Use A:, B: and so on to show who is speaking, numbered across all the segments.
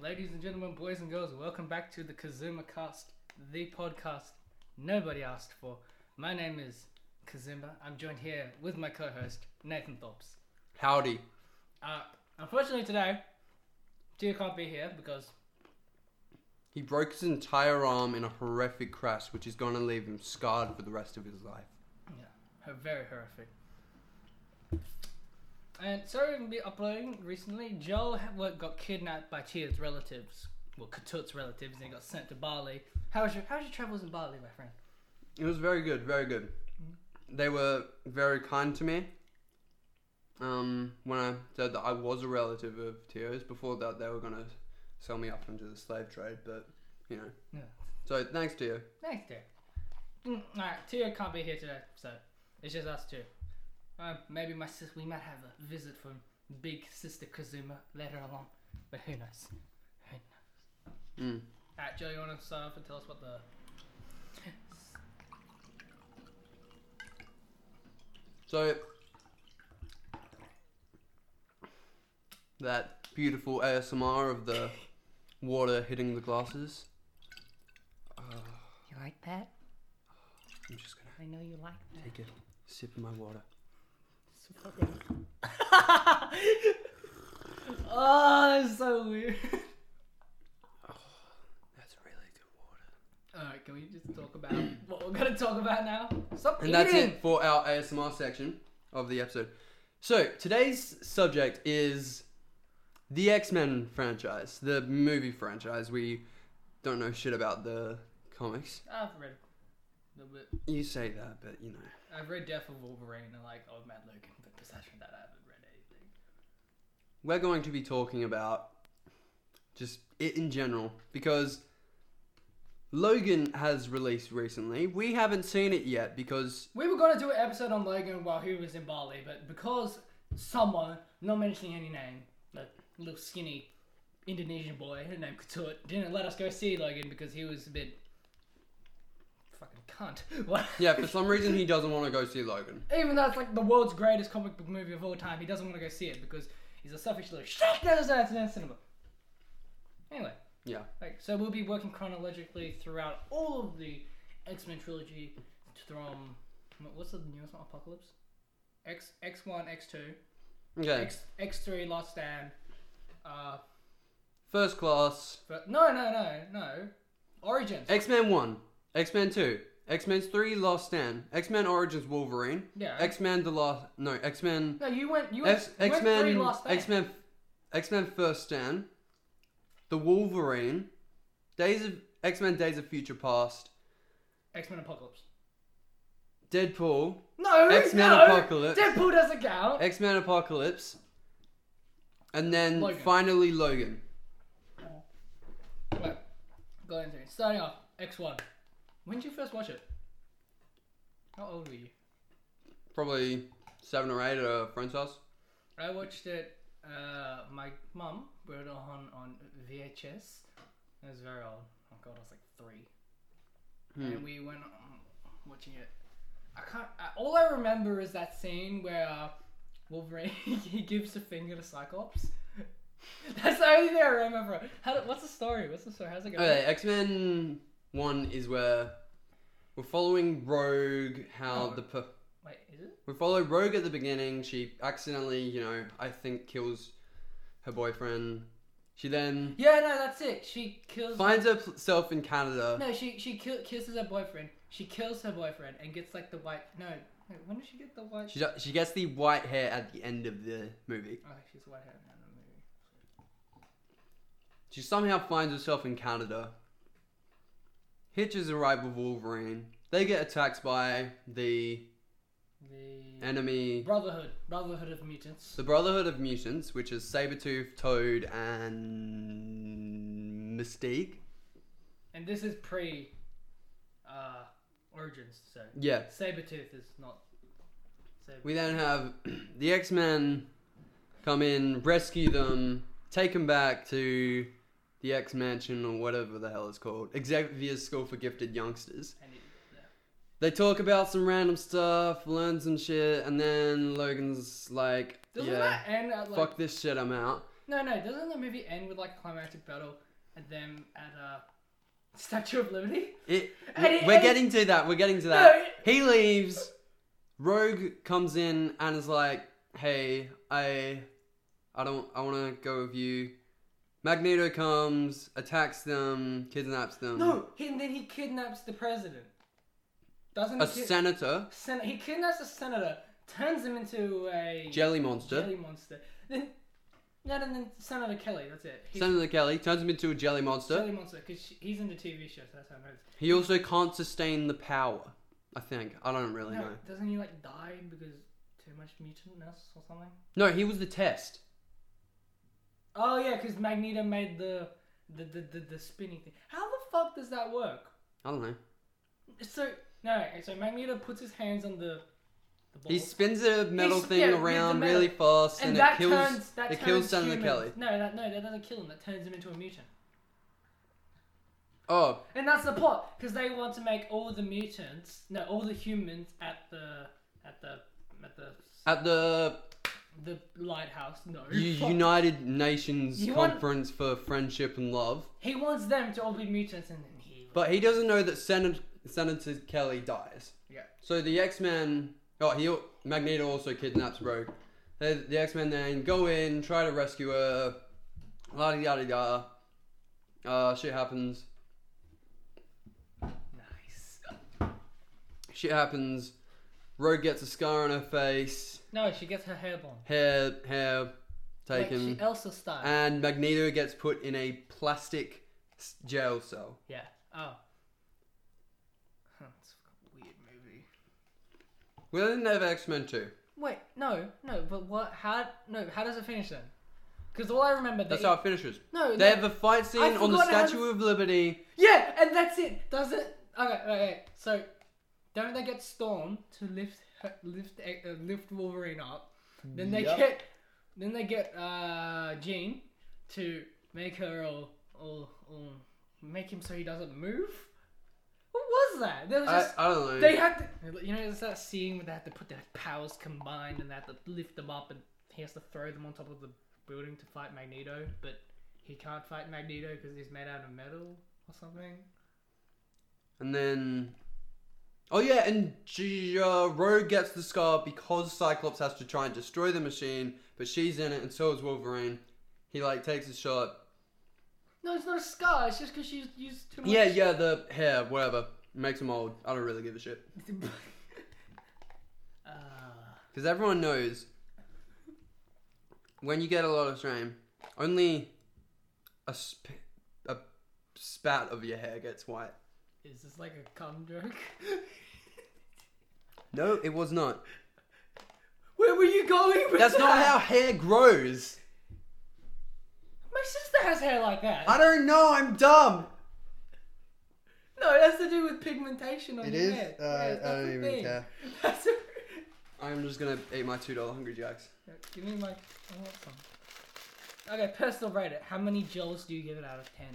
A: Ladies and gentlemen, boys and girls, welcome back to the Kazuma Cast, the podcast nobody asked for. My name is Kazuma. I'm joined here with my co-host Nathan Thorpes.
B: Howdy.
A: Uh, unfortunately today, Gia can't be here because
B: He broke his entire arm in a horrific crash, which is going to leave him scarred for the rest of his life.
A: yeah, her very horrific. And sorry we've been uploading recently. Joel ha- wa- got kidnapped by Chia's relatives, well Katut's relatives, and he got sent to Bali. How was your How was your travels in Bali, my friend?
B: It was very good, very good. They were very kind to me. Um, when I said that I was a relative of Tio's, before that they were going to sell me off into the slave trade, but you know.
A: Yeah.
B: So thanks, Tio.
A: Thanks, Derek. Mm, Alright, Tia can't be here today, so it's just us two. Um, maybe my sis- we might have a visit from Big Sister Kazuma later along, but who knows? Who knows?
B: Mm.
A: Alright, Joe, you want to start off and tell us what the.
B: So that beautiful ASMR of the water hitting the glasses.
A: You like that?
B: I'm just gonna
A: I know you like that.
B: take a sip of my water.
A: oh, that's so weird.
B: That's really good water.
A: Alright, can we just talk about what we're gonna talk about now? Stop
B: And that's
A: eating!
B: it for our ASMR section of the episode. So today's subject is the X Men franchise, the movie franchise. We don't know shit about the comics.
A: Ah, I've read a little bit.
B: You say that, but you know.
A: I've read Death of Wolverine and like Old Man Logan, but besides from that, I haven't read anything.
B: we're going to be talking about just it in general because Logan has released recently. We haven't seen it yet because
A: We were gonna do an episode on Logan while he was in Bali, but because someone, not mentioning any name, like little skinny Indonesian boy named Katut, didn't let us go see Logan because he was a bit fucking cunt. What?
B: yeah, for some reason he doesn't want to go see Logan.
A: Even though it's like the world's greatest comic book movie of all time, he doesn't want to go see it because he's a selfish little shit that doesn't have to go to the cinema. Anyway.
B: Yeah,
A: Like, so we'll be working chronologically throughout all of the X Men trilogy from what- what's the newest one? Apocalypse. X X one X two
B: okay.
A: X X three Lost Stand. Uh,
B: First Class,
A: but no no no no. Origins.
B: X Men One, X Men Two, X Men Three, Lost Stand, X Men Origins Wolverine,
A: Yeah.
B: X Men the Last no X Men
A: no, you went you went,
B: X
A: you went
B: X
A: three
B: Men
A: Lost Stand.
B: X Men X Men First Stand, the Wolverine, Days of X Men Days of Future Past.
A: X Men Apocalypse.
B: Deadpool,
A: No
B: X-Men
A: no!
B: Apocalypse.
A: Deadpool doesn't count.
B: X Men Apocalypse, and then
A: Logan.
B: finally Logan.
A: Wait, going through. Starting off X one. When did you first watch it? How old were you?
B: Probably seven or eight at a friend's house.
A: I watched it. Uh, my mum brought it on on VHS. It was very old. Oh god, I was like three, and we went on watching it. I can't. I, all I remember is that scene where uh, Wolverine he gives a finger to Cyclops. That's the only thing I remember. How? do- what's the story? What's the story? How's it going?
B: Okay, X Men One is where we're following Rogue. How
A: Oh.
B: the per-
A: Wait, is it?
B: we follow Rogue at the beginning. She accidentally, you know, I think kills her boyfriend. She then
A: Yeah, no, that's it. She kills.
B: finds herself in Canada.
A: No, she she kill, kisses her boyfriend. She kills her boyfriend and gets like the white. No, no when did she get the white?
B: She, she gets the white hair at the end of the movie.
A: Oh, she's a whitehead in the movie.
B: She somehow finds herself in Canada. Hitches a ride with Wolverine. They get attacked by the
A: The
B: enemy,
A: Brotherhood, Brotherhood of Mutants.
B: the Brotherhood of Mutants, which is Sabretooth, Toad, and Mystique.
A: And this is pre uh, Origins, so
B: Yeah.
A: Sabretooth is not. Saber-
B: We then have the X Men come in, rescue them, take them back to the X Mansion or whatever the hell it's called Xavier's School for Gifted Youngsters.
A: and it, yeah.
B: They talk about some random stuff, learn some shit, and then Logan's like,
A: Doesn't
B: yeah,
A: that end at like?
B: fuck this shit, I'm out.
A: No, no. Doesn't the movie end with like a climactic battle at them at uh, Statue of Liberty?
B: It,
A: And it-
B: we're
A: and it-
B: getting to that. We're getting to that.
A: No, it-
B: he leaves. Rogue comes in and is like, "Hey, I, I don't, I want to go with you." Magneto comes, attacks them, kidnaps them.
A: No. He, and then he kidnaps the president. Doesn't
B: a
A: he? Kid-
B: senator,
A: sen- he kidnaps the senator, turns him into a
B: jelly monster.
A: jelly monster. Then, no, and then Senator Kelly. That's it. He's
B: Senator Kelly turns him into a jelly monster.
A: jelly monster because he's in the TV show. So that's how it moves.
B: He also can't sustain the power. I think I don't really
A: No,
B: know.
A: doesn't he like die because too much mutantness or something?
B: No, he was the test.
A: Oh yeah, because Magneto made the the, the the the spinning thing. How the fuck does that work?
B: I don't know.
A: So no, so Magneto puts his hands on the the ball,
B: He spins a metal
A: sp-
B: thing
A: yeah, with the
B: around
A: metal.
B: really fast, and,
A: and
B: it
A: that
B: kills
A: turns that
B: it
A: turns
B: kills Senator
A: humans.
B: Kelly.
A: No, that no, that doesn't kill him. That turns him into a mutant.
B: Oh,
A: And that's the plot because they want to make all the mutants, no, all the humans at the at the at the
B: at the
A: the lighthouse. No,
B: U-
A: fuck.
B: United Nations
A: You want-
B: Conference for Friendship and Love,
A: he wants them to all be mutants, and then he
B: but he doesn't know that Senator Senator Kelly dies.
A: yeah.
B: So the X Men. Oh, he al- Magneto also kidnaps Rogue. The, the X Men then go in, try to rescue her. La di da di da. Uh, shit happens.
A: Nice.
B: Shit happens. Rogue gets a scar on her face.
A: No, she gets her hair blown.
B: Hair, hair,
A: Like
B: taken.
A: she Elsa style.
B: and Magneto gets put in a plastic s- jail cell.
A: yeah. Oh. Huh, It's a weird movie.
B: We didn't have X Men 2.
A: Wait, no, no, but what? How? No, how does it finish then? Because all I remember
B: That's
A: they,
B: how it finishes.
A: No,
B: They
A: no-
B: have a fight scene
A: I
B: on the
A: forgot how-
B: Statue of Liberty.
A: yeah, and that's it. Does it? Okay, okay. okay. So, don't they get Storm to lift her, lift uh, lift Wolverine up? Then they
B: Yep.
A: get then they get uh Jean to make her all all all make him so he doesn't move. What was that? There was
B: I,
A: just
B: I don't know.
A: They had to, you know, it's that scene where they had to put their powers combined and they had to lift them up, and he has to throw them on top of the building to fight Magneto, but he can't fight Magneto because he's made out of metal or something.
B: And then. Oh, yeah, and G- uh, Rogue gets the scar because Cyclops has to try and destroy the machine, but she's in it, and so is Wolverine. He, like, takes a shot.
A: No, it's not a scar. It's just because she's used too much.
B: Yeah, yeah, the hair, whatever. Makes him old. I don't really give a shit.
A: uh,
B: Because everyone knows when you get a lot of strain, only a, sp- a spat of your hair gets white.
A: is this like a cum joke?
B: No, it was not.
A: Where were you going with
B: That's
A: that?
B: not how hair grows.
A: My sister has hair like that.
B: I don't know, I'm dumb.
A: No, it has to do with pigmentation on
B: It
A: your
B: is?
A: hair.
B: Uh,
A: Yeah,
B: I
A: that's
B: don't
A: a
B: even
A: thing.
B: care.
A: That's a...
B: I'm just gonna eat my $2 Hungry Jacks.
A: No, Give me my. I want some. Okay, personal rating. How many gels do you give it out of ten?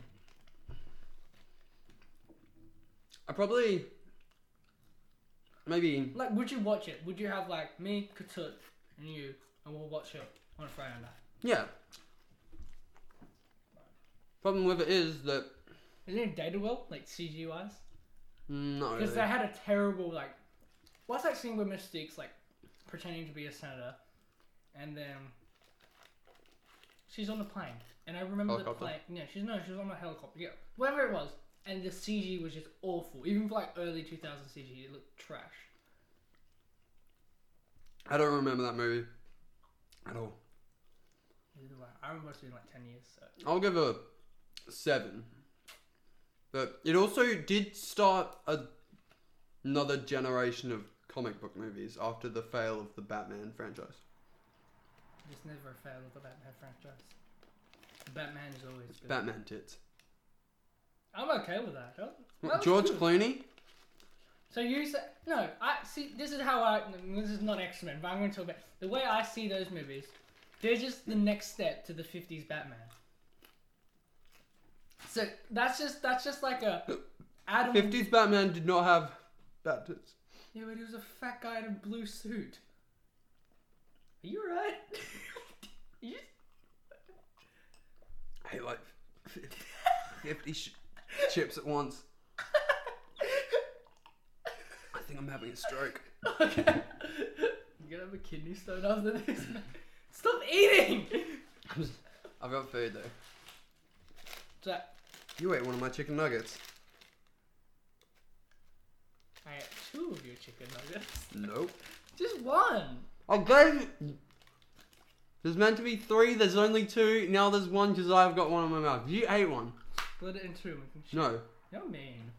B: I probably. Maybe.
A: Like, would you watch it? Would you have like me, Katut, and you, and we'll watch it on a Friday night?
B: Yeah. Problem with it is that.
A: Is it dated well, like CG wise?
B: mm, Not
A: Because
B: really.
A: they had a terrible like. What's that scene where Mystique's like pretending to be a senator, and then she's on the plane, and I remember the
B: Helicopter.
A: plane. No, she's no, she was on a helicopter. Yeah, whatever it was, and the CG was just awful. Even for like early 2000 CG, it looked trash.
B: I don't remember that movie at all.
A: Either way, I haven't watched it in like 10 years, so.
B: I'll give a seven. But it also did start a, another generation of comic book movies after the fail of the Batman franchise.
A: It's never a fail with the Batman franchise. Batman's always good.
B: Batman tits.
A: I'm okay with that. That- that was
B: George
A: good.
B: Clooney?
A: So you say. No, I see. This is how I. This is not X Men, but I'm going to talk about. The way I see those movies, they're just the next step to the 50s Batman. So that's just that's just like a Adam.
B: 50s Batman did not have bat tits.
A: Yeah, but he was a fat guy in a blue suit. Are you alright? you just...
B: I ate like 50 sh- chips at once. I think I'm having a stroke.
A: Okay. You're gonna have a kidney stone after this. Stop eating.
B: I'm just- I've got food though.
A: So,
B: You ate one of my chicken nuggets.
A: I ate two of your chicken nuggets.
B: Nope.
A: Just one.
B: I gave. Oh, There's meant to be three. There's only two. Now there's one because I've got one in my mouth. You ate one.
A: Split it in two. we can sh-
B: No.
A: You're mean.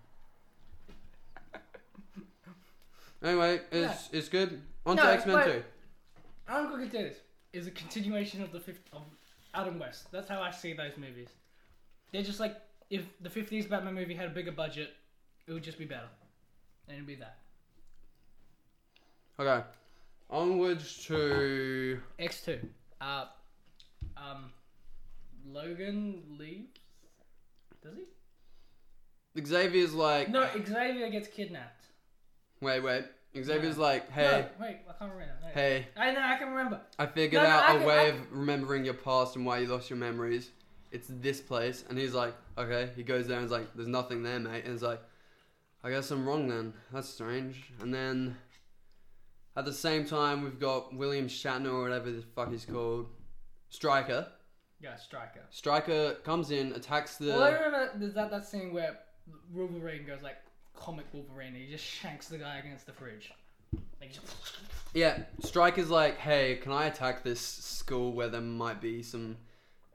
B: Anyway, it's it's good. On to
A: No,
B: X Men
A: wait.
B: Two.
A: Adam Cook and Dennis is a continuation of the fifth of Adam West. That's how I see those movies. They're just like if the fifties Batman movie had a bigger budget, it would just be better, and it'd be that.
B: Okay. Onwards to
A: X two, uh, um, Logan leaves. Does he?
B: Xavier's like.
A: No, Xavier gets kidnapped.
B: Wait, wait. Xavier's like, hey,
A: No, wait, I can't remember. No.
B: hey.
A: I know, I can remember.
B: I figured
A: No, no,
B: out
A: I
B: a
A: can-
B: way
A: I
B: of remembering your past and why you lost your memories. It's this place, and he's like, okay. He goes there and is like, there's nothing there, mate. And he's like, I guess I'm wrong then. That's strange. And then at the same time, we've got William Shatner or whatever the fuck he's called, Striker.
A: Yeah, Striker.
B: Striker comes in, attacks the.
A: Well, I remember there's that, that scene where Wolverine goes like comic Wolverine and he just shanks the guy against the fridge. Like, just...
B: Yeah, Striker's like, hey, can I attack this school where there might be some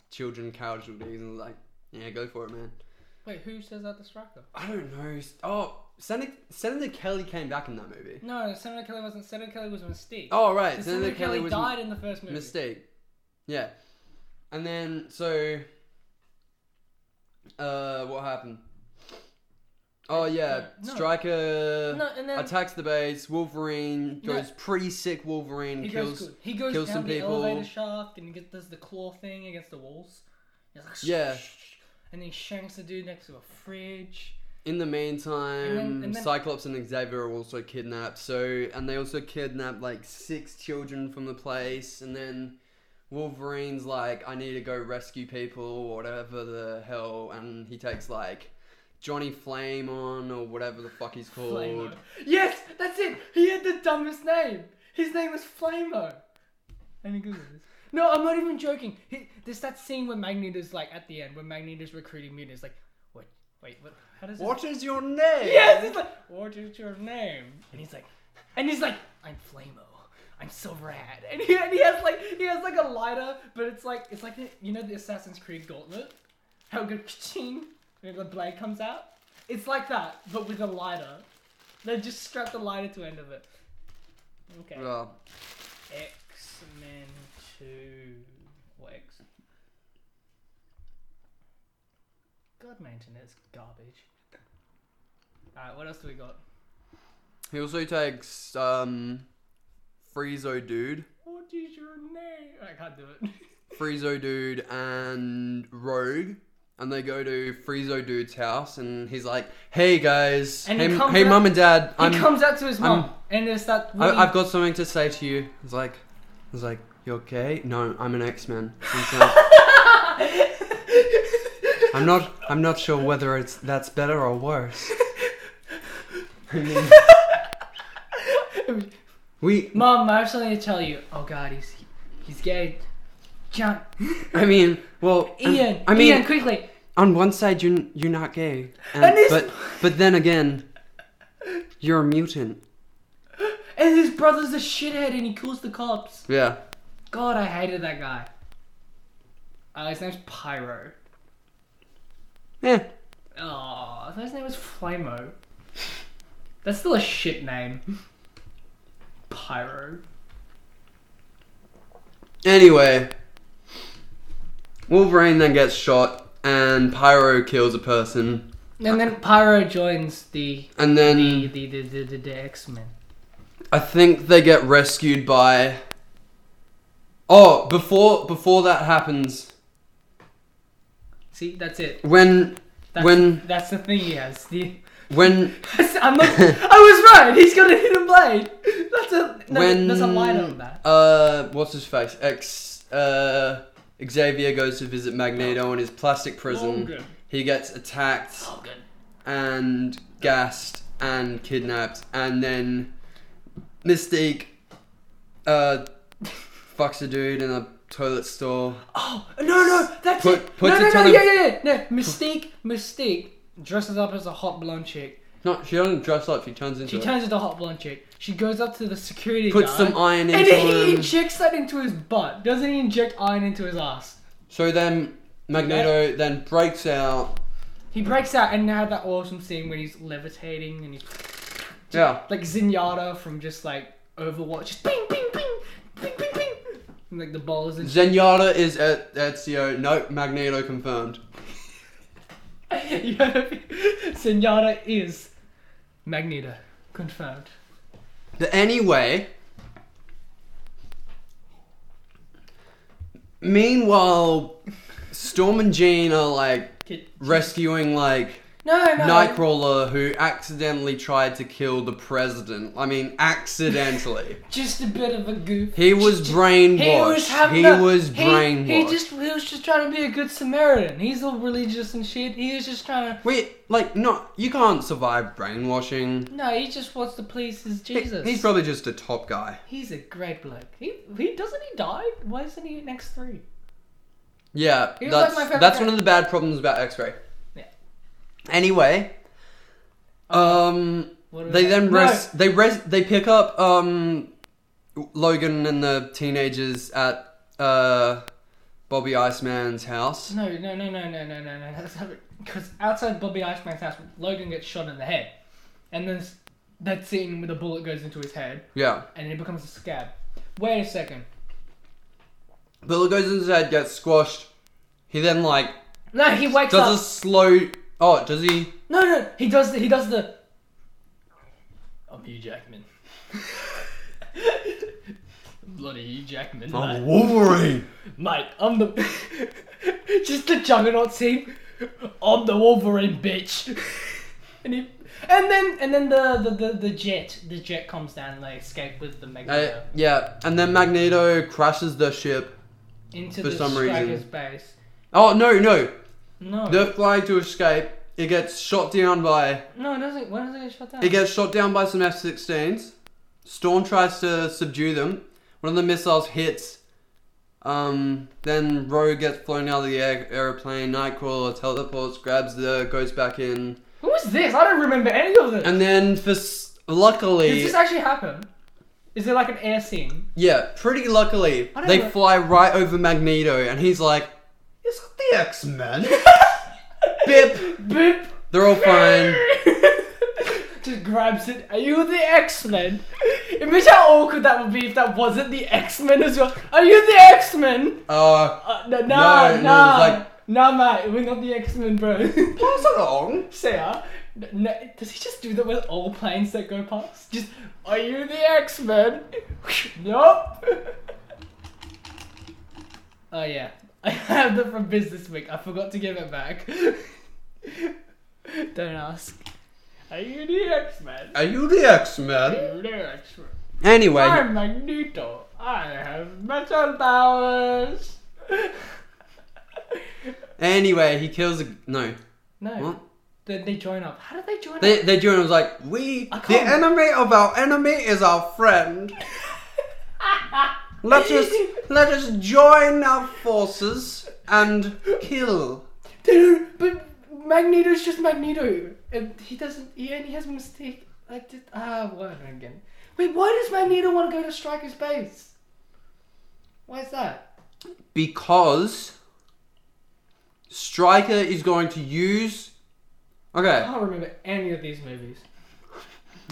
B: children casualties? And like, yeah, go for it, man.
A: Wait, who says that to Striker?
B: I don't know. Oh, Senator, Senator Kelly came back in that movie.
A: No, no, Senator Kelly wasn't. Senator Kelly was Mystique.
B: Oh, right.
A: So
B: Senator, Kelly, was
A: died in the first movie.
B: mistake. Yeah. And then, so. Uh, what happened? Oh, yeah.
A: No.
B: Striker
A: No, and then
B: attacks the base. Wolverine
A: No.
B: goes pretty sick Wolverine,
A: he
B: kills.
A: goes. He goes
B: kills
A: down
B: some
A: the
B: people.
A: elevator shaft and he gets, does the claw thing against the walls. He's like,
B: Yeah.
A: And then he shanks the dude next to a fridge.
B: In the meantime,
A: And then- and then-
B: Cyclops and Xavier are also kidnapped. So, and they also kidnapped like six children from the place. And then Wolverine's like, I need to go rescue people or whatever the hell. And he takes like Johnny Flame on or whatever the fuck he's called.
A: Flamo. Yes, that's it. He had the dumbest name. His name was Flamo. And he Google this. No, I'm not even joking. He, there's that scene where Magneto's like at the end, where Magneto's recruiting mutants. Like, what? Wait, what? How does
B: What is your name?
A: It... Yes, he's like, what is your name? And he's like, and he's like, I'm Flamo. I'm so rad. And he, and he has like he has like a lighter, but it's like it's like the- you know the Assassin's Creed gauntlet, how good ching and the blade comes out. It's like that, but with a lighter. They just strapped the lighter to end of it. Okay.
B: Well,
A: X Men Two. What X? God, my internet's garbage. Alright, what else do we got?
B: he also takes um, Friezo Dude,
A: What is your name? I can't do it.
B: Friezo Dude, and Rogue. And they go to Friezo Dude's house, and he's like, "Hey guys,
A: And he
B: hey,
A: comes
B: hey
A: out-
B: mum and dad,
A: he
B: I'm,
A: comes out to his
B: I'm-
A: mom and it's that.
B: I,
A: Really,
B: I've got something to say to you. It's like, it's like, you okay? No, I'm an X-Men. It's like, I'm not, I'm not sure whether it's that's better or worse. we,
A: Mom, I have something to tell you. Oh God, he's he's gay. John,
B: I mean, well, I'm-
A: Ian,
B: I mean,
A: Ian, quickly.
B: on one side you're you're not gay, and,
A: And it's-
B: but but then again, you're a mutant.
A: And his brother's a shithead and he calls the cops.
B: Yeah.
A: God, I hated that guy. Uh, his name's Pyro.
B: Yeah.
A: Oh, I thought his name was Flamo. That's still a shit name. Pyro.
B: Anyway, Wolverine then gets shot, and Pyro kills a person,
A: And then Pyro joins the
B: and then.
A: the the the, the, the, the X Men.
B: I think they get rescued by. Oh, before before that happens,
A: See, that's it.
B: when
A: That's,
B: When-
A: that's the thing he has. The,
B: when
A: I'm not, I was right. He's got a hidden blade. That's a no,
B: when
A: there's a line on that.
B: Uh, what's his face? X. Uh, Xavier goes to visit
A: Oh.
B: Magneto in his plastic prison.
A: Logan.
B: He gets attacked
A: Logan.
B: and gassed and kidnapped, and then Mystique uh, fucks a dude in a toilet stall.
A: Oh no no that's
B: Put-
A: it.
B: puts
A: no
B: it
A: no
B: on
A: no
B: the-
A: yeah yeah yeah no Mystique Mystique dresses up as a hot blonde chick.
B: No, she doesn't dress up. She turns into.
A: She
B: it.
A: turns into a hot blonde chick. She goes up to the security
B: puts
A: guard
B: some iron
A: and
B: into
A: he
B: him.
A: injects that into his butt. Doesn't he inject iron into his ass?
B: So then Magneto then breaks out.
A: He breaks out and now that awesome scene when he's levitating and he's
B: Yeah,
A: like Zenyatta from just like Overwatch, just ping ping ping ping ping ping, and, like the balls and
B: Zenyatta is at Ezio. No, Magneto confirmed.
A: You know, Zenyatta is Magneto. Confirmed.
B: But anyway. Meanwhile, Storm and Jean are like
A: Kid-
B: rescuing like
A: No, no.
B: Nightcrawler who accidentally tried to kill the president. I mean, accidentally.
A: Just a bit of a goof.
B: He was brainwashed. He was,
A: having a- he-
B: brainwashed.
A: He, just he was just trying to be a good Samaritan. He's all religious and shit. He was just trying to.
B: Wait, like, no, you can't survive brainwashing.
A: No, he just wants to please his
B: He-
A: Jesus.
B: He's probably just a top guy.
A: He's a great bloke. He, he doesn't he die? Why isn't he in X three?
B: Yeah,
A: He was, like,
B: that's
A: my favorite
B: that's
A: guy.
B: one of the bad problems about X-ray.
A: Yeah.
B: Anyway, um, they then rest. They rest. They pick up um, Logan and the teenagers at uh, Bobby Iceman's house.
A: No, no, no, no, no, no, no, no. That's because outside Bobby Iceman's house, Logan gets shot in the head, and then s- that scene where the bullet goes into his head,
B: Yeah,
A: and it becomes a scab. Wait a second.
B: Bill goes inside, gets squashed. He then like
A: No, he wakes
B: does
A: up.
B: a slow. Oh, does he?
A: No, no, he does the he does the. I'm Hugh Jackman. Bloody Hugh Jackman, mate.
B: Wolverine.
A: Mate, I'm the just the juggernaut scene. I'm the Wolverine, bitch. and he, and then and then the, the, the, the jet the jet comes down and they escape with the
B: Uh,
A: Magneto
B: yeah, and then Magneto crashes the ship.
A: into
B: for
A: the
B: some reason.
A: striker's base.
B: Oh no, no!
A: No,
B: They're flying to escape. It gets shot down by.
A: no, it doesn't. Why does it get shut down?
B: It gets shot down by some F-16s. Storm tries to subdue them. One of the missiles hits. Um, then Rogue gets flown out of the air- airplane. Nightcrawler teleports, grabs the, goes back in,
A: Who is this? I don't remember any of this.
B: and then for s-
A: Does
B: luckily,
A: this actually happen? Is there like an air scene?
B: yeah, pretty luckily,
A: I don't
B: they
A: know.
B: fly right over Magneto, and he's like, "It's not the X-Men." Bip.
A: Boop.
B: They're all fine.
A: Just grabs it. Are you the X Men? Imagine how awkward that would be if that wasn't the X Men as well. Are you the X Men?
B: Uh,
A: Uh, no, no,
B: No, no,
A: no,
B: it's
A: no,
B: like-
A: mate. We're not the X Men, bro.
B: pass along.
A: Sarah, n- no, does he just do that with all planes that go past? Just, are you the X Men? nope. oh yeah, I have that from Business Week. I forgot to give it back. Don't ask. Are you the X Men?
B: Are you the X-Men?
A: Are you the X Men?
B: Anyway,
A: I'm Magneto. I have metal powers.
B: anyway, he kills a no.
A: no.
B: What?
A: Then they join up. How did they join up?
B: They they do and it was like we
A: I
B: the
A: can't-
B: enemy of our enemy is our friend. let us let us join our forces and kill.
A: Dude, but Magneto's just Magneto. And he doesn't, he only has a mistake. Like, did, ah, what again? Wait, why does Magneto want to go to Striker's base? Why is that?
B: Because Striker is going to use
A: I
B: Okay.
A: can't remember any of these movies.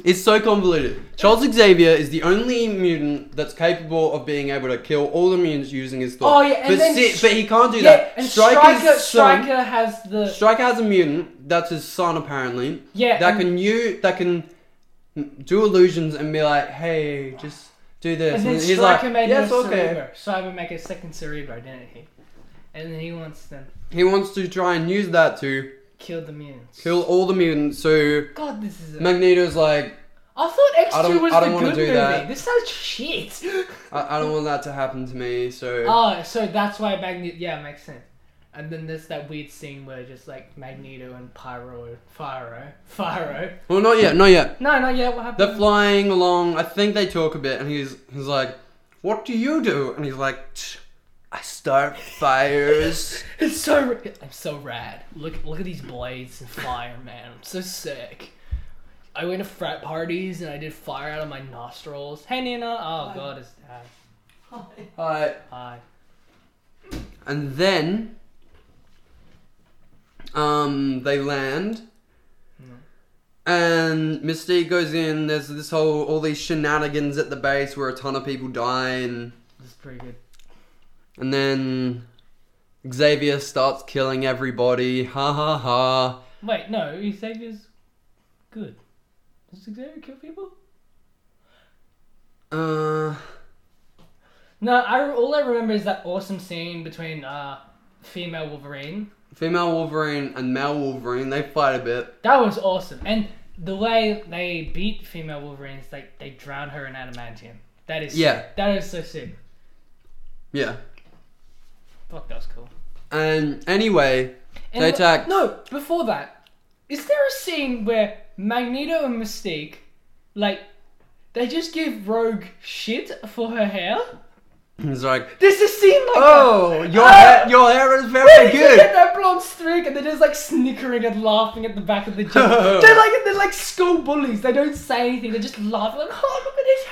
B: It's so convoluted. Charles Xavier is the only mutant that's capable of being able to kill all the mutants using his thought.
A: Oh, yeah, and
B: but,
A: then
B: si-
A: Str-
B: but he can't do
A: Yeah,
B: that.
A: and
B: Stryker's
A: Striker,
B: son-
A: Striker has the.
B: Striker has a mutant. That's his son, apparently.
A: Yeah,
B: That
A: and,
B: can you that can do illusions and be like, hey, just do this.
A: and then
B: he's
A: Striker
B: like,
A: made
B: yes,
A: no
B: okay.
A: Cerebro. Cyber made a second Cerebro, didn't he? And then he wants them
B: He wants to try and use that to
A: kill the mutants.
B: kill all the mutants. So
A: God, this is. A,
B: Magneto's like,
A: I thought X
B: I
A: two
B: don't-
A: was
B: I
A: the
B: don't wanna
A: good
B: do
A: movie.
B: that.
A: This sounds shit.
B: I, I don't want that to happen to me. So
A: oh, so that's why Magneto. Yeah, makes sense. And then there's that weird scene where just like Magneto and Pyro, Pyro, Pyro.
B: well, not yet, not yet.
A: No, not yet. What happened?
B: They're flying along. I think they talk a bit, and he's he's like, "What do you do?" And he's like, "Tch, "I start fires."
A: It's so ra- I'm so rad. Look look at these blades and fire, man. I'm so sick. I went to frat parties and I did fire out of my nostrils. Hey Nina. Oh god, it's dad.
B: Hi.
A: Hi.
B: And then, um, they land, and Mystique goes in. There's this whole all these shenanigans at the base where a ton of people die, and
A: This is pretty good.
B: and then Xavier starts killing everybody. Ha ha ha.
A: Wait, no, Xavier's good. Does Xavier kill people?
B: Uh,
A: No, I all I remember is that awesome scene between uh female Wolverine.
B: female Wolverine and male Wolverine they fight a bit.
A: That was awesome. And the way they beat female Wolverine is like they drown her in adamantium. That is
B: Yeah.
A: sick. That is so sick.
B: Yeah.
A: Fuck, that was cool.
B: And anyway, They
A: wh-
B: attack-
A: No, before that, is there a scene where Magneto and Mystique, like, they just give Rogue shit for her hair?
B: he's like,
A: There's a scene like
B: "Oh,
A: that.
B: your
A: Ah!
B: hair, your hair is
A: Where
B: very
A: did you get
B: good."
A: that blonde streak? And they're just like snickering and laughing at the back of the gym. they're like they're like school bullies. They don't say anything. They just laugh like, oh look at his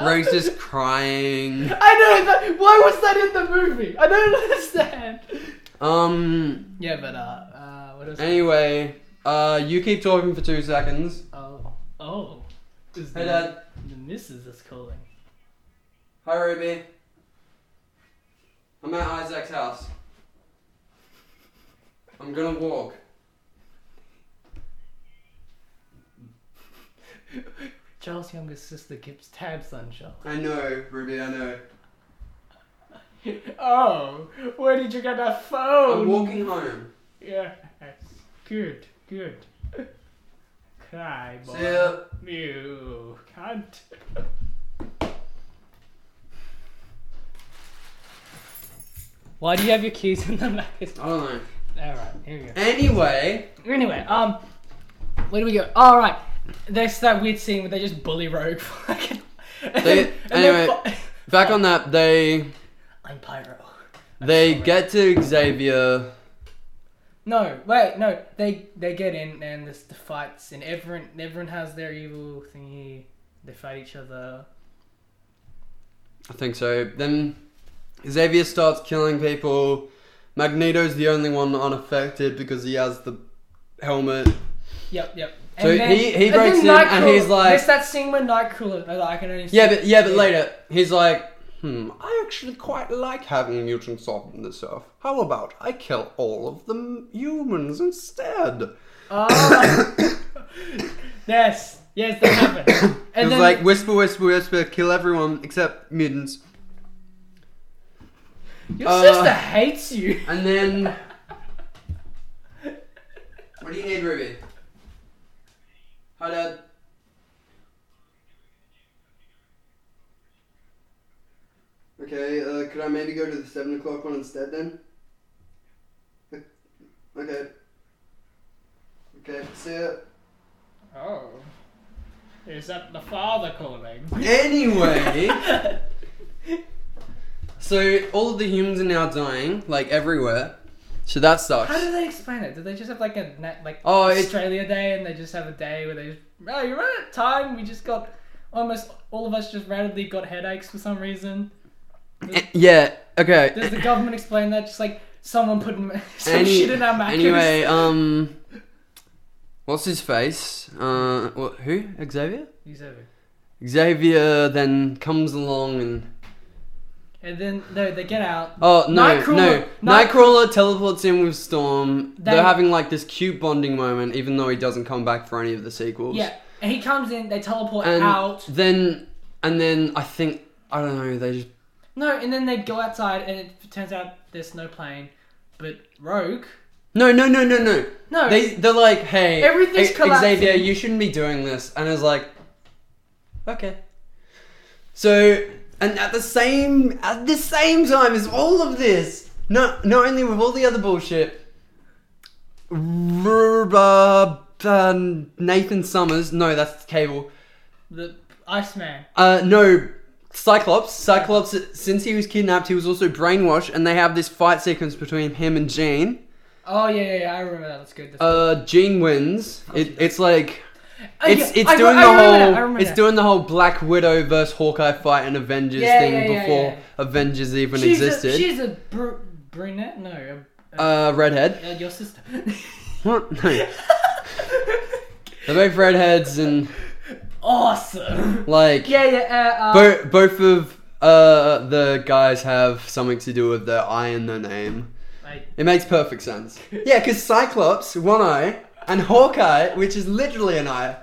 A: hair.
B: Rogue's just crying.
A: I know that. Why was that in the movie? I don't understand.
B: Um.
A: Yeah, but uh, uh what else?
B: Anyway, uh, you keep talking for two seconds.
A: Oh, oh. Is
B: Hey,
A: the-
B: Dad.
A: The missus is calling.
B: Hi, Ruby. I'm at Isaac's house. I'm gonna walk.
A: Charles' youngest sister keeps tabs on Charles.
B: I know, Ruby. I know.
A: Oh, where did you get that phone?
B: I'm walking home.
A: Yes, good, good. Cry, boy.
B: See ya.
A: You can't. Why do you have your keys in the magazine?
B: I don't know.
A: All right, here we go.
B: Anyway,
A: Anyway, um, where do we go? All right, there's that weird scene where they just bully Rogue. for like an- and
B: They-
A: then- and then
B: anyway.
A: fi-
B: back on that, they
A: I'm Pyro.
B: they get to Xavier.
A: No, wait, no. They they get in and there's the fights and everyone everyone has their evil thingy. They fight each other.
B: I think so. Then Xavier starts killing people. Magneto's the only one unaffected because he has the helmet.
A: Yep, yep.
B: So he- he
A: and
B: breaks
A: then
B: in and
A: Nightcrawler-
B: he's like-
A: "There's that scene where Nightcrawler." oh, I can only. see-
B: Yeah, but yeah, but
A: Yeah.
B: later he's like, "Hmm, I actually quite like having mutants on this earth. How about I kill all of the m- humans instead?"
A: Oh. yes, yes, that happened.
B: It
A: And
B: was
A: then,
B: like whisper, whisper, whisper, kill everyone except mutants.
A: your
B: uh,
A: sister hates you.
B: And then, what do you need, Ruby? Hi, Dad. Okay, uh, could I maybe go to the seven o'clock one instead then? Okay. Okay, see ya.
A: Oh, is that the father calling?
B: Anyway, so all of the humans are now dying, like everywhere. So that sucks.
A: How do they explain it? Did they just have like a net, like
B: Oh, it's
A: Australia Day, and they just have a day where they just, oh, you remember that time we just got almost all of us just randomly got headaches for some reason?
B: Eh, yeah. Okay.
A: Does the government explain that? Just like someone putting some
B: Any-
A: shit in our mattress.
B: Anyway, um, what's his face? Uh, what, who? Xavier.
A: He's over.
B: Xavier then comes along and
A: And then no, they get out.
B: oh no
A: Nightcrawler-
B: no
A: Night-
B: Nightcrawler teleports in with Storm.
A: They-
B: They're having like this cute bonding moment, even though he doesn't come back for any of the sequels.
A: Yeah, and he comes in. They teleport
B: And
A: out.
B: then and then I think I don't know. They just
A: No, and then they go outside, and it turns out there's no plane, but Rogue.
B: no no no no no.
A: No,
B: They they're like hey
A: Everything's
B: X- Xavier
A: collapsing.
B: you shouldn't be doing this and it's like Okay. So, and at the same at the same time as all of this, not not only with all the other bullshit, r- uh, um, Nathan Summers. No, that's Cable.
A: The Iceman.
B: Uh, no, Cyclops. Cyclops. Since he was kidnapped, he was also brainwashed, and they have this fight sequence between him and Jean.
A: Oh yeah, yeah, yeah. I remember that. That's good. That's
B: Uh, Jean wins. It, it's like
A: Oh, yeah,
B: it's it's
A: I re-
B: doing
A: I
B: the
A: remember that,
B: whole
A: I remember
B: it's
A: that.
B: doing the whole Black Widow versus Hawkeye fight and Avengers
A: Yeah,
B: thing
A: yeah, yeah,
B: before
A: yeah.
B: Avengers even
A: she's
B: existed.
A: A, she's a br- brunette. No, a, a,
B: uh, redhead.
A: uh, your sister.
B: What? No. They're both redheads and
A: awesome.
B: like
A: Yeah, yeah. Uh, uh,
B: both both of uh the guys have something to do with their eye in their name.
A: I,
B: It makes perfect sense. Yeah, because Cyclops, one eye, and Hawkeye, which is literally an eye.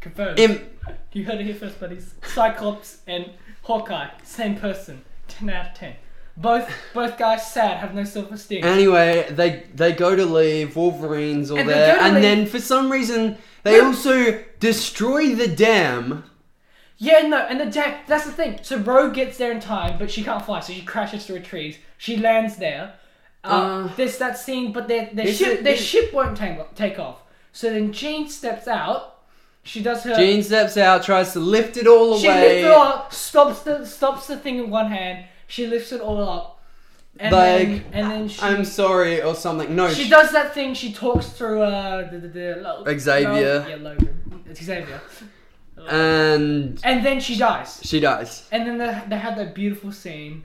A: confirmed.
B: Im-
A: You heard it here first, buddies. Cyclops and Hawkeye, same person. Ten out of ten. Both both guys sad, have no self esteem.
B: Anyway, they they go to leave. Wolverine's all
A: And they
B: there,
A: go to
B: and
A: leave.
B: then for some reason they
A: Yeah.
B: also destroy the dam.
A: Yeah, no, and the dam. That's the thing. So Rogue gets there in time, but she can't fly, so she crashes through trees. She lands there. Uh,
B: Uh,
A: there's that scene, but their their
B: is
A: ship
B: it-
A: their
B: is-
A: ship won't take take off. So then Jean steps out. She does her.
B: Jean steps out, tries to lift it all away.
A: she lifts it all up, stops the stops the thing in one hand. She lifts it all up, and
B: Like,
A: then and then she.
B: I'm sorry, or something. No,
A: She
B: sh-
A: does that thing. She talks through uh, the, the, the Lo-
B: Xavier.
A: Lo- yeah, Logan. It's Xavier.
B: and
A: And then she dies.
B: she dies.
A: And then they, they have that beautiful scene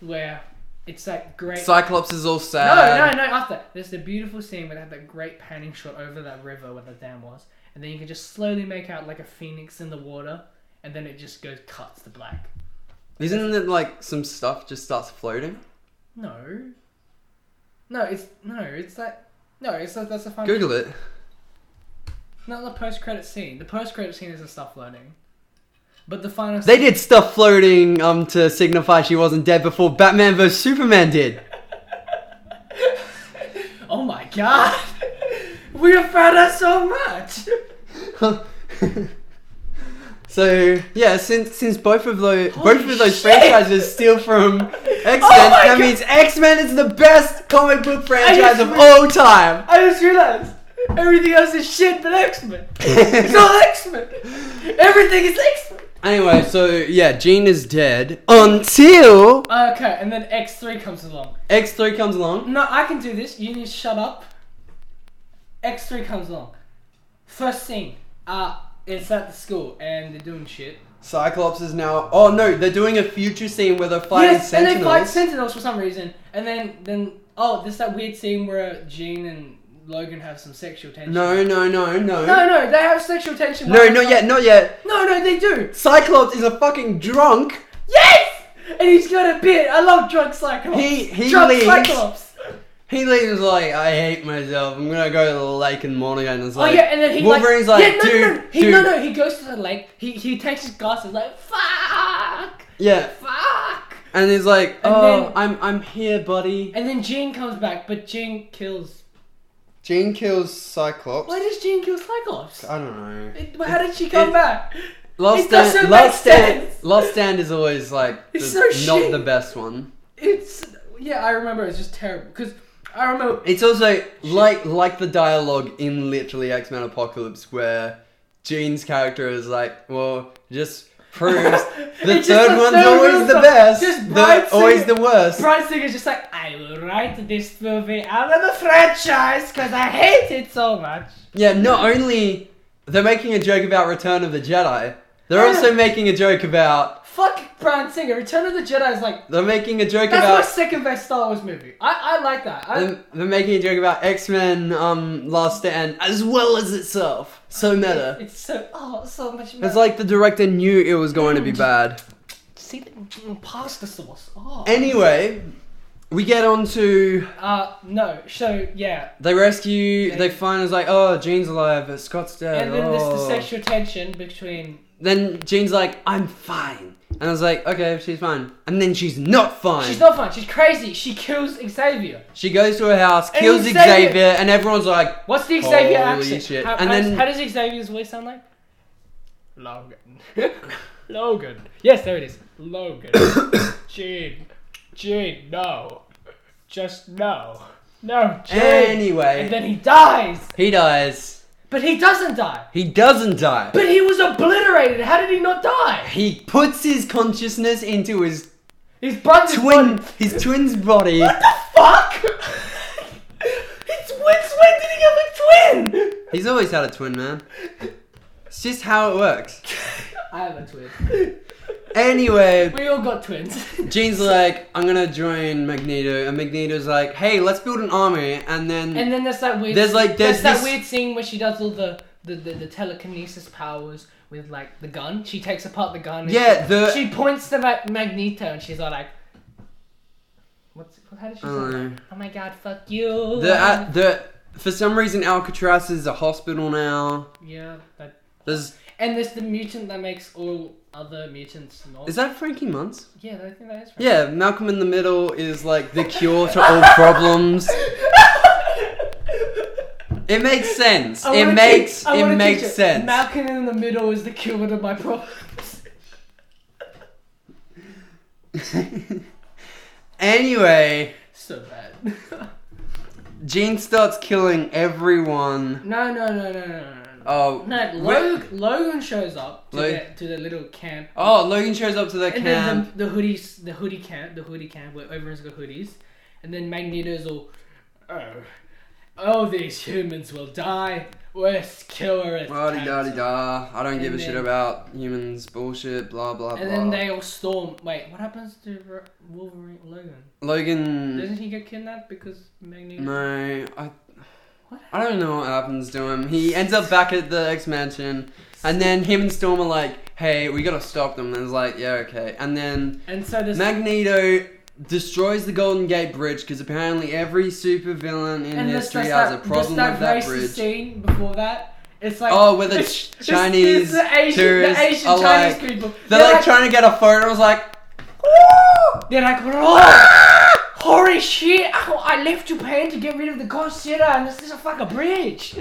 A: where it's that great.
B: Cyclops is all
A: no, no,
B: sad.
A: no. After there's the beautiful scene where they have that great panning shot over that river where the dam was, and then you can just slowly make out like a phoenix in the water, and then it just goes cuts to black.
B: Isn't it like some stuff just starts floating?
A: No. No, it's no, it's that. No, it's that, that's a fun.
B: Google it.
A: Not the post credit scene. The post credit scene is the stuff learning. But the final
B: They did stuff floating um to signify she wasn't dead before Batman vs Superman did.
A: Oh my god! we have found out so much!
B: so yeah, since since both of those both
A: Holy
B: of those
A: shit!
B: franchises steal from X Men,
A: Oh my
B: that
A: God!
B: means X Men is the best comic book franchise of
A: re-
B: all time.
A: I just realized everything else is shit but X Men! It's all X Men! Everything is X Men!
B: anyway, so yeah, Jean is dead until
A: Okay, and then X3 comes along.
B: X three comes along.
A: No, I can do this. You need to shut up. X3 comes along. First scene. Uh, it's at the school and they're doing shit.
B: Cyclops is now. Oh no, they're doing a future scene where they're fighting
A: yes,
B: Sentinels.
A: and they fight Sentinels for some reason, and then then oh, there's that weird scene where Jean and Logan have some sexual tension.
B: no, no, no,
A: no,
B: no,
A: no, they have sexual tension.
B: no,
A: while-
B: not yet, not yet.
A: No, no, they do.
B: Cyclops is a fucking drunk.
A: Yes, and he's got a beard. I love drunk Cyclops.
B: He- he
A: drunk
B: leaves.
A: Cyclops.
B: He leaves like, I hate myself. I'm gonna go to the lake in the morning, and it's like,
A: oh yeah, and then he
B: Wolverine's like,
A: yeah, no,
B: dude,
A: no, no. He,
B: dude,
A: no, no, he goes to the lake. He he takes his glasses like fuck,
B: yeah.
A: fuck.
B: And he's like,
A: And
B: oh,
A: then-
B: I'm I'm here, buddy.
A: And then Jean comes back, but Jean kills.
B: Jean kills Cyclops.
A: Why does Jean kill Cyclops?
B: I don't know.
A: It- How did she come
B: Uh, it-
A: back?
B: Last
A: It doesn't
B: Stand,
A: make
B: Last Stand,
A: sense.
B: Last Stand is always like
A: It's
B: the-
A: so
B: not
A: shit.
B: the best one.
A: It's yeah, I remember. It's just terrible because I remember.
B: It's also like like the dialogue in literally X Men Apocalypse, where Jean's character is like, well, just proves the
A: It's just the
B: third one's
A: third
B: always
A: one's
B: the
A: the-
B: best,
A: just
B: the,
A: bright
B: always the
A: singing-
B: worst.
A: Brian Singer's just like I will write this movie out of the franchise because I hate it so much.
B: Yeah, not only they're making a joke about Return of the Jedi, they're
A: Ah.
B: also making a joke about
A: Fuck Brian Singer. Return of the Jedi is like
B: they're making a joke
A: that's my
B: about
A: second best Star Wars movie. I, I like that. I,
B: they're, they're making a joke about X Men um Last Stand as well as itself. So meta.
A: it's so oh so much.
B: It's like the director knew it was going to be bad.
A: see the pasta sauce. Oh.
B: Anyway, we get on to
A: uh no. So yeah,
B: they rescue. They find us like, oh, Jean's alive. but Scott's dead.
A: and then there's the
B: oh."
A: sexual tension between.
B: Then Jean's like, I'm fine, and I was like, okay, she's fine, and then she's not fine.
A: She's not fun. She's crazy. She kills Xavier.
B: She goes to her house,
A: And
B: kills Xavier,
A: Xavier-
B: and everyone's like,
A: What's the Xavier
B: Holy
A: accent?
B: shit.
A: How,
B: And
A: how does-
B: then-
A: how does Xavier's voice sound like? Logan. Logan. Yes, there it is. Logan. Gene. Gene, no. Just no. No, Gene.
B: Anyway.
A: And then he dies.
B: He dies.
A: But he doesn't die.
B: He doesn't die.
A: But he was obliterated. How did he not die?
B: he puts his consciousness into his
A: His brother's
B: twin his twin's body.
A: What the fuck? it's when, when did he have a twin?
B: He's always had a twin, man. It's just how it works.
A: I have a twin.
B: Anyway,
A: We all got twins.
B: Jean's like, I'm gonna join Magneto, and Magneto's like, Hey, let's build an army, and then
A: And then there's that weird.
B: There's, like, there's
A: that
B: this-
A: weird scene where she does all the the, the the telekinesis powers with like the gun. She takes apart the gun. And
B: yeah, the
A: She, she points them at Magneto, and she's all like, "What's how does she
B: I
A: say?
B: don't know.
A: that? Oh my god, fuck you.
B: the uh, the for some reason Alcatraz is a hospital now.
A: yeah, that.
B: There's
A: And there's the mutant that makes all other mutants not.
B: is that Frankie Munz?
A: yeah, I think that is. Right.
B: Yeah, Malcolm in the Middle is like the cure to all problems. It makes sense.
A: I
B: It
A: wanna
B: makes
A: teach- I wanna
B: it
A: teach
B: makes sense.
A: Malcolm in the middle is the cure to my problems.
B: anyway,
A: so bad.
B: Jean starts killing everyone.
A: No, no, no, no, no, no, no.
B: Oh,
A: No,
B: wh-
A: Logan, Logan shows up to,
B: Lo-
A: their, to their little camp.
B: oh, Logan shows up to the
A: and
B: camp.
A: then the, the hoodies, the hoodie camp, the hoodie camp where everyone's got hoodies. And then Magneto's all, oh, oh, these humans will die. Let's kill her. It's
B: La di da di
A: cancer."
B: da. I don't give a
A: And
B: shit
A: then-
B: about humans. Bullshit. Blah blah blah.
A: And then they all storm. Wait, what happens to Ro- Wolverine Logan?
B: Logan.
A: Doesn't he get kidnapped because Magneto?
B: Hmm. No, I.
A: What
B: I don't know what happens to him. He ends up back at the X Mansion, and then him and Storm are like, "Hey, we gotta stop them." And it's like, "Yeah, okay." And then
A: And so does.
B: Magneto destroys the Golden Gate Bridge because apparently every supervillain in
A: and there's
B: history
A: just
B: has
A: that-
B: a problem
A: there's
B: with that
A: racist
B: bridge.
A: scene before that. It's like
B: Oh, with the
A: it's-
B: Ch-
A: it's-
B: Chinese
A: it's the Asian,
B: tourists
A: the Asian
B: are
A: Chinese
B: like-
A: people.
B: They're like trying to get a photo. I was like,
A: they're like, "Oh, holy shit! I, I left Japan to get rid of the gold sitter, and this is a fucking bridge.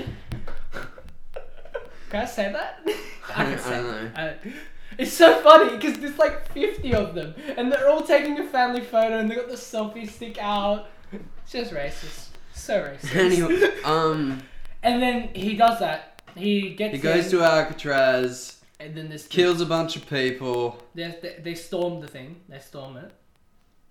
A: can I say that?
B: I
A: can
B: don't- I
A: say
B: don't know.
A: that. I- it's so funny because there's like 50 of them, and they're all taking a family photo, and they got the selfie stick out. It's just racist. So racist.
B: anyway, um,
A: And then he does that. He gets.
B: he goes
A: in,
B: to Alcatraz,
A: And then this
B: kills a bunch of people,
A: They, they, they storm the thing. They storm it.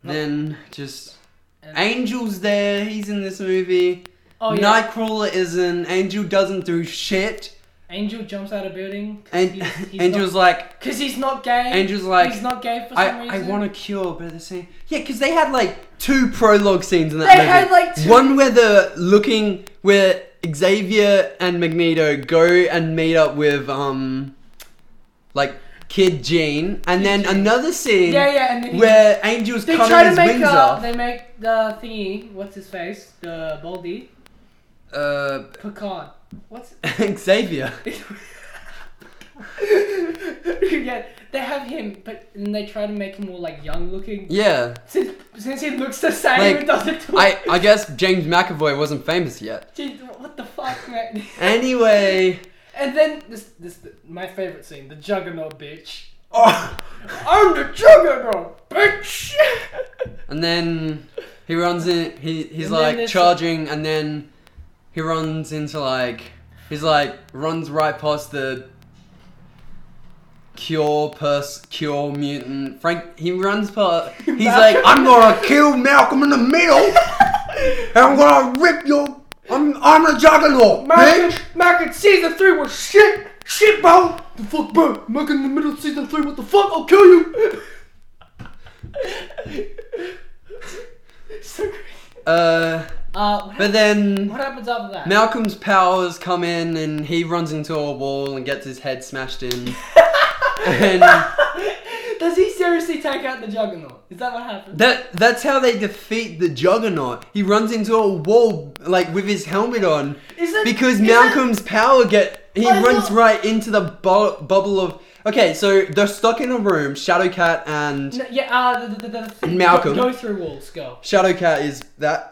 B: then just.
A: And-
B: Angel's there, he's in this movie.
A: Oh yeah.
B: Nightcrawler isn't, Angel doesn't do shit.
A: Angel jumps out of building.
B: And Angel's like,
A: Because he's not gay.
B: Angel's like,
A: he's not gay for some
B: I,
A: reason.
B: I want a cure, but at the same yeah, because they had like two prologue scenes in that
A: They
B: movie.
A: had, like, two-
B: One where the looking where Xavier and Magneto go and meet up with um, like Kid Jean, and then
A: Jean.
B: another scene
A: Yeah, yeah, and then he,
B: where Angel's
A: they
B: coming
A: try to
B: as
A: make
B: Windsor.
A: uh, they make the thingy. What's his face? The baldy
B: Uh,
A: Picard. What's
B: Xavier.
A: yeah, they have him, but and they try to make him more like young looking.
B: Yeah,
A: Since, since he looks the same,
B: Like,
A: it doesn't. Look,
B: I I guess James McAvoy wasn't famous yet.
A: Gee, what the fuck, man?
B: Anyway,
A: And then this, this, my favorite scene, the Juggernaut bitch.
B: oh,
A: I'm the Juggernaut bitch.
B: and then he runs in. He he's
A: And then
B: like
A: there's-
B: charging, and then he runs into like he's like runs right past the cure pers cure mutant Frank. He runs past. He's like, I'm gonna kill Malcolm in the middle, and I'm gonna rip your. I'm I'm the juggernaut,
A: Malcolm,
B: bitch.
A: Malcolm, season three was shit, shit, bro. The fuck, bro? Malcolm in the middle of season three. What the fuck? I'll kill you. so great.
B: Uh,
A: Uh, what,
B: but
A: hap-
B: then
A: what happens after that?
B: Malcolm's powers come in, and he runs into a wall and gets his head smashed in. and
A: Does he seriously take out the Juggernaut? Is that what happened?
B: That that's how they defeat the Juggernaut. He runs into a wall like with his helmet on
A: Is it
B: because
A: is it-
B: Malcolm's power get he
A: I
B: runs
A: thought-
B: right into the bu- bubble of Okay, so they're stuck in a room. Shadowcat and
A: No, yeah, uh, the, the, the, the
B: Malcolm.
A: Go, go through walls, go.
B: Shadowcat is that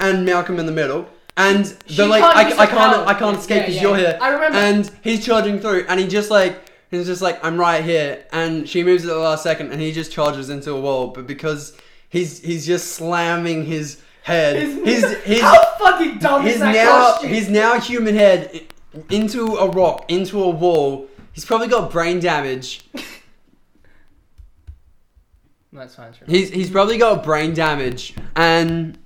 B: and Malcolm in the middle. And they're
A: She
B: like
A: can't
B: I,
A: use
B: I
A: her
B: can't
A: power.
B: I can't escape
A: Yeah,
B: because
A: yeah,
B: you're
A: yeah.
B: here.
A: I remember.
B: And he's charging through and he just like He's just like, I'm right here, and she moves at the last second, and he just charges into a wall. But because he's he's just slamming his head, his his his,
A: how fucking dumb is that
B: now
A: costume?
B: his now human head i- into a rock, into a wall. He's probably got brain damage.
A: That's fine. True.
B: He's he's probably got brain damage, and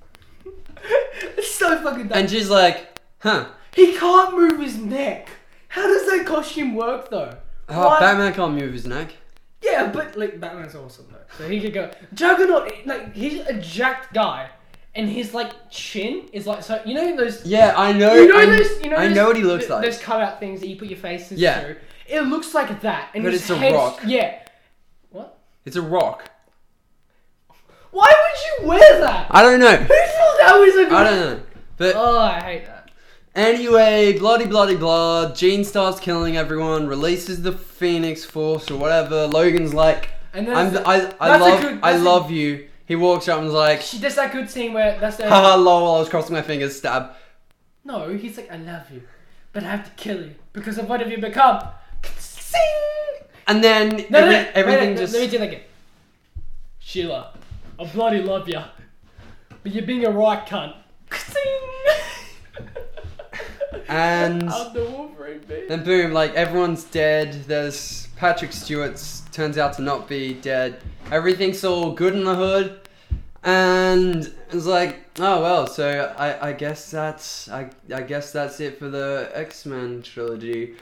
A: it's so fucking dumb.
B: and she's like, huh?
A: he can't move his neck. How does that costume work though?
B: Oh,
A: Why-
B: Batman can't move his neck.
A: Yeah, but like Batman's awesome though, so he could go Juggernaut. Like he's a jacked guy, and his like chin is like so. You know those.
B: Yeah, I know.
A: You know
B: I,
A: those. You know.
B: I
A: those-
B: know what he looks
A: th-
B: like.
A: Those cutout things that you put your faces
B: Yeah.
A: through. It looks like that, and
B: But
A: his
B: it's a
A: head's-
B: rock.
A: Yeah. What?
B: It's a rock.
A: Why would you wear that?
B: I don't know.
A: Who thought that was a good?
B: I don't know. But
A: Oh, I hate that.
B: Anyway, bloody bloody blah. Jean starts killing everyone. Releases the Phoenix Force or whatever. Logan's like,
A: And then
B: I'm,
A: there's-
B: I, I
A: that's a
B: love,
A: good-
B: I
A: that's a-
B: love you. He walks up and is like,
A: she does that good scene where that's the
B: haha, lol. I was crossing my fingers. Stab.
A: no. He's like, I love you, but I have to kill you because of what have you become? Sing.
B: And then
A: No, no,
B: every-
A: no,
B: everything
A: wait, no,
B: just.
A: Let me do that again. Sheila, I bloody love ya, but you're being a right cunt. Sing.
B: And-
A: I'm the Wolverine, bitch.
B: Then boom, like everyone's dead. There's Patrick Stewart's turns out to not be dead. Everything's all good in the hood, and it's like, oh well. So I, I guess that's I, I guess that's it for the X Men trilogy.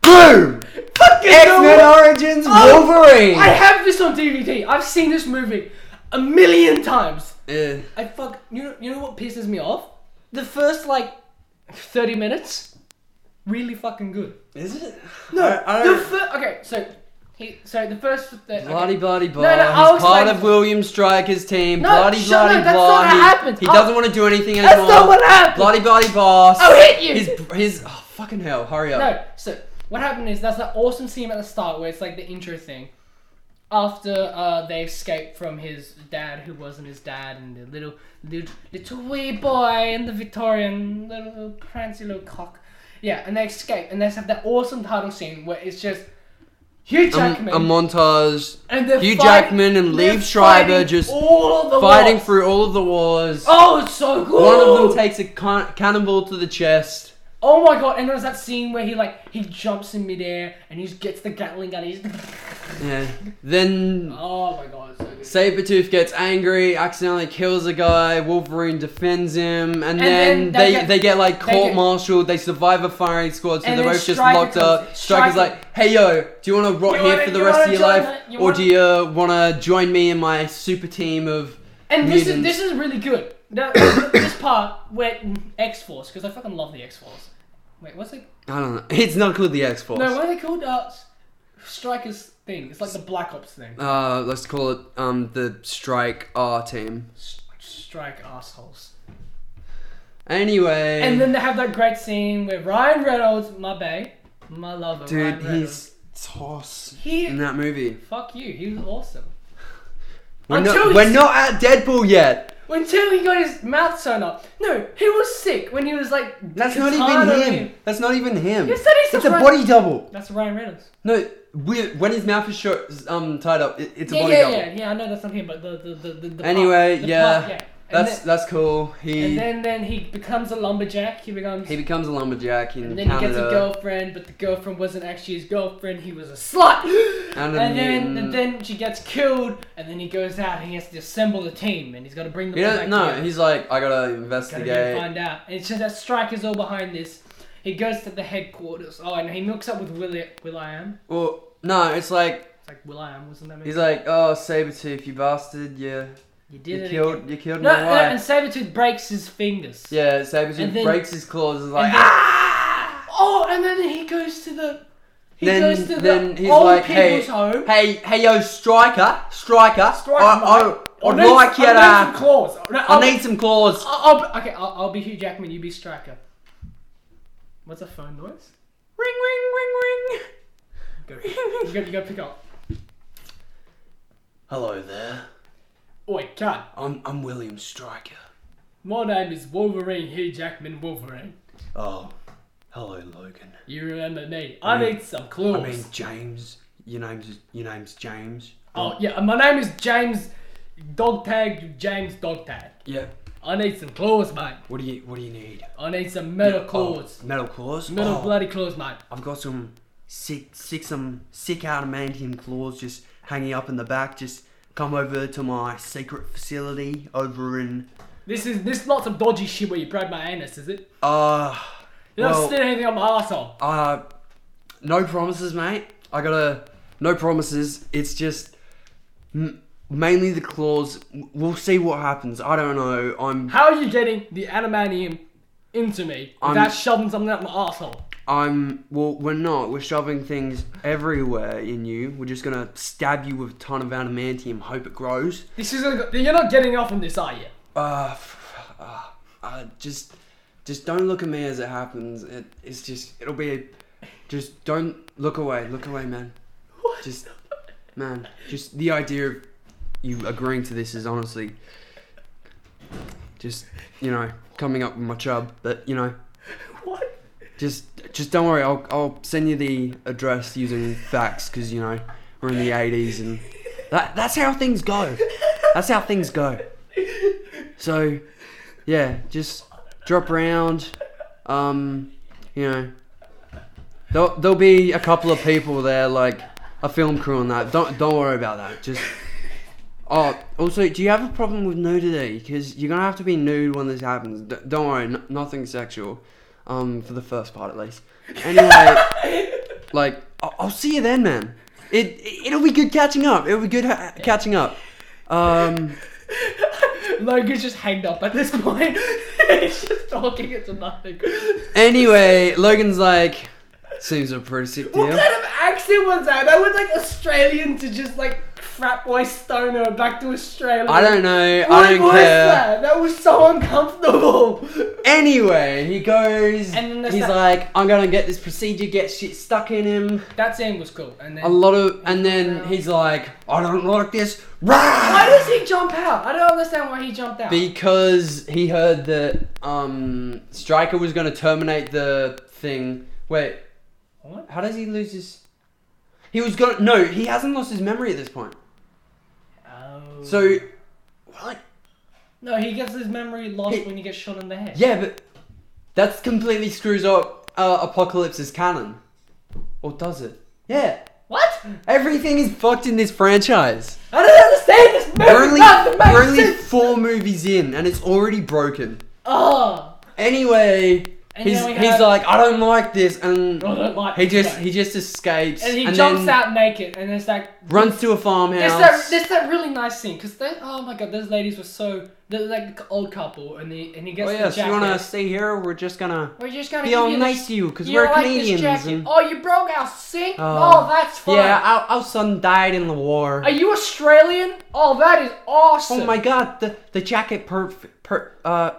B: Boom!
A: Fucking
B: X
A: no
B: Men
A: way.
B: Origins
A: Oh,
B: Wolverine.
A: I have this on DVD. I've seen this movie a million times.
B: Eh,
A: I fuck. You know, you know what pisses me off? The first like thirty minutes, really fucking good.
B: is it? I, I
A: the
B: don't.
A: fir- okay. So, he, so the first. The, okay.
B: Bloody bloody blah.
A: No, no, I'll
B: He's part
A: explain.
B: of William Stryker's team.
A: No,
B: bloody
A: shut up,
B: bloody
A: that's
B: blah.
A: not what
B: he,
A: happened.
B: He
A: I'll-
B: doesn't want to do anything anymore.
A: That's not what happened.
B: Bloody bloody boss.
A: I'll hit you.
B: His his oh, fucking hell. Hurry up.
A: no. So what happened is that's that awesome scene at the start where it's like the intro thing. After uh, they escape from his dad, who wasn't his dad, and the little little, little wee boy and the Victorian little prancy little cock, yeah, and they escape and they have that awesome title scene where it's just Hugh
B: Um,
A: Jackman.
B: a montage.
A: And they're
B: Hugh
A: fight-
B: Jackman and
A: they're
B: Liev Schreiber
A: fighting
B: just
A: all the
B: Fighting
A: wars.
B: through all of the wars.
A: Oh, it's so good.
B: One of them takes a can- cannonball to the chest.
A: oh my god! And there's that scene where he like he jumps in midair and he just gets the Gatling gun. He's
B: Yeah. Then
A: oh my god, it's so good.
B: Sabretooth gets angry, accidentally kills a guy, Wolverine defends him, and, then,
A: then they
B: they,
A: get-
B: they get like
A: they get-
B: court martialed, they survive a firing squad, so
A: And
B: they're
A: then
B: both just
A: Stryker
B: locked
A: comes-
B: up. Striker's
A: Stryker-
B: like, hey yo, do you wanna rot
A: You
B: here
A: wanna-
B: for the
A: you
B: rest of
A: wanna
B: your
A: join
B: life?
A: the- you
B: or do you wanna join me in my super team of
A: And this is
B: mutants.
A: this is really good. Now, this part where X Force because I fucking love the X Force. Wait, what's it?
B: I don't know. It's not called the X Force.
A: No, what are they called? Uh, Strikers thing. It's like the Black Ops thing.
B: uh, let's call it um, the Strike R team.
A: S- Strike assholes.
B: Anyway,
A: And then they have that great scene where Ryan Reynolds, my bae, my lover,
B: dude,
A: Ryan Reynolds.
B: he's toss
A: He
B: in that movie.
A: Fuck you, he was awesome.
B: We're
A: Until
B: not,
A: he's-
B: we're not at Deadpool yet.
A: Until he got his mouth sewn up. No, he was sick when he was like.
B: That's not
A: katana
B: even him.
A: in.
B: That's not even him.
A: You said he's
B: it's
A: a
B: a
A: front-
B: body double.
A: That's Ryan Reynolds.
B: No, we, when his mouth is short, um, tied up, it, it's a
A: yeah,
B: body
A: yeah,
B: double.
A: yeah, yeah. I know that's not him, but the the the the. the
B: Anyway,
A: part, the
B: yeah,
A: part, yeah. And
B: That's that's cool.
A: then,
B: He
A: and then then he becomes a lumberjack. He becomes.
B: he becomes a lumberjack in
A: and then he
B: Canada.
A: gets a girlfriend, but the girlfriend wasn't actually his girlfriend. He was a slut.
B: And a
A: and then
B: mutant.
A: and then she gets killed, and then he goes out and he has to assemble the team, and he's got to bring them
B: He
A: all
B: doesn't-
A: back
B: no,
A: together.
B: he's like, I gotta
A: Gotta go and
B: investigate.
A: find out. And it's just that Striker's all behind this. He goes to the headquarters. Oh, and he hooks up with Willi Will I Am.
B: Well, no, it's like
A: It's like Will I Am, wasn't that?
B: he's
A: Movie?
B: like, oh Sabretooth, you bastard, you
A: You did
B: you
A: it.
B: killed
A: again.
B: you killed
A: No,
B: my
A: no,
B: wife.
A: and Sabretooth breaks his fingers.
B: Yeah, Sabretooth
A: And then-
B: breaks his claws and is like,
A: and then-
B: ah!
A: Oh, and then he goes to the. He
B: Then-
A: goes to
B: then
A: the
B: he's
A: old
B: like,
A: people's
B: hey,
A: home.
B: Hey, hey, yo, striker, striker,
A: Strike
B: I, I,
A: I
B: I'd
A: need some-
B: like you
A: I
B: to.
A: need some claws. No, I'll-
B: I need some claws.
A: I'll, I'll be- okay, I'll, I'll be Hugh Jackman. You be Striker. What's a phone noise?
B: Ring, ring,
A: Go,
B: ring,
A: you go, you go pick up.
B: Hello there.
A: Oi, cut.
B: I'm I'm William Striker.
A: My name is Wolverine Hugh Jackman Wolverine.
B: Oh, Hello, Logan.
A: You remember me? I
B: mean-
A: need some clues.
B: Mm. I mean, James. Your name's your name's James.
A: oh yeah, my name is James. Dog tag James Dog tag.
B: Yeah.
A: I need some clues, mate.
B: What do you What do you need?
A: I need some metal claws.
B: Oh, metal claws.
A: Metal
B: Oh,
A: bloody claws, mate.
B: I've got some sick, sick, some sick adamantium claws just hanging up in the back. Just come over to my secret facility over in.
A: This is this is not some dodgy shit where you probe my anus, is it?
B: Uh,
A: You don't
B: well,
A: stick anything on my arsehole.
B: uh, no promises, mate. I gotta. No promises. It's just. M- mainly the claws. We'll see what happens. I don't know. I'm.
A: How are you getting the adamantium into me
B: I'm-
A: without shoving something up my arsehole?
B: I'm. Well, we're not. We're shoving things everywhere in you. We're just gonna stab you with a ton of adamantium, hope it grows.
A: This is not you're not getting off on this, are you?
B: Uh, f- uh, uh, just, just don't look at me as it happens. It, it's just, it'll be, a, just don't look away. Look away, man.
A: What?
B: Just, man, just the idea of you agreeing to this is honestly, just, you know, coming up with my chub. But you know,
A: What?
B: just, just don't worry. I'll, I'll send you the address using fax because you know we're in the '80s and that, that's how things go. That's how things go. So, yeah, just drop around. Um, you know, there'll, there'll be a couple of people there, like a film crew and that. Don't don't worry about that. Just. Oh, also, do you have a problem with nudity? Because you're gonna have to be nude when this happens. D- don't worry, n- nothing sexual. Um, for the first part at least. Anyway, like, I- I'll see you then, man. It it'll be good catching up. It'll be good ha- catching up. Um.
A: Logan's just hanged up at this point. He's just talking into nothing.
B: Anyway, Logan's like, seems a pretty sick
A: What
B: deal.
A: kind of accent was that? That was like Australian to just like frat boy stoner back to Australia.
B: I don't know.
A: What
B: I don't
A: was
B: care. Eh.
A: that? That was so uncomfortable.
B: Anyway, he goes.
A: And then there's
B: he's
A: that-
B: like, I'm gonna get this procedure, get shit stuck in him.
A: That scene was cool. And then
B: A lot of, and then he's like, I don't like this.
A: why
B: Rah!
A: does he jump out? I don't understand why he jumped out.
B: Because he heard that um Striker was gonna terminate the thing. Wait,
A: What?
B: how does he lose his? He was gonna. No, he hasn't lost his memory at this point.
A: Oh.
B: So, what?
A: no, he gets his memory lost
B: He-
A: when he gets shot in the head.
B: Yeah, but that's completely screws up uh, Apocalypse's canon. Or does it? Yeah.
A: What?
B: Everything is fucked in this franchise.
A: I don't understand this movie.
B: We're only,
A: Nothing makes
B: we're only
A: sense.
B: four movies in, and it's already broken.
A: Oh.
B: Anyway,
A: And
B: he's,
A: then we
B: he's
A: have-
B: like, I don't like this, and
A: I don't like
B: he
A: this
B: just
A: guy."
B: he just escapes
A: And he
B: then
A: jumps out naked, and it's like
B: runs to a
A: There's
B: farmhouse.
A: that, there's that really nice scene because oh my god, those ladies were so they're like an old couple, and he and he gets
B: oh
A: the
B: yes,
A: jacket.
B: you wanna stay here? We're just gonna
A: We're just gonna
B: be
A: give
B: all
A: you
B: nice
A: this,
B: to you because
A: you
B: we're
A: don't like this
B: Canadians.
A: jacket.
B: and,
A: Oh, you broke our sink.
B: Oh.
A: Oh, that's fine.
B: yeah, our, our son died in the war.
A: Are you Australian? Oh, that is awesome.
B: Oh my god, the, the jacket per, per uh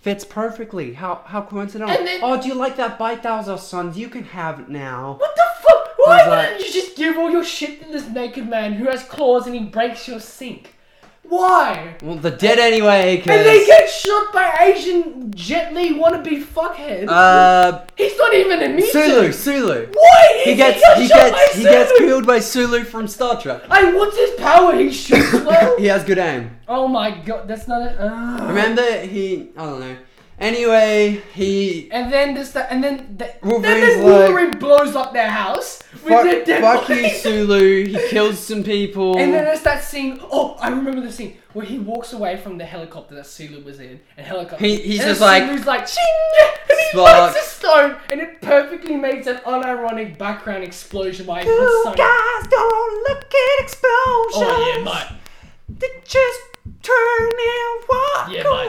B: fits perfectly. How how coincidental.
A: And then-
B: oh, do you like that bite? That was our son's. You can have it now.
A: What the fuck? Why
B: He's
A: didn't
B: like-
A: you just give all your shit to this naked man who has claws and he breaks your sink? Why?
B: Well, the dead anyway,
A: And they
B: cause,
A: get shot by Asian Jet Li wannabe fuckhead.
B: uh
A: He's not even a mutant.
B: Sulu, Sulu.
A: Why?
B: He gets
A: got
B: he
A: shot by
B: gets he gets
A: Sulu?
B: killed by Sulu from Star Trek.
A: Hey, what's his power? He shoots well.
B: He has good aim.
A: Oh my god, that's not it. Ugh.
B: Remember he I don't know. Anyway, he
A: And then this, that, and then the, then
B: Wolverine's
A: this
B: like-
A: Wolverine blows up their house with
B: fuck,
A: their dead
B: fuck you,
A: bodies.
B: Sulu. He kills some people.
A: And then there's that scene. Oh, I remember the scene where he walks away from the helicopter that Sulu was in, and helicopter.
B: He- he's
A: and
B: just
A: then
B: like,
A: Sulu's like, ching, and he
B: Spark.
A: puts a stone, and it perfectly makes an unironic background explosion by
B: You
A: so-
B: guys don't look at explosions.
A: Oh yeah, mate.
B: They just turn and walk
A: Yeah, mate.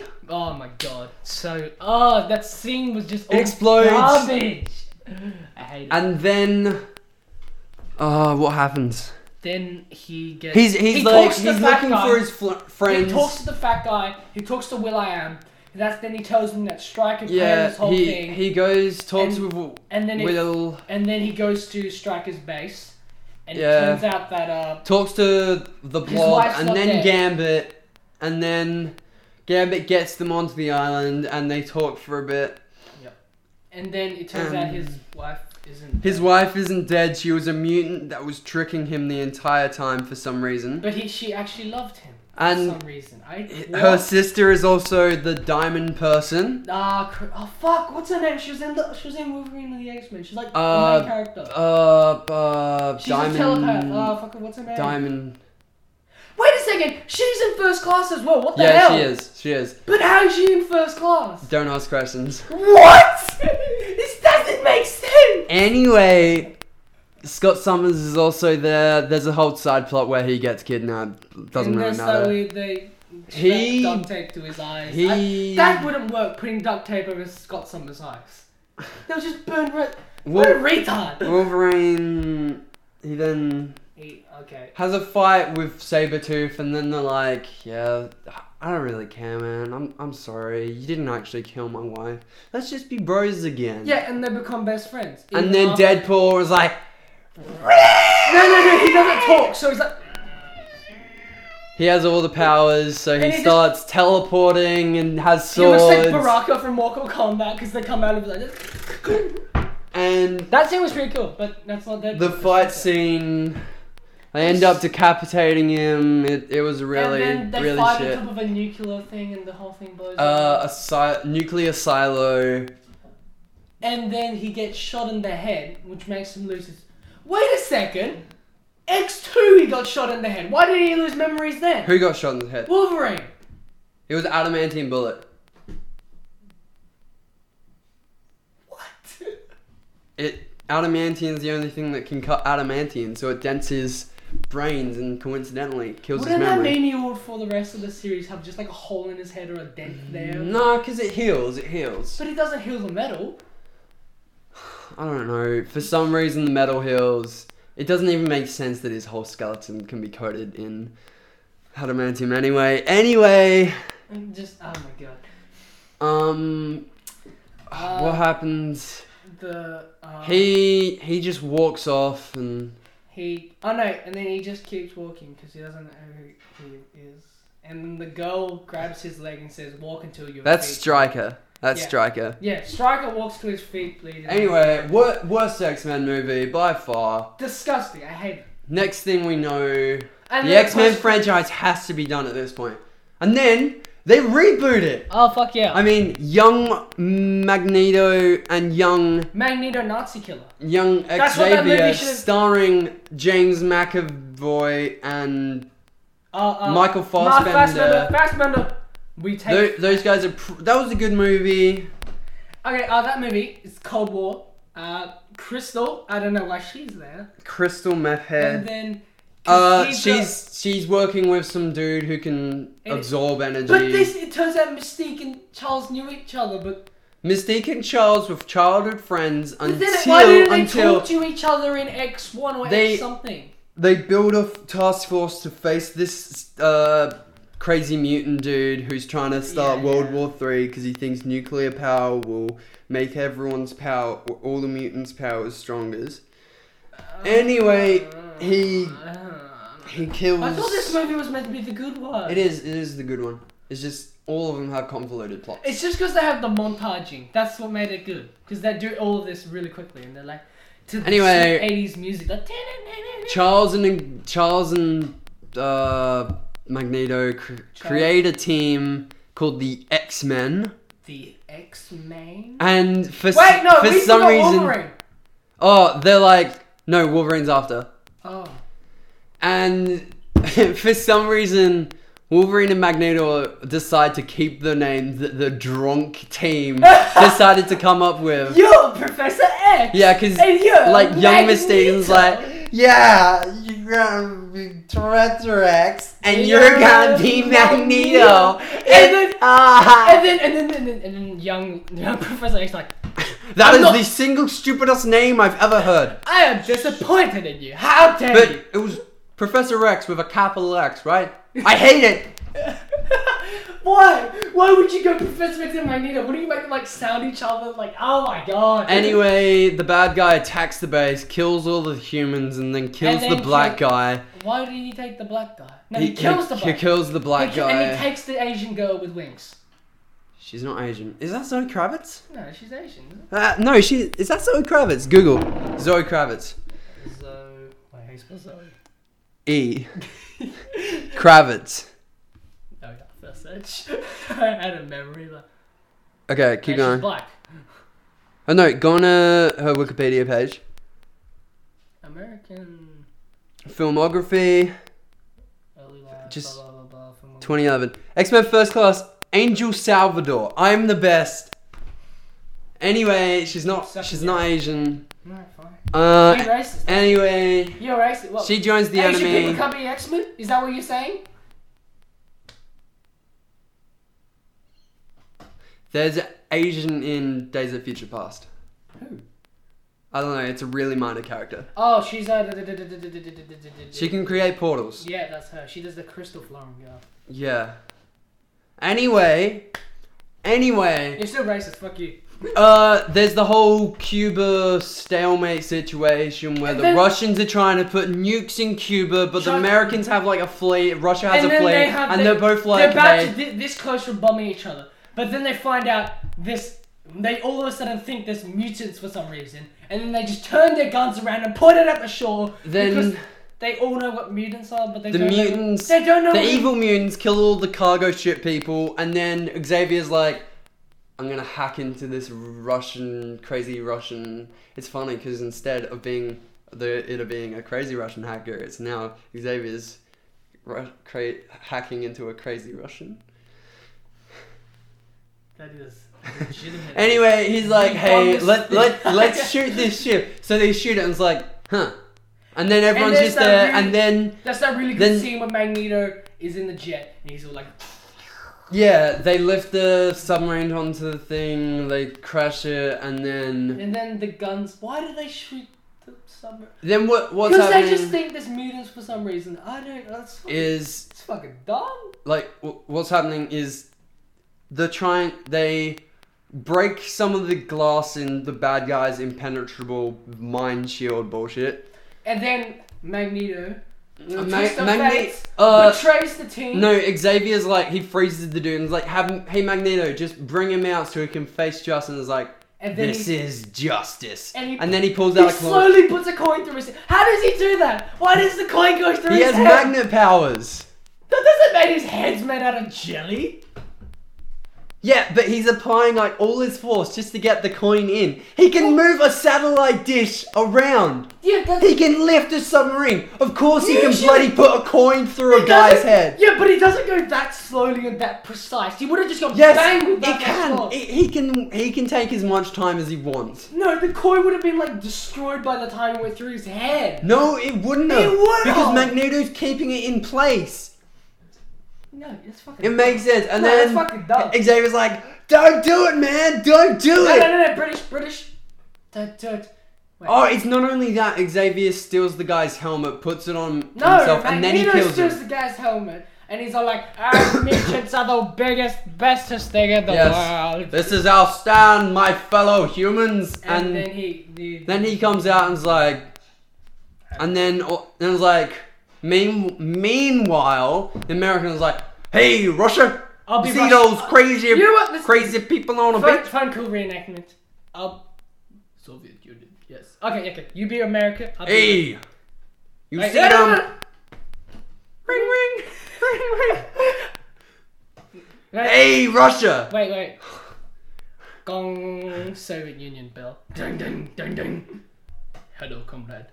B: away.
A: Oh my god. So, oh, that scene was just all
B: Explodes.
A: Garbage. I hate it.
B: And then, uh, what happens?
A: Then he gets.
B: He's he's
A: he
B: like
A: talks to the
B: he's
A: fat
B: looking
A: guy.
B: for his fl-
A: He
B: friends.
A: talks to the fat guy. He talks to Will I Am. That's then he tells him that Striker planned
B: yeah,
A: this whole
B: he
A: thing,
B: he goes talks
A: And-
B: with
A: and then it,
B: Will,
A: and then he goes to Striker's base, and
B: Yeah.
A: it turns out that uh,
B: talks to the blob,
A: wife's
B: and
A: not
B: then
A: dead.
B: Gambit, and then Gambit gets them onto the island, and they talk for a bit.
A: Yep. And then it turns out his wife isn't.
B: Um, His
A: dead.
B: wife isn't dead. She was a mutant that was tricking him the entire time for some reason.
A: But he, she actually loved him
B: And-
A: for some reason. I
B: Her
A: what?
B: sister is also the diamond person.
A: Ah, cr- oh fuck! What's her name? She was in the she was in Wolverine and the X Men. She's like
B: Uh,
A: the main character.
B: Uh, uh,
A: She's a telepath.
B: diamond.
A: Oh fuck! What's her name?
B: diamond.
A: Wait a second. She's in first class as well. What the
B: Yeah,
A: hell?
B: she is. She is.
A: But how is she in first class?
B: Don't ask questions.
A: What? this doesn't make sense.
B: Anyway, Scott Summers is also there. There's a whole side plot where he gets kidnapped. Doesn't
A: and
B: really
A: that's how
B: matter.
A: we- uh, they strap
B: He-
A: duct tape to his eyes. I-
B: He.
A: that wouldn't work. Putting duct tape over Scott Summers' eyes. They'll just burn. Re- what a
B: Wol-
A: retard.
B: Wolverine. He then
A: He- okay.
B: has a fight with Sabretooth, and then they're like, yeah, I don't really care, man. I'm, I'm sorry. You didn't actually kill my wife. Let's just be bros again.
A: Yeah, and they become best friends.
B: And
A: Even
B: then
A: after-
B: Deadpool was like,
A: No, no, no. He doesn't talk. So he's like.
B: he has all the powers, so
A: And
B: he
A: he just-
B: starts teleporting and has
A: He looks like
B: swords.
A: Baraka from Mortal Kombat because they come out of like. this.
B: and
A: That scene was pretty cool, but that's not Deadpool.
B: the fight scene, they end up decapitating him. It, it was really,
A: and then they
B: really
A: fight
B: shit.
A: on top of a nuclear thing, and the whole thing blows
B: Uh,
A: up.
B: a si- nuclear silo.
A: And then he gets shot in the head, which makes him lose his. Wait a second. X two, he got shot in the head. Why did he lose memories then?
B: Who got shot in the head?
A: Wolverine.
B: It was adamantine bullet.
A: What?
B: it adamantium is the only thing that can cut adamantium, so it dents his brains and coincidentally kills
A: Wouldn't
B: his
A: that
B: memory.
A: mean he would, for the rest of the series, have just like a hole in his head or a dent there?
B: No, because it heals. It heals.
A: But he doesn't heal the metal.
B: I don't know. For some reason, the metal heals. It doesn't even make sense that his whole skeleton can be coated in adamantium. Anyway, anyway,
A: And just oh my god.
B: um,
A: Uh,
B: what happens?
A: The uh,
B: He he just walks off and
A: He, oh no, and then he just keeps walking because he doesn't know who he is. And then the girl grabs his leg and says, "Walk until your
B: that's
A: feet."
B: Striker. That's
A: Yeah.
B: Striker.
A: yeah, Striker walks to his feet bleeding.
B: Anyway, wor- worst X Men movie by far.
A: disgusting. I hate it.
B: Next thing we know,
A: And
B: the
A: then
B: X Men
A: post-
B: franchise has to be done at this point. And then they reboot it.
A: Oh fuck yeah!
B: I mean, young Magneto and young
A: Magneto Nazi killer.
B: young
A: That's what that
B: Xavier,
A: movie should've-
B: starring James McAvoy and
A: Uh, uh,
B: Michael
A: Mark
B: Fassbender.
A: Fassbender. Fassbender. We take.
B: Tho- those guys are. Pr- that was a good movie.
A: Okay, uh, that movie is Cold War. Uh, Crystal. I don't know why she's there.
B: Crystal Meth
A: And
B: Head.
A: then. 'cause
B: Uh,
A: he's got-
B: she's she's working with some dude who can
A: And-
B: absorb energy.
A: But this, it turns out Mystique and Charles knew each other, but
B: Mystique and Charles were childhood friends
A: But
B: until
A: then why didn't they
B: until
A: talk to each other in X one or
B: They-
A: X something?
B: they build a f- task force to face this uh, crazy mutant dude who's trying to start
A: Yeah,
B: World
A: yeah.
B: War Three because he thinks nuclear power will make everyone's power, all the mutants' powers, stronger. Anyway, he he kills.
A: I thought this movie was meant to be the good one.
B: It is. It is the good one. It's just all of them have convoluted plots.
A: It's just because they have the montaging. That's what made it good. Because they do all of this really quickly, and they're like, to the
B: Anyway.
A: eighties music. Like,
B: Charles and Charles and uh, Magneto cr- create a team called the X Men,
A: the X Men.
B: and for s-
A: Wait, no,
B: Uh, for
A: we
B: some
A: forgot
B: reason.
A: Wolverine.
B: Oh, they're like, no, Wolverine's after.
A: Oh,
B: And for some reason, Wolverine and Magneto decide to keep the name that the drunk team decided to come up with.
A: you're Professor X.
B: Yeah, because
A: And you're
B: like young Mistaken's
A: Magneto.
B: like, yeah, you're gonna be Rex, and
A: You're
B: you're gonna
A: gonna
B: be
A: be Magneto.
B: Magneto. And,
A: And then-
B: ah,
A: And then and then and then, and then young, young Professor X like, I'm
B: that is
A: not-
B: the single stupidest name I've ever heard.
A: I am disappointed in you. How dare
B: But
A: you?
B: it was Professor Rex with a capital X, right? I hate it.
A: Why? Why would you go Professor X and Magneto? Wouldn't you make them like sound each other like, oh my god?
B: Anyway, the bad guy attacks the base, kills all the humans, and then kills
A: And then
B: the black
A: kill-
B: guy.
A: why did he take the black guy? No, he, kills the
B: he
A: black.
B: kills the
A: guy.
B: black guy.
A: And he takes the Asian girl with wings.
B: She's not Asian. Is that Zoe Kravitz?
A: No, she's Asian. isn't
B: Uh, no, she is that Zoe Kravitz. Google Zoe Kravitz.
A: it? Zoe. Wait, how you spell Zoe?
B: E. Kravitz.
A: No, that first search. I had a memory. Like,
B: Okay,
A: Hey,
B: keep
A: she's
B: going.
A: black.
B: Oh no, go on uh, her Wikipedia page.
A: American.
B: Filmography
A: Early life.
B: Just
A: Blah, blah, blah, blah, from-
B: 2011. X Men First Class. Angel Salvador. I'm the best. Anyway, she's not.
A: Suck
B: She's
A: it.
B: not Asian.
A: No, fine.
B: Uh.
A: you racist.
B: Anyway,
A: You're racist. What?
B: she joins the
A: Asian
B: enemy.
A: people can't be X Men? Is that what you're saying?
B: There's an Asian in Days of Future Past.
A: Who?
B: I don't know. It's a really minor character.
A: Oh, she's uh,
B: She can create portals.
A: Yeah, that's her. She does the crystal flowering girl.
B: Yeah. Anyway, anyway,
A: You're still racist. Fuck you.
B: uh, there's the whole Cuba stalemate situation where the
A: And then-
B: Russians are trying to put nukes in Cuba, but the
A: China-
B: Americans have like a fleet, Russia has
A: And
B: a
A: then
B: fleet,
A: they have
B: and
A: the-
B: they're both
A: They're
B: like,
A: about to
B: they-
A: thi- this close from bombing each other, but then they find out this. They all of a sudden think there's mutants for some reason, and then they just turn their guns around and point it at the shore. because
B: then
A: they all know what mutants are, but they
B: the
A: don't
B: mutants,
A: Know, they don't know.
B: the
A: what-
B: evil mutants kill all the cargo ship people, and then Xavier's like, I'm gonna hack into this Russian, crazy Russian. It's funny because instead of being the it of being a crazy Russian hacker, it's now Xavier's Ru- cra- hacking into a crazy Russian.
A: That is legitimate.
B: Anyway, he's like,
A: We
B: hey,
A: bombed
B: let
A: this-
B: let let's shoot this ship. So they shoot it, and it's like, huh. And then everyone's
A: there's
B: just
A: that
B: there,
A: really-
B: and then
A: That's that really good
B: Then-
A: scene where Magneto is in the jet and he's all like,
B: yeah, they lift the submarine onto the thing, they crash it, and then
A: and then the guns. Why do they shoot the submarine?
B: Then what what's
A: Because
B: happening
A: they just think there's mutants for some reason. I don't. That's fucking,
B: is
A: it's fucking dumb.
B: like w- what's happening is they're trying they break some of the glass in the bad guys' impenetrable mind shield bullshit.
A: And then Magneto
B: Ma-
A: twist of
B: Magne-
A: fate,
B: uh,
A: betrays the team.
B: no, Xavier's like he freezes the dude and is like, "Have him- hey Magneto, just bring him out so he can face Justice." And is like,
A: and then
B: "This
A: he,
B: is justice."
A: and he,
B: And then he pulls
A: he
B: out a claw.
A: slowly puts a coin through his. How does he do that? Why does the coin go through
B: He
A: his
B: has
A: head?
B: magnet powers.
A: that doesn't mean his head's made out of jelly.
B: Yeah, but he's applying like all his force just to get the coin in. He can move a satellite dish around.
A: Yeah, that's,
B: He can lift a submarine. Of course, he can
A: Usually-
B: bloody put a coin through a
A: It
B: guy's
A: doesn't-
B: head.
A: Yeah, but he doesn't go that slowly and that precise. He would have just gone
B: Yes,
A: bang
B: he
A: with that much
B: can.
A: force.
B: He, he can. He can take as much time as he wants.
A: No, the coin would have been like destroyed by the time it went through his head.
B: No, it wouldn't have.
A: would
B: because
A: have.
B: Magneto's keeping it in place.
A: No, it's fucking.
B: It makes sense. And
A: No,
B: then
A: that's fucking dumb.
B: Xavier's like, "Don't do it, man. Don't do
A: No,
B: it."
A: no, no, no, British, British. Don't, don't. Wait.
B: Oh, it's not only that. Xavier steals the guy's helmet, puts it on
A: no,
B: himself, and then he
A: Magneto
B: kills him.
A: steals the guy's helmet, and he's all like, "Our mutants are the biggest, bestest thing in the
B: Yes.
A: world."
B: This is our stand, my fellow humans.
A: And,
B: And,
A: then
B: then,
A: he, he,
B: he- comes out and's like, and then and it's like, mean, meanwhile, the American's like, hey, Russia,
A: I'll be
B: you see
A: Russia-
B: those crazy,
A: You know what? This-
B: crazy people on a
A: Fun,
B: bitch.
A: fun, cool reenactment. I'll... Soviet Union. Yes. Okay, okay. You be America. I'll be
B: Hey, you
A: Wait,
B: see
A: no, no,
B: them?
A: no. Ring, ring, ring, ring.
B: Hey, Russia.
A: Wait, wait. Gong Soviet Union bell. Ding, ding, ding, ding. Hello, comrade.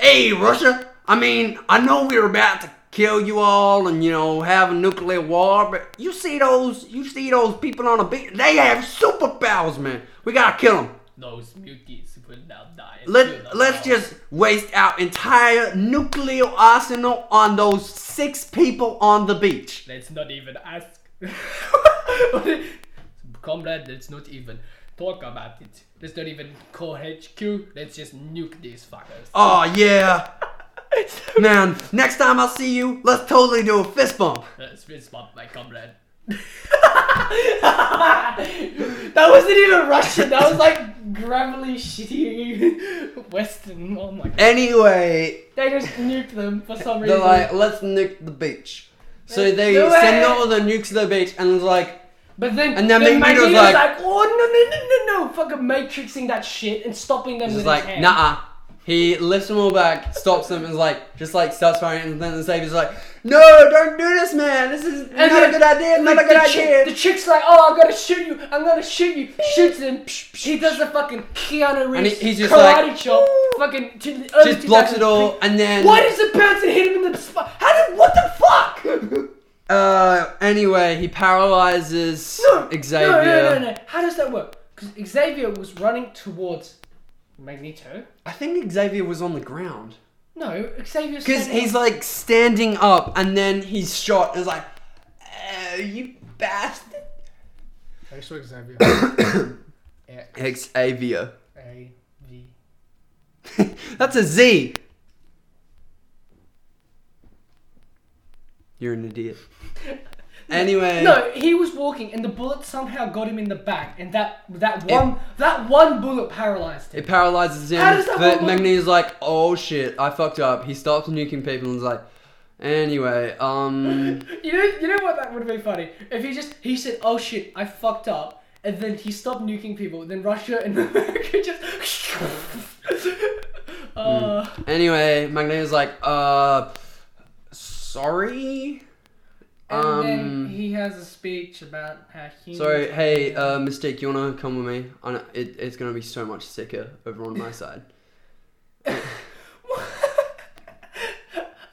B: Hey, Russia. I mean, I know we're about to kill you all and you know have a nuclear war, but you see those, you see those people on a beach. They have superpowers, man. We gotta kill them.
A: Those muties will now die.
B: Let let's just waste our entire nuclear arsenal on those six people on the beach.
A: Let's not even ask. comrade, let's not even talk about it. Let's not even call HQ. Let's just nuke these fuckers.
B: Oh yeah, man. Next time I see you, let's totally do a fist bump.
A: Let's fist bump Uh, my comrade. that wasn't even Russian. That was like gravelly, shitty Western. Oh my god.
B: Anyway,
A: They just nuked them for some
B: they're
A: reason.
B: like, let's nuke the beach. So
A: Let's
B: they
A: do
B: send
A: it.
B: all the nukes to the beach, and it's like,
A: But then,
B: And then
A: then
B: Magneto
A: Magneto's
B: was
A: like,
B: like-
A: oh no no no no no, fucking matrixing that shit and stopping them
B: He's
A: with
B: just
A: his
B: like,
A: hand.
B: nah. He lifts them all back, stops them, and is like, just like starts firing. And then the savior's like, no, don't do this, man. This is not
A: then,
B: a good idea. Not
A: like,
B: a good
A: the
B: idea.
A: chick- the chick's like, oh, I'm gonna shoot you. I'm gonna shoot you. Shoots him. Psh, psh, he does the fucking Keanu Reeves
B: he- he's just
A: karate
B: like,
A: chop. Fucking to the early
B: just blocks
A: 2000s.
B: it all, and then.
A: Why does it bounce and hit him in the spot? How did? What the fuck?
B: Uh, anyway, he paralyzes
A: No,
B: Xavier.
A: No, no, no, no. How does that work? Because Xavier was running towards Magneto.
B: I think Xavier was on the ground
A: No, Xavier's
B: because
A: standing-
B: he's like standing up, and then he's shot. And is like, oh, you bastard.
A: I saw Xavier. X
B: Xavier.
A: A V.
B: That's a Z. You're an idiot. Anyway,
A: No, he was walking, and the bullet somehow got him in the back, and that that one that one bullet paralyzed him.
B: it paralyzes him.
A: How does that
B: But
A: work?
B: Magneto's like, "Oh shit, I fucked up." He stops nuking people and is like, "Anyway, um,
A: You know, you know what that would have been funny if he just he said, "Oh shit, I fucked up," and then he stopped nuking people. Then Russia and America just.
B: Hmm.
A: uh,
B: anyway." Magneto's like, "Uh, sorry."
A: And then
B: Um,
A: he has a speech about how humans.
B: Sorry, hey, uh, Mystique, you wanna come with me? I know, it, it's gonna be so much sicker over on my side.
A: I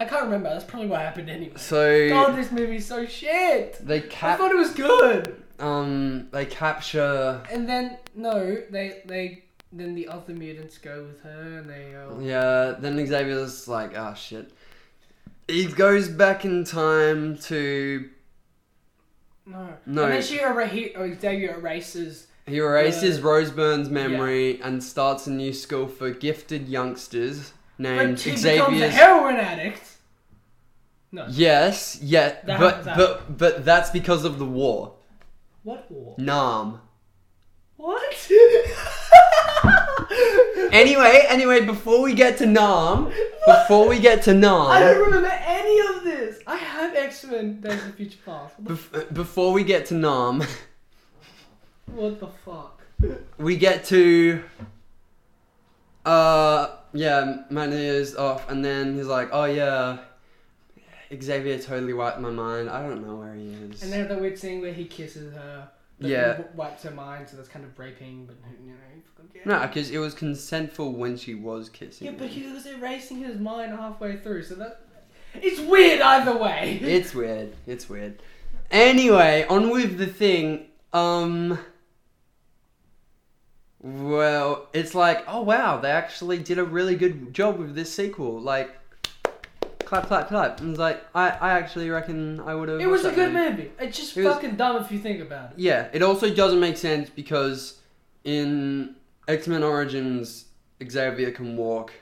A: can't remember. That's probably what happened anyway.
B: So
A: God, this movie's so shit. I
B: they cap,
A: thought it was good.
B: um, they capture
A: And then no, they they then the other mutants go with her and they uh, go.
B: Yeah, then Xavier's like, ah, shit. He goes back in time to.
A: No.
B: No.
A: And then she era- he, or Xavier erases.
B: He erases
A: Uh,
B: Roseburn's memory and starts a new school for gifted youngsters named
A: But she becomes a
B: Xavier's.
A: heroin addict. No.
B: Yes, yeah,
A: That
B: but
A: happens after.
B: but but that's because of the war.
A: What war?
B: Nam.
A: What?
B: Anyway, anyway, before we get to Nam,
A: What?
B: before we get to
A: I don't
B: Nam,
A: remember any of this. I have X Men Days of Future Past. What the,
B: bef- before we get to Nam,
A: what the fuck?
B: we get to uh yeah Magneto's off and then he's like oh yeah Xavier totally wiped my mind I don't know where he is
A: And they have that weird scene where he kisses her. but
B: Yeah.
A: he w- Wipes her mind, so that's kind of raping, but you know. fucking yeah.
B: no because it was consentful when she was kissing
A: Yeah,
B: him.
A: but he was erasing his mind halfway through, so that it's weird either way.
B: it's weird it's weird anyway on with the thing um well it's like oh wow they actually did a really good job with this sequel like clap clap clap and it's like I, I actually reckon I would have
A: It was a good movie. It's just
B: It was-
A: fucking dumb if you think about it.
B: Yeah, it also doesn't make sense because in X Men Origins, Xavier can walk.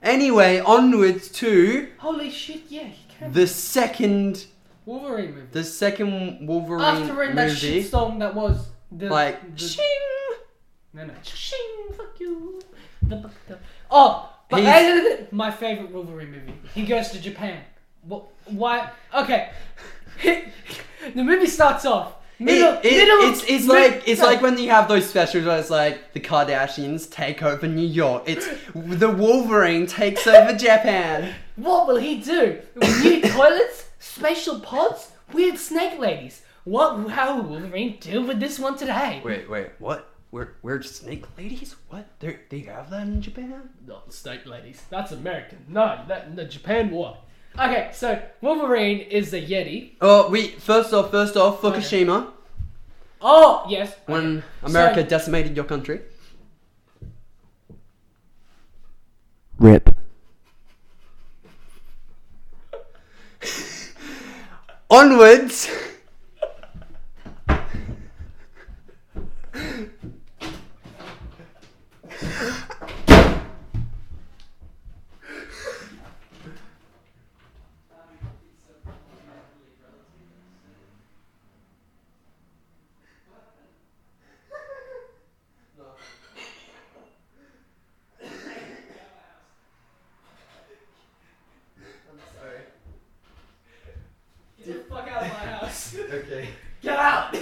B: Anyway, onwards to
A: Holy shit! Yeah, he can.
B: the second,
A: Wolverine movie.
B: the second Wolverine
A: After in that
B: movie.
A: shit storm that was the
B: like,
A: the,
B: shing!
A: No, no. Shing, fuck you. The, the, oh, but
B: He's-
A: other than- my favorite Wolverine movie. He goes to Japan. What? Why? Okay. the movie starts off. Middle,
B: It- it-
A: middle,
B: it's it's
A: mid-
B: like it's
A: no,
B: like when you have those specials where it's like the Kardashians take over New York. It's the Wolverine takes over Japan.
A: What will he do? New toilets, spatial pods, weird snake ladies. What? How will Wolverine deal with this one today?
B: Wait, wait, what? We're, we're snake ladies? What? They they have that in Japan?
A: Not snake ladies. That's American. No, that the Japan war. Okay, so Wolverine is a yeti.
B: Oh, we first off, first off, Fukushima.
A: Oh yes.
B: When America
A: So-
B: decimated your country. Rip. Onwards.
A: Get the fuck out of my house. Get out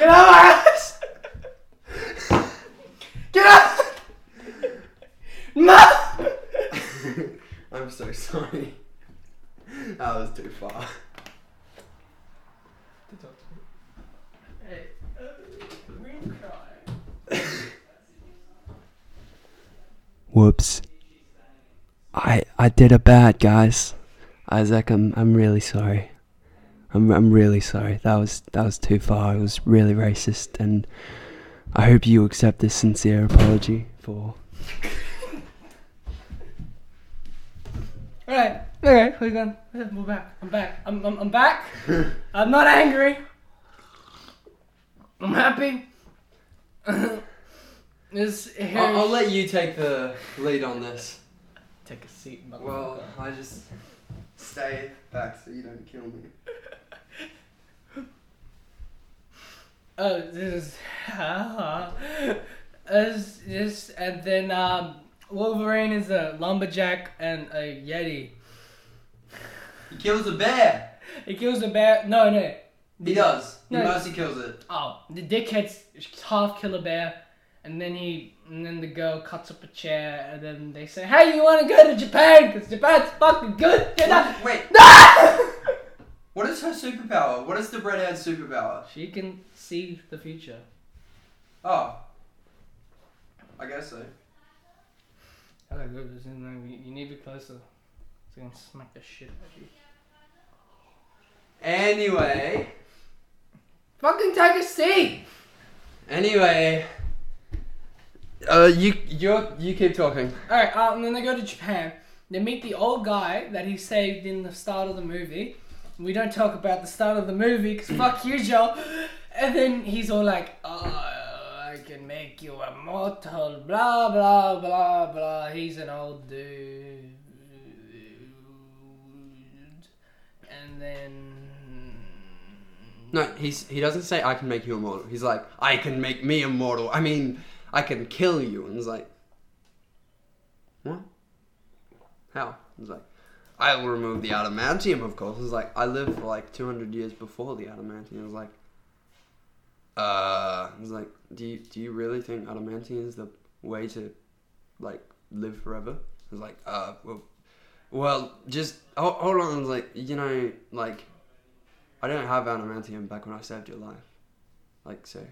A: of my house! Get out! No!
B: I'm so sorry. That was too far.
A: Hey, uh, we'll cry.
B: Whoops. I I did a bad, guys. Isaac, I'm I'm really sorry. I'm I'm really sorry. That was that was too far. It was really racist, and I hope you accept this sincere apology for.
A: All right, okay, we're done. Yeah, We're back. I'm back. I'm, I'm, I'm back. I'm not angry. I'm happy. this here's...
B: I'll, I'll let you take the lead on this.
A: take a seat. motherfucker.
B: Well, I just stay back so you don't kill me.
A: oh, this is this this and then um, Wolverine is a lumberjack and a yeti.
B: He kills a bear.
A: He kills a bear. No, no.
B: He does. He
A: No.
B: mostly kills it.
A: Oh, the dickhead's half killer bear, and then he, and then the girl cuts up a chair, and then they say, "Hey, you want to go to Japan? Cause Japan's fucking good." Get out.
B: Wait,
A: No!
B: what is her superpower? What is the redhead superpower?
A: She can see the future.
B: Oh, I guess so.
A: Okay, good. this is- You you need to be closer. It's gonna smack the shit out of you.
B: Anyway,
A: Fucking take a seat.
B: anyway. Uh, you you you keep talking.
A: All right, uh, and then they go to Japan. They meet the old guy that he saved in the start of the movie. We don't talk about the start of the movie because fuck you, Joe. And then he's all like, "Oh, I can make you immortal." Blah blah blah blah. He's an old dude. And then
B: No, he's he doesn't say I can make you immortal. He's like I can make me immortal. I mean, I can kill you. And he's like, what? How? He's like, I will remove the adamantium, of course. He's like, I lived for like two hundred years before the adamantium. He's like, uh, he's like, do you do you really think adamantium is the way to like live forever? He's like, uh, well, well, just ho- hold on. He's like, you know, like. I don't have adamantium back when I saved your life. Like, so,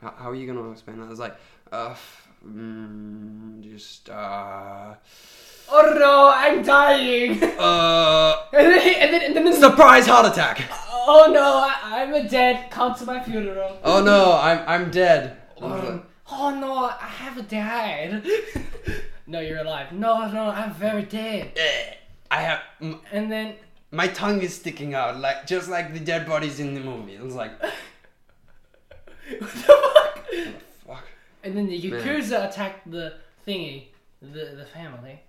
B: how, how are you gonna explain that? It's like, uh, f- mm, just, uh,
A: oh no, I'm dying. and
B: uh,
A: then he- and then and then this
B: surprise heart attack!
A: oh no, I, I'm a dead. Come to my funeral.
B: Oh no, I'm, I'm dead. And it's
A: Um,
B: like,
A: oh no, I have died. no, you're alive. No, no, I'm very dead.
B: "Eh, I have, m-
A: And then,
B: my tongue is sticking out, like, just like the dead bodies in the movie. It's like,
A: what the fuck?
B: fuck.
A: And then the Yakuza attack the thingy, the the family.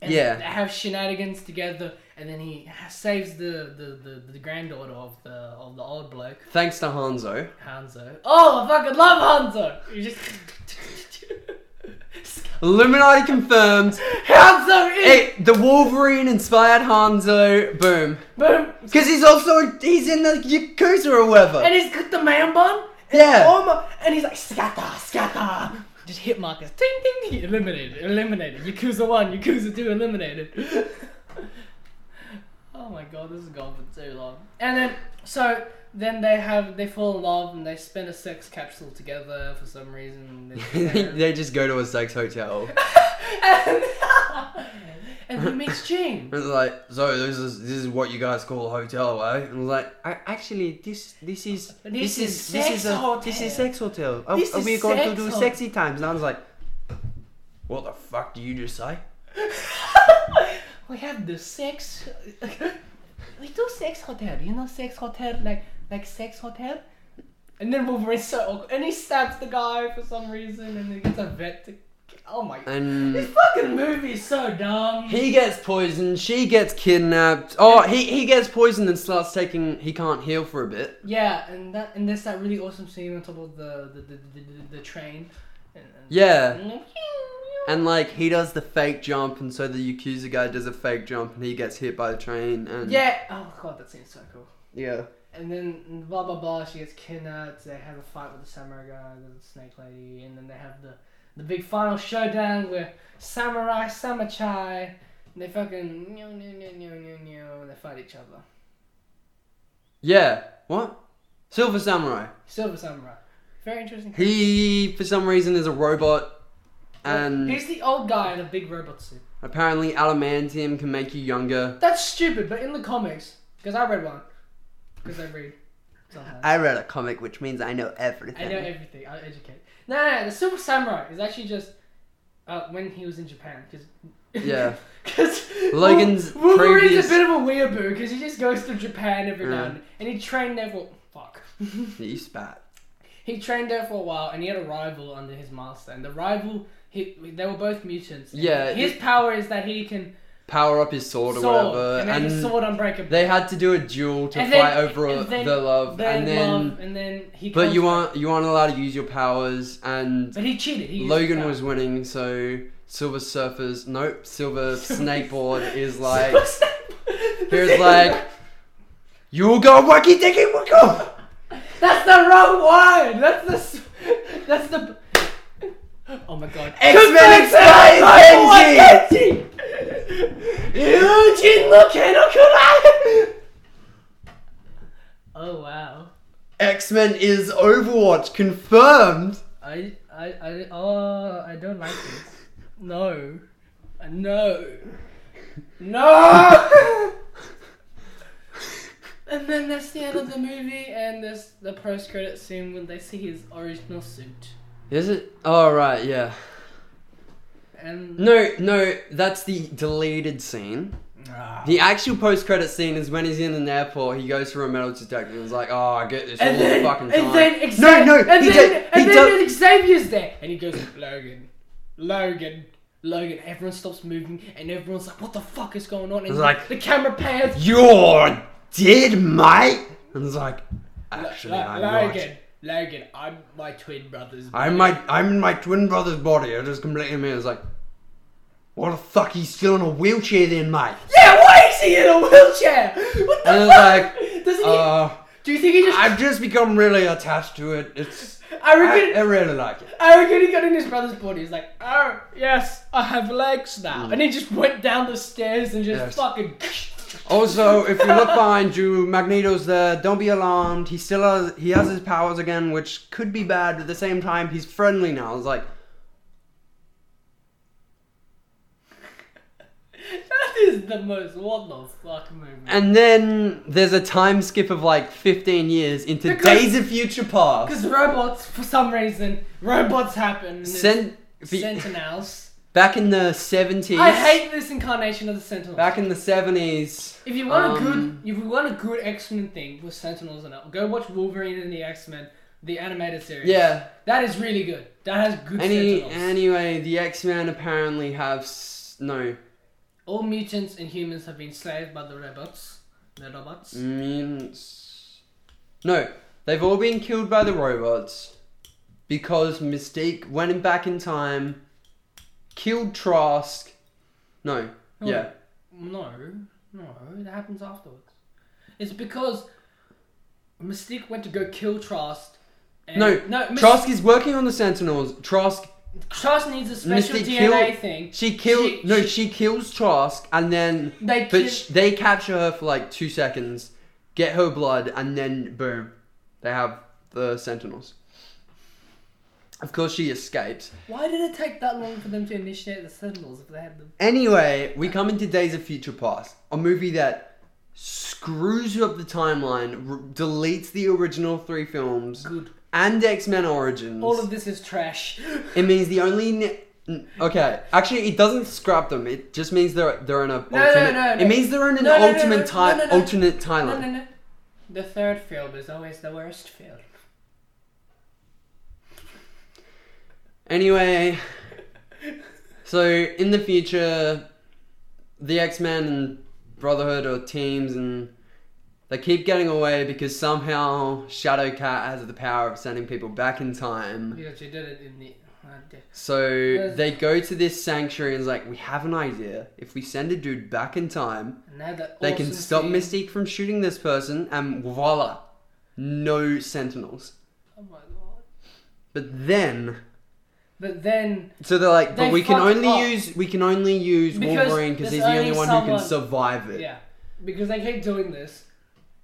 A: And
B: Yeah.
A: They have shenanigans together, and then he ha- saves the, the, the, the granddaughter of the of the old bloke,
B: Thanks to Hanzo.
A: Hanzo. Oh, I fucking love Hanzo. You just
B: Illuminati confirmed.
A: Hanzo is
B: Hey, the Wolverine inspired Hanzo. Boom.
A: boom,
B: Because he's also, he's in the Yakuza or whatever.
A: and he's got the man bun.
B: Yeah.
A: Oh my, and he's like, scatter, scatter. Just hit markers. Ding, ding, ding. Eliminated, eliminated. Yakuza 1, Yakuza 2, eliminated. oh my god, this has gone for too long. And then, so, then they have, they fall in love and they spend a sex capsule together for some reason. and
B: they just go to a sex hotel.
A: and he meets Jean.
B: It's like, so this is this is what you guys call a hotel, eh? And I was like, I, actually, this this is
A: This is
B: this, is this
A: sex
B: is a this
A: hotel.
B: is sex hotel. Are,
A: This
B: are
A: is
B: we going
A: sex
B: to do
A: hot-
B: sexy times? And I was like, what the fuck do you just say?
A: We have the sex. we do sex hotel. You know, sex hotel like like sex hotel. And then Wolverine's so awkward, and he stabs the guy for some reason, and he gets a vet. To, oh my! This
B: And
A: fucking movie is so dumb.
B: he gets poisoned. She gets kidnapped. Oh, he he gets poisoned and starts taking. He can't heal for a bit.
A: yeah, and that and there's that really awesome scene on top of the the the, the, the, the train. And, and,
B: Yeah.
A: and-
B: And like he does the fake jump, and so the Yakuza guy does a fake jump, and he gets hit by the train. And
A: yeah. Oh god, that seems so cool.
B: yeah.
A: and then blah blah blah. She gets kidnapped. They have a fight with the samurai guy, the snake lady, and then they have the the big final showdown where samurai samachai. And they fucking no no no no no no. They fight each other.
B: Yeah. What? Silver Samurai.
A: Silver samurai. Very interesting.
B: He, for some reason, is a robot, and
A: He's the old guy in a big robot suit.
B: apparently adamantium can make you younger.
A: That's stupid, but in the comics, because I read one, because I read. Sometimes.
B: I read a comic, which means I know everything.
A: I know everything. I educate. No, no, no, the Silver Samurai is actually just uh, when he was in Japan, because
B: Yeah.
A: because
B: Logan's
A: Wolverine's
B: previous-
A: a bit of a weeaboo because he just goes to Japan every now
B: Yeah.
A: and and he trained there for fuck.
B: You spat.
A: he trained there for a while, and he had a rival under his master, and the rival. He, they were both mutants. and
B: Yeah,
A: His power is that he can
B: Power up his sword,
A: sword,
B: or whatever,
A: and make a sword unbreakable.
B: they had to do a duel to
A: And
B: fight
A: then-
B: over
A: and then-
B: the love,
A: They
B: and then.
A: love, and then he.
B: But
A: comes-
B: you aren't you aren't allowed to use your powers, and
A: But he cheated. He used
B: Logan
A: that.
B: was winning, so Silver Surfers, nope, Silver Snakeboard is like,
A: Silver Snake-
B: here's like, you go wacky dicky wacko.
A: That's the wrong one. That's the. s- That's the. Oh my god.
B: X-Men Explains Genji!
A: Eugene look at Oh wow.
B: X Men is Overwatch confirmed.
A: I I I oh I don't like this. No. No. No. and then that's the end of the movie, and there's the post-credit scene when they see his original suit.
B: Is it? Oh right, yeah.
A: And
B: No, no, that's the deleted scene.
A: Ah.
B: The actual post-credit scene is when he's in an airport. He goes for a metal detector and is like, "Oh, I get this all
A: and
B: the
A: then,
B: fucking
A: and
B: time."
A: then
B: no,
A: Xavier,
B: no,
A: and
B: he
A: then,
B: does-
A: and
B: he
A: then,
B: does-
A: Xavier's there, and he goes, Logan, Logan, Logan. Everyone stops moving, and everyone's like, "What the fuck is going on?" And
B: It's like-
A: the camera pans,
B: You're dead, mate. And it's like, actually,
A: Lo-
B: I'm not.
A: Logan, Logan, I'm my twin brother's.
B: I'm my, I'm in my twin brother's body. I just completely me. It's like, what the fuck? He's still in a wheelchair, then, mate.
A: yeah, why is he in a wheelchair? What the
B: And it's
A: fuck?
B: like,
A: Doesn't he?
B: Uh,
A: do you think he just? I,
B: I've just become really attached to it. It's, I,
A: reckon.
B: I
A: I,
B: really like it.
A: reckon he got in his brother's body. He's like, oh yes, I have legs now, and he just went down the stairs and just
B: Mm. Yes. Oh,
A: fucking.
B: Also, if you look behind you, Magneto's there. Don't be alarmed. He still has he has his powers again, which could be bad. But at the same time, he's friendly now. It's like
A: That is the most what the fuck movie.
B: And then there's a time skip of like 15 years into
A: Because-
B: Days of Future Past.
A: Because robots, for some reason, robots happen. and it's
B: Sen- fe-
A: Sentinels.
B: back in the 70s.
A: I hate this incarnation of the Sentinels.
B: Back in the 70s.
A: If you want a good,
B: Um,
A: if you want a good X Men thing with Sentinels and it, go watch Wolverine and the X Men, the animated series.
B: Yeah.
A: that is really good. That has good
B: Any
A: Sentinels.
B: anyway, the X Men apparently have s- no
A: All mutants and humans have been slaved by the robots. The robots.
B: mutants. No, they've all been killed by the robots because Mystique went in back in time, killed Trask. No,
A: No.
B: yeah,
A: No, no, that happens afterwards. It's because Mystique went to go kill Trask. And,
B: no,
A: no, Mys-
B: Trask is working on the Sentinels. Trask
A: Trask needs a special
B: Mystique
A: DNA
B: killed-
A: thing.
B: She kills.
A: She-
B: no,
A: she-
B: she kills Trask, and then
A: They
B: but
A: kill-
B: sh- they capture her for like two seconds, get her blood, and then boom, they have the Sentinels. Of course, she escapes.
A: Why did it take that long for them to initiate the Sentinels if they had them?
B: Anyway, we come into Days of Future Past, a movie that screws up the timeline, r- deletes the original three films,
A: Good.
B: and X Men Origins.
A: All of this is trash.
B: it means the only. ne- n- Okay, actually, it doesn't scrap them. It just means they're they're in a.
A: no,
B: alternate,
A: no, no.
B: It means they're in an
A: No, no, no,
B: ultimate
A: no,
B: time,
A: no, no, no.
B: alternate timeline.
A: No, no, no. The third film is always the worst film.
B: Anyway, so in the future, the X Men and Brotherhood are teams, and they keep getting away because somehow Shadowcat has the power of sending people back in time.
A: Because you did it in the oh,
B: So they go to this sanctuary and is like, we have an idea. If we send a dude back in time,
A: Now that
B: they
A: awesome
B: can stop
A: thing-
B: Mystique from shooting this person, and voila, no Sentinels.
A: Oh my god!
B: But then,
A: But then
B: so they're like, but
A: They
B: we can
A: fucked
B: only
A: up.
B: use we can only use
A: Because
B: Wolverine because
A: there's
B: he's the only
A: only
B: one who
A: someone-
B: can survive it.
A: yeah, because they keep doing this,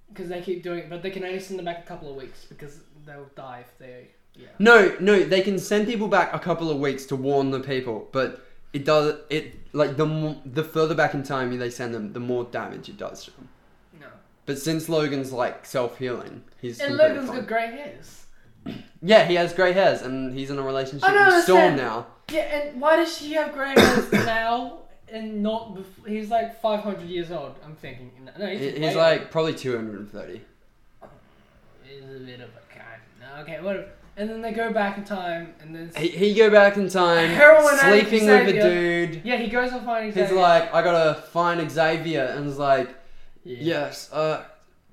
A: because they keep doing, it, but they can only send them back a couple of weeks because they'll die if they. Yeah.
B: No, no, they can send people back a couple of weeks to warn the people, but it does it like the mo- the further back in time they send them, the more damage it does to them.
A: No.
B: But since Logan's like self healing, he's
A: And
B: completely
A: Logan's
B: fine.
A: got grey hairs.
B: yeah, he has grey hairs and he's in a relationship
A: I don't
B: with Storm
A: understand.
B: now.
A: Yeah, and why does she have grey hairs now and not before? He's like 500 years old, I'm thinking. No, he's,
B: He-
A: way
B: He's
A: old.
B: like probably two hundred and thirty.
A: He's a bit of a cunt. No, okay, whatever. And then they go back in time, and then.
B: He, he go back in time,
A: Heroin addict
B: sleeping with a
A: Xavier.
B: dude.
A: yeah, he goes on finding
B: He's
A: Xavier.
B: like, I gotta find Xavier, and is like,
A: Yeah.
B: yes. Uh,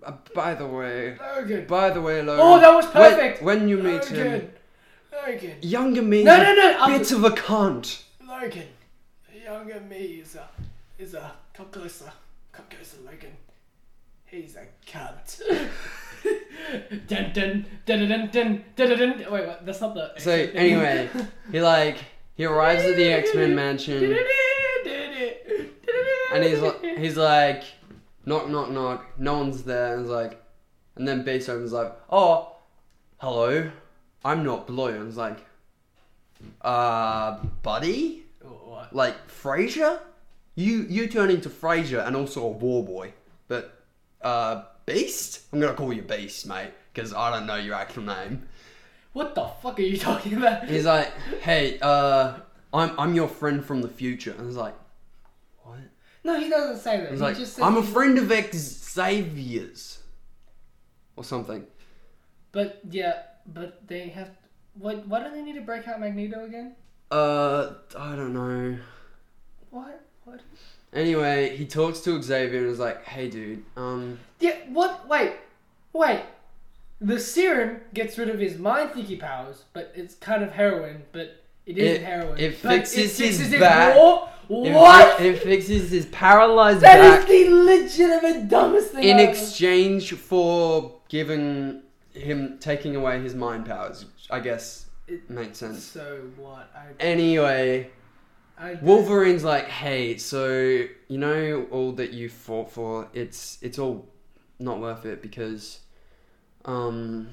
B: uh, by the way,
A: Oh, good.
B: by the way, Logan.
A: Oh, that was
B: when-
A: perfect!
B: When, you meet
A: Logan.
B: him,
A: Logan.
B: younger me,
A: No, no, no! I'm-
B: bit of a cunt.
A: Logan. Younger me is a. is a. Come closer. Come closer, Logan. He's a cunt. dun dun dun dun dun dun dun. Wait, what? That's not the.
B: So anyway, he like he arrives at the X Men mansion, and he's like, he's like, knock, knock, knock. No one's there, and he's like, and then Beast opens like, oh, hello, I'm not blue, and he's like, uh, buddy.
A: What?
B: like Frasier. You you turn into Frasier and also a war boy, but uh, Beast. I'm gonna call you Beast, mate, because I don't know your actual name.
A: What the fuck are you talking about?
B: He's like, hey, uh, I'm I'm your friend from the future, and he's like, what?
A: No, he doesn't say that.
B: He's
A: he
B: like,
A: just says
B: I'm a friend of Xavier's, or something.
A: But yeah, but they have. What? Why do they need to break out Magneto again?
B: Uh, I don't know.
A: What? What?
B: Anyway, he talks to Xavier and is like, hey, dude, um,
A: Yeah. What? Wait. Wait. The serum gets rid of his mind thinky powers, but it's kind of heroin. But it isn't
B: It-
A: heroin.
B: it
A: But
B: fixes
A: it
B: his
A: fixes
B: back.
A: What?
B: it-
A: What?
B: It, fixes his paralyzed back.
A: That is the legitimate dumbest thing.
B: in
A: I've ever-
B: exchange for giving him taking away his mind powers, which I guess
A: It-
B: makes sense.
A: So what? I.
B: Anyway,
A: I
B: Wolverine's like, "Hey, so you know all that you fought for, it's it's all not worth it because um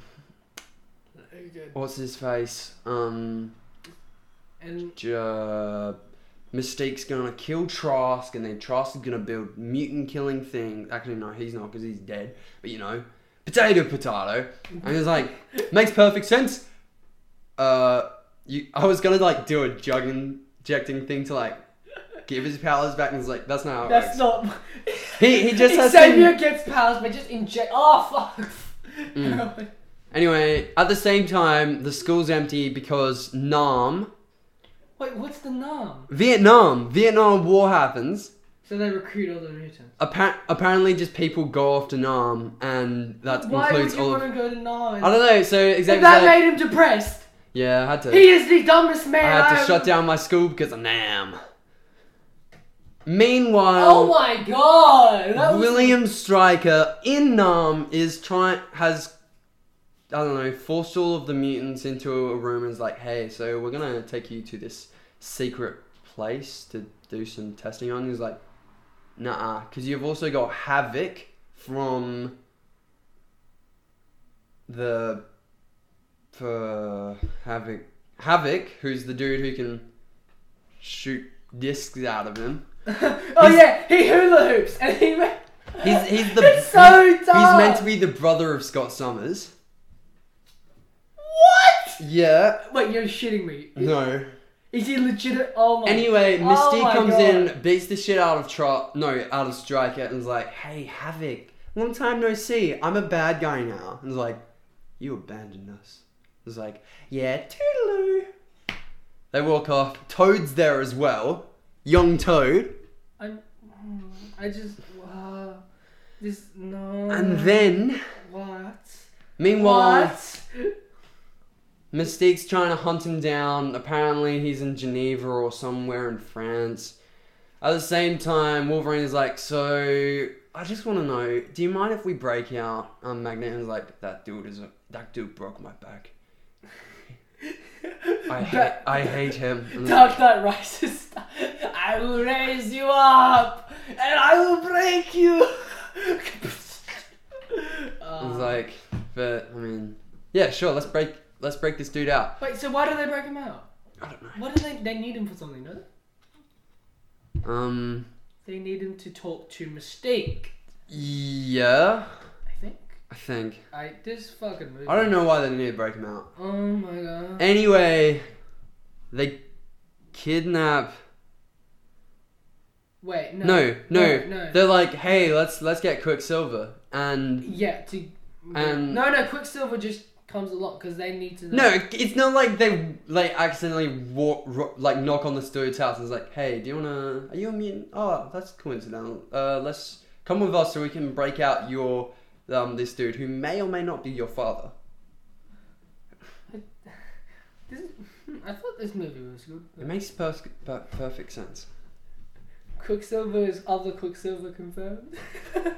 A: Good.
B: what's his face? Um
A: And
B: J- Mystique's gonna kill Trask, and then Trask is gonna build mutant killing thing. Actually, no, he's not because he's dead. But you know, potato, potato. And it's like makes perfect sense. Uh, you, I was gonna like do a jug injecting thing to like give his powers back, and it's like that's not how it
A: that's
B: works.
A: not.
B: He- he just has
A: Xavier gets powers, but just inject. Oh fuck.
B: Mm. Anyway, at the same time, the school's empty because Nam,
A: Wait, what's the nom?
B: Vietnam, Vietnam War happens.
A: So they recruit all the mutants.
B: Appa- apparently, just people go off to Nam, and that
A: Why would
B: includes
A: you
B: all.
A: want
B: Of-
A: to go to Nam?
B: I don't know. So
A: If
B: Xavier's
A: that
B: like,
A: made him depressed.
B: yeah, I had to.
A: He is the dumbest
B: I
A: man.
B: had to
A: I've-
B: shut down my school because of Nam. Meanwhile,
A: Oh my god! That was-
B: William Stryker in Nam is trying has. I don't know, forced all of the mutants into a room and is like, hey, so we're gonna take you to this secret place to do some testing on. He's like, nah, because you've also got Havoc from the for Havoc Havoc, who's the dude who can shoot discs out of him.
A: oh yeah, he hula hoops and he. ma-
B: He's he's the
A: It's so
B: he's, he's
A: dumb.
B: meant to be the brother of Scott Summers.
A: What?
B: Yeah.
A: Wait, you're shitting me. Is,
B: No.
A: is he legit? Oh my.
B: Anyway,
A: Oh
B: Mystique
A: my
B: comes
A: God.
B: in, beats the shit out of Tra no, out of Striker and is like, Hey Havoc, long time no see. I'm a bad guy now. And is like, You abandoned us. It's like, Yeah, toodaloo. They walk off. Toad's there as well. Young Toad.
A: I'm, I just. Wow. This no.
B: And then
A: Mm. what?
B: meanwhile
A: What?
B: Mystique's trying to hunt him down. Apparently, he's in Geneva or somewhere in France. At the same time, Wolverine is like, "So, I just want to know, do you mind if we break out?" Um, Magneto's like, "That dude is a that dude broke my back. I hate
A: That-
B: I hate him." And then-
A: Dark Knight Rises. I will raise you up, and I will break you.
B: It's
A: Um,
B: like, but I mean, yeah, sure. Let's break. Let's break this dude out.
A: wait, so why do they break him out?
B: I don't know.
A: What do they? They need him for something, don't
B: Um.
A: they? They need him to talk to Mystique.
B: Yeah,
A: I think.
B: I think.
A: I this fucking movie.
B: I don't Eh, know why they need to break him out.
A: Oh my god.
B: Anyway, they kidnap.
A: Wait, no.
B: No, no.
A: No, no.
B: They're like, hey, let's let's get Quicksilver, and
A: Yeah. To.
B: And-
A: no, no. Quicksilver just comes along because they need to.
B: no, it's not like they like accidentally walk ro- like knock on this dude's house and it's like, hey, do you wanna? Are you a mutant? Oh, that's coincidental. Uh, let's come with us so we can break out your um this dude who may or may not be your father.
A: This, I thought this movie was good.
B: It makes per- per- perfect sense.
A: Quicksilver is other Quicksilver confirmed. I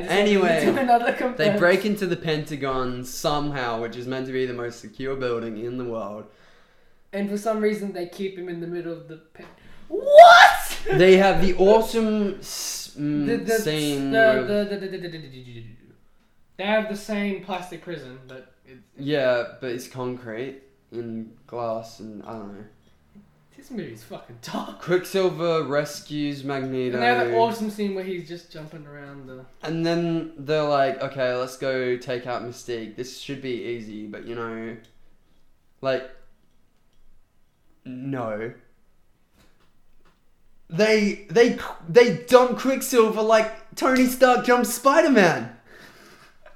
A: just
B: Anyway,
A: do another confirmed.
B: They break into the Pentagon somehow, which is meant to be the most secure building in the world.
A: and for some reason they keep him in the middle of the pit. What?
B: They have the awesome s- mm,
A: the, the,
B: scene.
A: the,
B: with-
A: the, the, the, the, the, the, the- the- they have the same plastic prison, but it,
B: yeah, but it's concrete and glass, and I don't know.
A: this movie's fucking dark.
B: Quicksilver rescues Magneto,
A: And they have an awesome scene where he's just jumping around the.
B: and then they're like, "Okay, let's go take out Mystique. This should be easy, but you know, like, no." They they they dump Quicksilver like Tony Stark jumps Spider Man.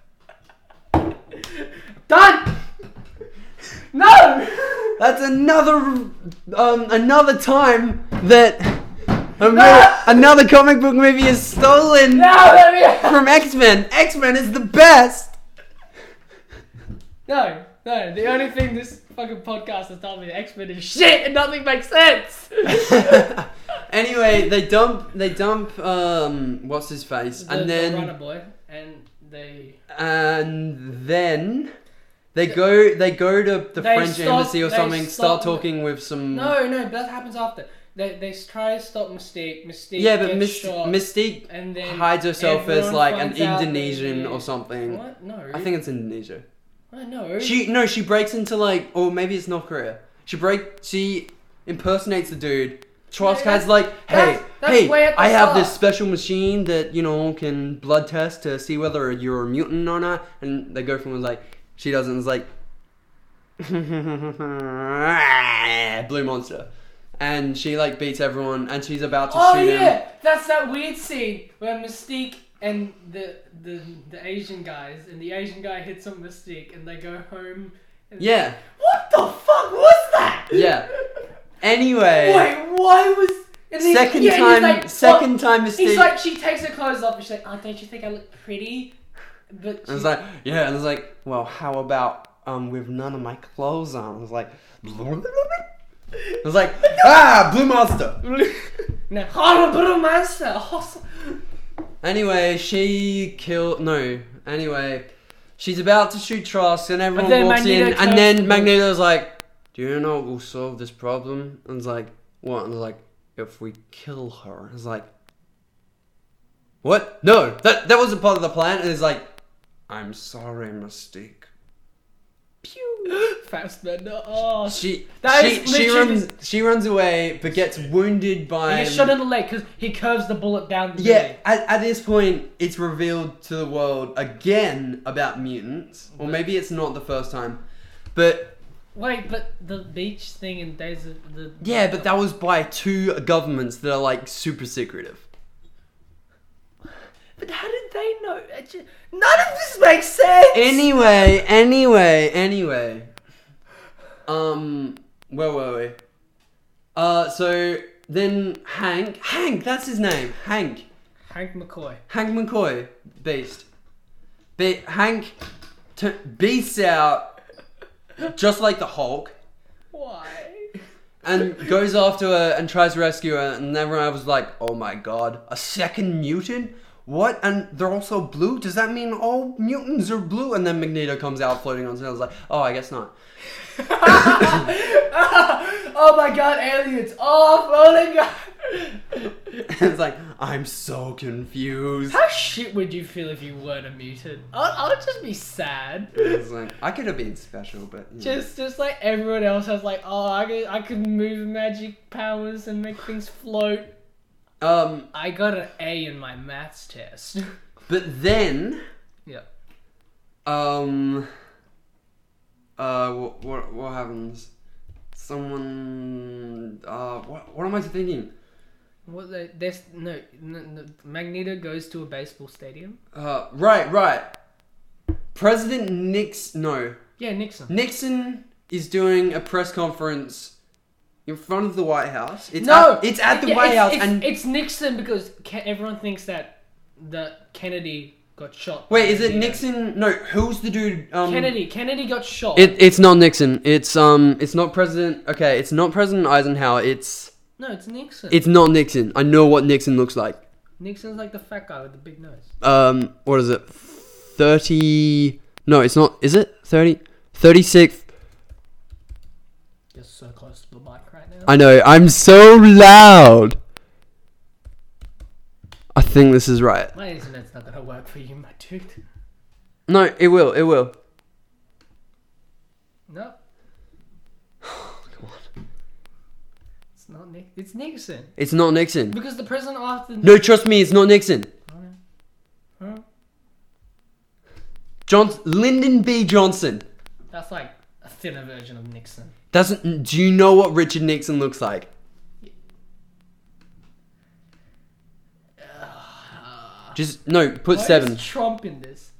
A: Done. no.
B: That's another um, another time that a mo- another comic book movie is stolen
A: No, let me.
B: from X Men. X Men is the best.
A: No, no. The only thing this fucking podcast has taught me, the X Men is shit, and nothing makes sense.
B: anyway, they dump they dump um what's his face
A: The-
B: and
A: the
B: then
A: runner boy, and they
B: and then they go they go to the
A: They
B: French
A: stop-
B: embassy or
A: they
B: something. Start
A: stop-
B: talking with some
A: no, no. That happens after. They they try to stop Mystique. Mystique.
B: yeah, but
A: gets
B: Myst-
A: shot,
B: Mystique
A: and then
B: hides herself as
A: everyone
B: like an
A: finds out that
B: Indonesian
A: he-
B: or something.
A: What? No,
B: I think it's Indonesia.
A: I know.
B: She no, she breaks into like, or maybe it's North Korea. She break, she impersonates the dude. Trask
A: Yeah,
B: has like, hey,
A: that's- that's
B: hey,
A: way at the
B: I have this
A: start."
B: special machine that you know can blood test to see whether you're a mutant or not. And the girlfriend was like, she doesn't. It's like, blue monster, and she like beats everyone, and she's about to
A: oh
B: shoot
A: yeah,
B: him.
A: that's that weird scene where Mystique and the the the Asian guys and the Asian guy hits on Mystique and they go home. And
B: Yeah,
A: What the fuck was that?
B: yeah. Anyway,
A: Wait, why was and then-
B: second
A: yeah, he's
B: time,
A: like,
B: second time mistake.
A: He's like, she takes her clothes off and she's like, oh, don't you think I look pretty? But
B: And
A: she's
B: it's like, yeah, and it's like, well, how about um with none of my clothes on? It's like It's like ah, blue monster.
A: no, horrible monster. awesome."
B: anyway, she kill no. Anyway, she's about to shoot Trask, and everyone
A: then
B: walks
A: Magneto
B: in, and
A: turns-
B: then Magneto's like, "Do you know what will solve this problem?" And it's like, "What?" And it's like, "If we kill her." And it's like, "What? No, that that wasn't part of the plan." And it's like, "I'm sorry, mistake."
A: Fassbender. Oh,
B: She
A: That
B: she,
A: is
B: she
A: literally-
B: runs she runs away but gets wounded by
A: he gets shot in the leg because he curves the bullet down the
B: yeah
A: leg.
B: at, at this point it's revealed to the world again about mutants or maybe it's not the first time but
A: Wait, but the beach thing in Days of the
B: yeah but that was by two governments that are like super secretive
A: But how did they know? I ju- None of this makes sense.
B: anyway anyway anyway um where were we uh so then Hank Hank that's his name Hank
A: Hank McCoy.
B: Hank McCoy, beast. Be- Hank t- beats out just like the Hulk,
A: Why?
B: and goes after her and tries to rescue her. And everyone was like, "Oh my god, a second mutant." What? And they're also blue? Does that mean all mutants are blue? And then Magneto comes out floating on sand. I was like, oh, I guess not.
A: oh my god, aliens! Oh, floating!
B: And it's like, I'm so confused.
A: How shit would you feel if you weren't a mutant? I'd, I'd just be sad.
B: It's like, I could have been special, but. you know.
A: Just, just like everyone else, I was like, oh, I could, I could move magic powers and make things float.
B: Um,
A: I got an A in my maths test.
B: but then,
A: yeah.
B: um, uh, what, what, what happens? Someone, uh, what, what am I thinking?
A: What the, there's no, no, no Magneto goes to a baseball stadium.
B: Uh, right, right. President Nix, no,
A: Yeah, Nixon.
B: Nixon is doing a press conference in front of the White House. It's
A: No,
B: at, it's at the
A: Yeah,
B: White
A: it's,
B: House,
A: it's,
B: and
A: it's Nixon because Ke- everyone thinks that that Kennedy got shot. by
B: wait, is it
A: Magneto.
B: Nixon? No, who's the dude? Um,
A: Kennedy. Kennedy got shot.
B: It, it's not Nixon. It's um. It's not President. Okay. It's not President Eisenhower. It's
A: no, it's Nixon.
B: it's not Nixon. I know what Nixon looks like.
A: Nixon's like the fat guy with the big nose.
B: Um. What is it? Thirty. No, it's not. Is it thirty? Thirty-sixth.
A: You're so close to the mic right now.
B: I know. I'm so loud. I think this is right.
A: My internet's not gonna work for you, my dude.
B: No, it will. It will.
A: No, it's not Nick. It's Nixon
B: It's not Nixon.
A: because the president after.
B: No, trust me. It's not Nixon.
A: Huh?
B: Johnson. Lyndon B. Johnson.
A: That's like a thinner version of Nixon.
B: Doesn't. Do you know what Richard Nixon looks like?
A: Ah.
B: Just no. Put
A: Why
B: seven.
A: Is Trump in this.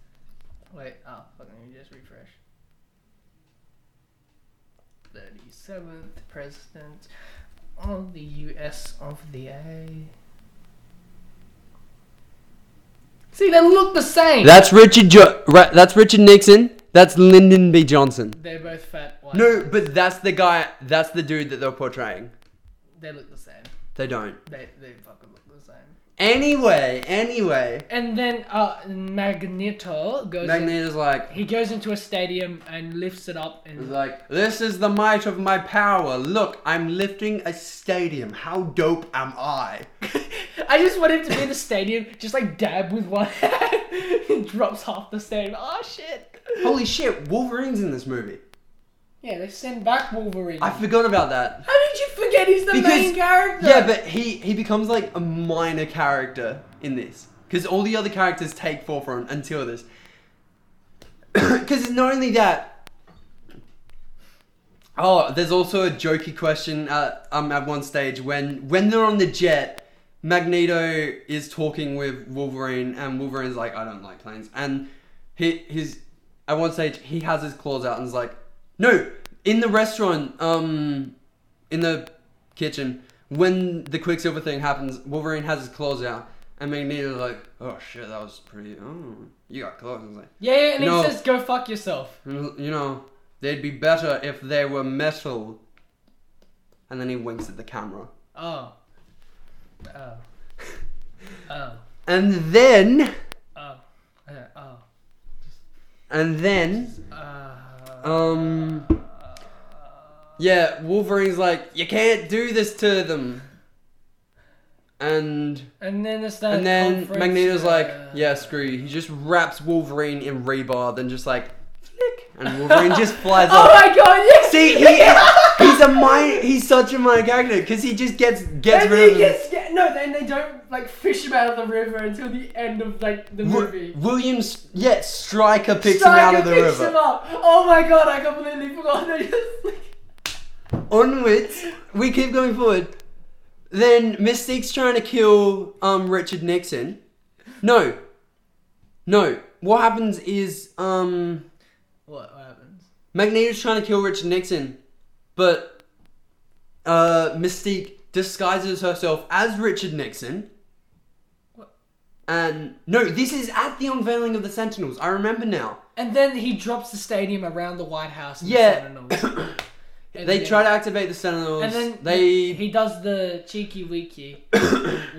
A: Wait, oh, fuck, let me just refresh. 37th President of the US of the A. See, they look the same!
B: That's Richard. Jo- Ra- that's Richard Nixon. That's Lyndon B. Johnson.
A: They're both fat white.
B: No, but that's the guy. That's the dude that they're portraying.
A: They look the same.
B: They don't.
A: They, they fucking look the same.
B: Anyway, anyway,
A: And then uh, Magneto goes. in,
B: Magneto's like,
A: he goes into a stadium and lifts it up
B: he's
A: and
B: like, this is the might of my power. Look, I'm lifting a stadium. How dope am I?
A: I just want him to be in the stadium, just like dab with one hand, and drops half the stadium. Oh shit!
B: Holy shit! Wolverine's in this movie.
A: Yeah, they send back Wolverine.
B: I forgot about that.
A: How did you forget he's the
B: Because-
A: main character?
B: Yeah, but he he becomes like a minor character in this because all the other characters take forefront until this. Because it's not only that. Oh, there's also a jokey question at, um, at one stage when when they're on the jet, Magneto is talking with Wolverine, and Wolverine's like, "I don't like planes," and he his at one stage he has his claws out and is like, "No!" In the restaurant, um, in the kitchen when the Quicksilver thing happens. Wolverine has his claws out, and Magneto's like, "Oh shit, that was pretty. Oh, you got claws." And he's like,
A: yeah, yeah, and
B: No.
A: he says, "Go fuck yourself."
B: "Mm, "You know, they'd be better if they were metal." And then he winks at the camera,
A: Oh. Oh. Oh.
B: and then,
A: Oh. Yeah, Oh.
B: and then,
A: Uh,
B: um, yeah, Wolverine's like, "You can't do this to them." And
A: and then it's that.
B: And then
A: conference,
B: Magneto's like,
A: uh,
B: yeah, screw you. He just wraps Wolverine in rebar, then just like, flick, and Wolverine just flies
A: Oh
B: off.
A: my god! Yes.
B: See, he, he's a minor, he's such a minor character because he just gets gets
A: And
B: rid
A: he
B: of him.
A: gets, get, no, then they don't like fish him out of the river until the end of like the
B: Wi-
A: movie.
B: Williams, yeah, Stryker picks him out
A: Stryker
B: of the
A: picks him
B: river.
A: up. Oh my god, I completely forgot. They just like,
B: Onwards, we keep going forward. Then Mystique's trying to kill um Richard Nixon. No, no. What happens is um.
A: what happens?
B: Magneto's trying to kill Richard Nixon, but uh, Mystique disguises herself as Richard Nixon
A: What?
B: And no, this is at the unveiling of the Sentinels. I remember now.
A: And then he drops the stadium around the White House. And
B: Yeah.
A: The Sentinels. And
B: they
A: then-
B: try to activate the Sentinels.
A: And then
B: they.
A: he does the cheeky weeky,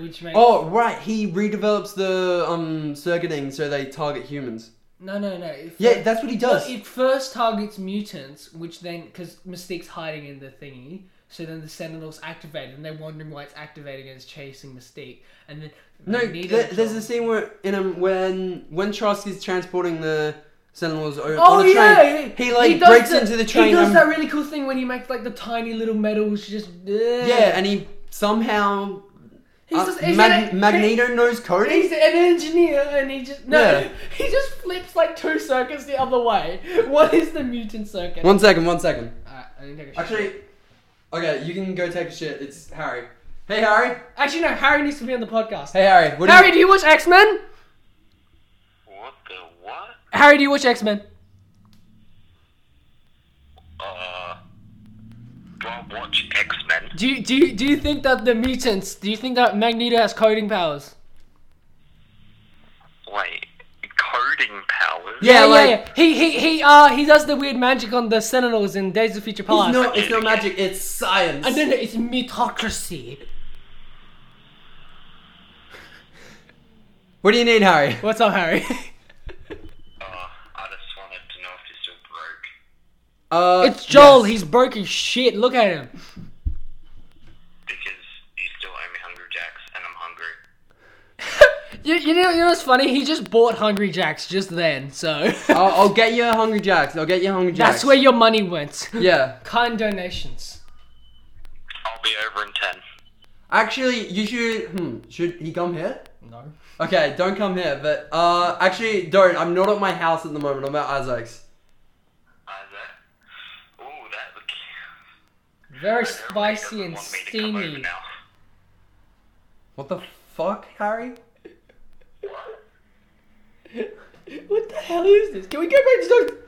A: which makes
B: oh right, he redevelops the um circuiting so they target humans.
A: no no no. It
B: Yeah,
A: fir-
B: that's what he does.
A: It first targets mutants, which then because Mystique's hiding in the thingy, so then the Sentinels activate, and they're wondering why it's activating and it's chasing Mystique, and then
B: No,
A: Magneto
B: there, there's a
A: joins.
B: scene where in um, when when Trosk is transporting the Sentinels o-
A: Oh
B: on a
A: yeah,
B: train, he like
A: does
B: breaks
A: the-
B: into the train.
A: He does
B: and,
A: that really cool thing when he makes like the tiny little metals just
B: yeah, and he somehow
A: he's
B: uh,
A: just he's
B: Mag-
A: an-
B: Magneto knows
A: he-
B: coding.
A: He's an engineer, and he just no.
B: Yeah.
A: He just flips like two circuits the other way. What is the mutant circuit?
B: One second, one second.
A: Alright, I didn't take a
B: Actually,
A: shit.
B: okay, you can go take a shit. It's Harry. Hey Harry.
A: actually, no. Harry needs to be on the podcast.
B: Hey Harry. What
A: Harry, do you watch X Men?
C: What the what?
A: Harry, do you watch X Men?
C: Uh, do I watch X Men?
A: Do you, do you, do you think that the mutants? Do you think that Magneto has coding powers?
C: Wait, coding powers?
B: Yeah, like-
A: Oh, He he he uh he does the weird magic on the Sentinels in Days of Future
B: It's
A: Past.
B: not. It's not magic. It's science.
A: And then it's meritocracy.
B: What do you need, Harry?
A: What's up, Harry?
C: Uh, I just wanted to know if you're still broke.
B: Uh,
A: it's Joel.
B: yes.
A: He's broke as shit. Look at him.
C: Because you still owe me Hungry Jacks, and I'm hungry.
A: You, you know you know what's funny? He just bought Hungry Jacks just then, so
B: I'll, I'll get you a Oh, hungry jacks. I'll get you a hungry jacks.
A: that's where your money went.
B: Yeah.
A: Kind donations.
C: I'll be over in 10.
B: Actually, you should. Hmm. Should he come here?
A: No.
B: Okay, don't come here. But uh, actually, don't. I'm not at my house at the moment. I'm at Isaac's.
C: Isaac? Ooh, that looks.
A: Very
C: Everybody doesn't
A: spicy and
C: want me to come over
A: steamy.
C: now.
B: What the fuck, Harry?
A: What the hell is this? Can we go back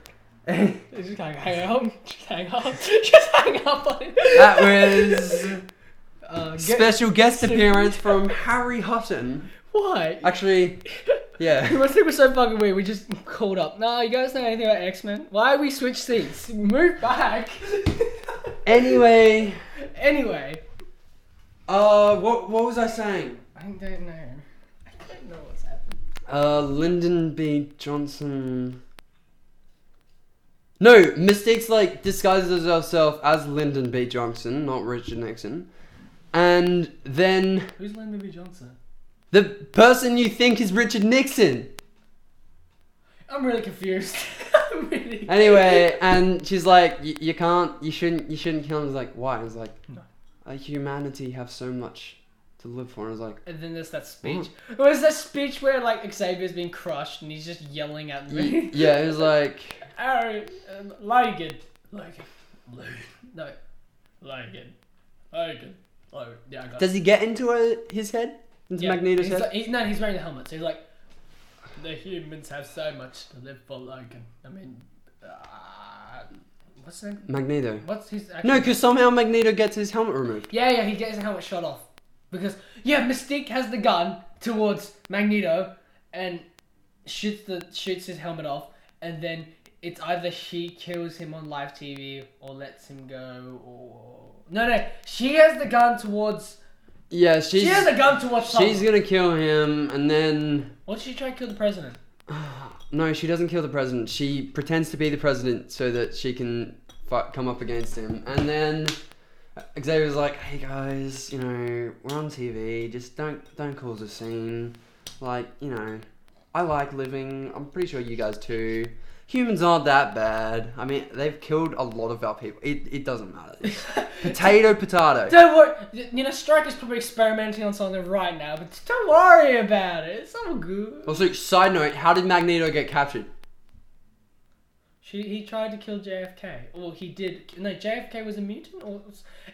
A: to just hang, hang up? Just hang up. Just hang up on it.
B: that was
A: uh, get,
B: special guest appearance from Harry Hutton.
A: why?
B: Actually, yeah.
A: We must think we're so fucking weird. We just called up. No, you guys know anything about X Men? Why we switch seats? Move back.
B: Anyway,
A: anyway,
B: uh, what what was I saying?
A: I don't know. I don't know what's happened.
B: Uh, Lyndon B. Johnson. No, Mystique's like disguises herself as Lyndon B. Johnson, not Richard Nixon. And then
A: Who's Lyndon B. Johnson?
B: the person you think is Richard Nixon.
A: I'm really confused. I'm really.
B: Anyway, and she's like, "Y- you can't, you shouldn't, you shouldn't kill him. He's like, why? He's like,
A: No.
B: "Uh, humanity have so much to live for. And I was like,
A: And then there's
B: Mm.
A: that speech. It was that speech where like Xavier's been crushed and he's just yelling at
B: y-
A: me.
B: yeah, it was like,
A: Aaron, um, Logan, Logan, Logan, no, Logan, Logan, Logan. Yeah, I got it.
B: does he get into uh his head? Into
A: Yeah,
B: Magneto's
A: he's
B: head?
A: like- he- no, he's wearing the helmet, so he's like, the humans have so much to live for, Logan. I mean, uh, what's his name?
B: Magneto.
A: What's his actual
B: No, because somehow Magneto gets his helmet removed.
A: Yeah, yeah, he gets the helmet shot off. Because, yeah, Mystique has the gun towards Magneto and shoots the shoots his helmet off, and then it's either she kills him on live TV or lets him go, or. No, no, she has the gun towards.
B: Yeah, she's
A: She has the gun towards
B: she's
A: someone.
B: gonna kill him, and then
A: What did she try to kill the president?
B: no, she doesn't kill the president. She pretends to be the president so that she can fi- come up against him, and then uh, Xavier's like, "Hey guys, you know we're on TV. Just don't don't cause a scene. Like you know, I like living. I'm pretty sure you guys too." Humans aren't that bad. I mean, they've killed a lot of our people. It, it doesn't matter. potato, potato.
A: Don't worry. You know, Striker's probably experimenting on something right now, but don't worry about it. It's all good.
B: Also, side note, how did Magneto get captured?
A: She, he tried to kill JFK. Well, he did. No, JFK was a mutant, or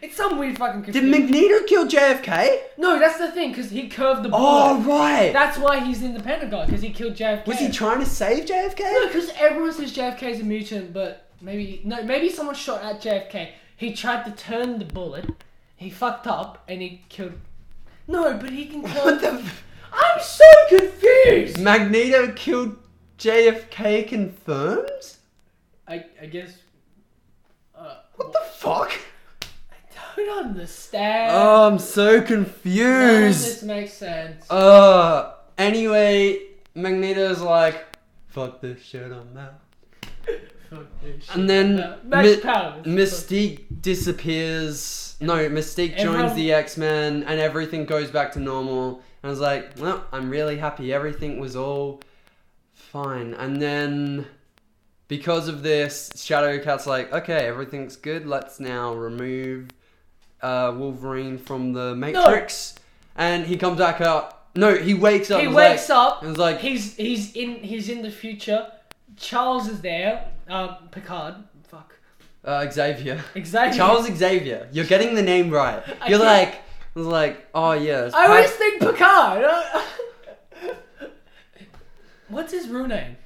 A: it's some weird fucking.
B: Did
A: Confusion.
B: Magneto kill JFK?
A: no, that's the thing, because he curved the
B: Oh,
A: bullet.
B: right.
A: That's why he's in the Pentagon, because he killed JFK.
B: Was he trying to save
A: No,
B: JFK?
A: because everyone says JFK is a mutant, but maybe no, maybe someone shot at JFK. He tried to turn the bullet. He fucked up and he killed. No, but he can curve.
B: What the? f-
D: I'm so confused.
B: Magneto killed JFK confirms?
A: I, I guess. Uh,
B: What the fuck?
A: I don't understand.
B: Oh, I'm so
A: None of
B: confused.
A: this makes sense.
B: Uh, anyway, Magneto's like, fuck this shit, I'm out.
A: Fuck this shit.
B: And then
A: Uh, Max
B: Mi-
A: Powell.
B: Mystique disappears. No, Mystique joins
A: Everyone-
B: the X Men, and everything goes back to normal. And I was like, well, I'm really happy. Everything was all fine. And then, because of this, Shadowcat's like, okay, everything's good. Let's now remove uh, Wolverine from the Matrix. And he comes back out. No, he wakes up.
A: He
B: and was like-
A: wakes up.
B: And was like,
A: He's he's in he's in the future. Charles is there. Um, Picard. Fuck.
B: uh, Xavier.
A: Exactly.
B: Charles Xavier. You're getting the name right.
A: I
B: You're
A: can't-
B: like, I was like, oh yeah. it's
A: I
B: Pat-
A: always think Picard. What's his real name?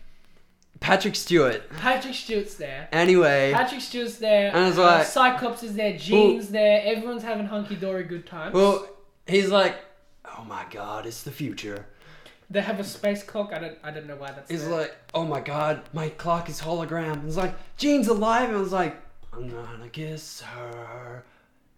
B: Patrick Stewart.
A: Patrick Stewart's there.
B: Anyway,
A: Patrick Stewart's there.
B: And it's
A: uh,
B: like-
A: Cyclops is there. Jean's there. Everyone's having hunky dory good times.
B: well, he's like, oh my god, it's the future.
A: they have a space clock. I don't I don't know why that's.
B: He's
A: there.
B: like, oh my god, my clock is hologram. He's like, Jean's alive. And I was like, "Oh, I'm gonna kiss her.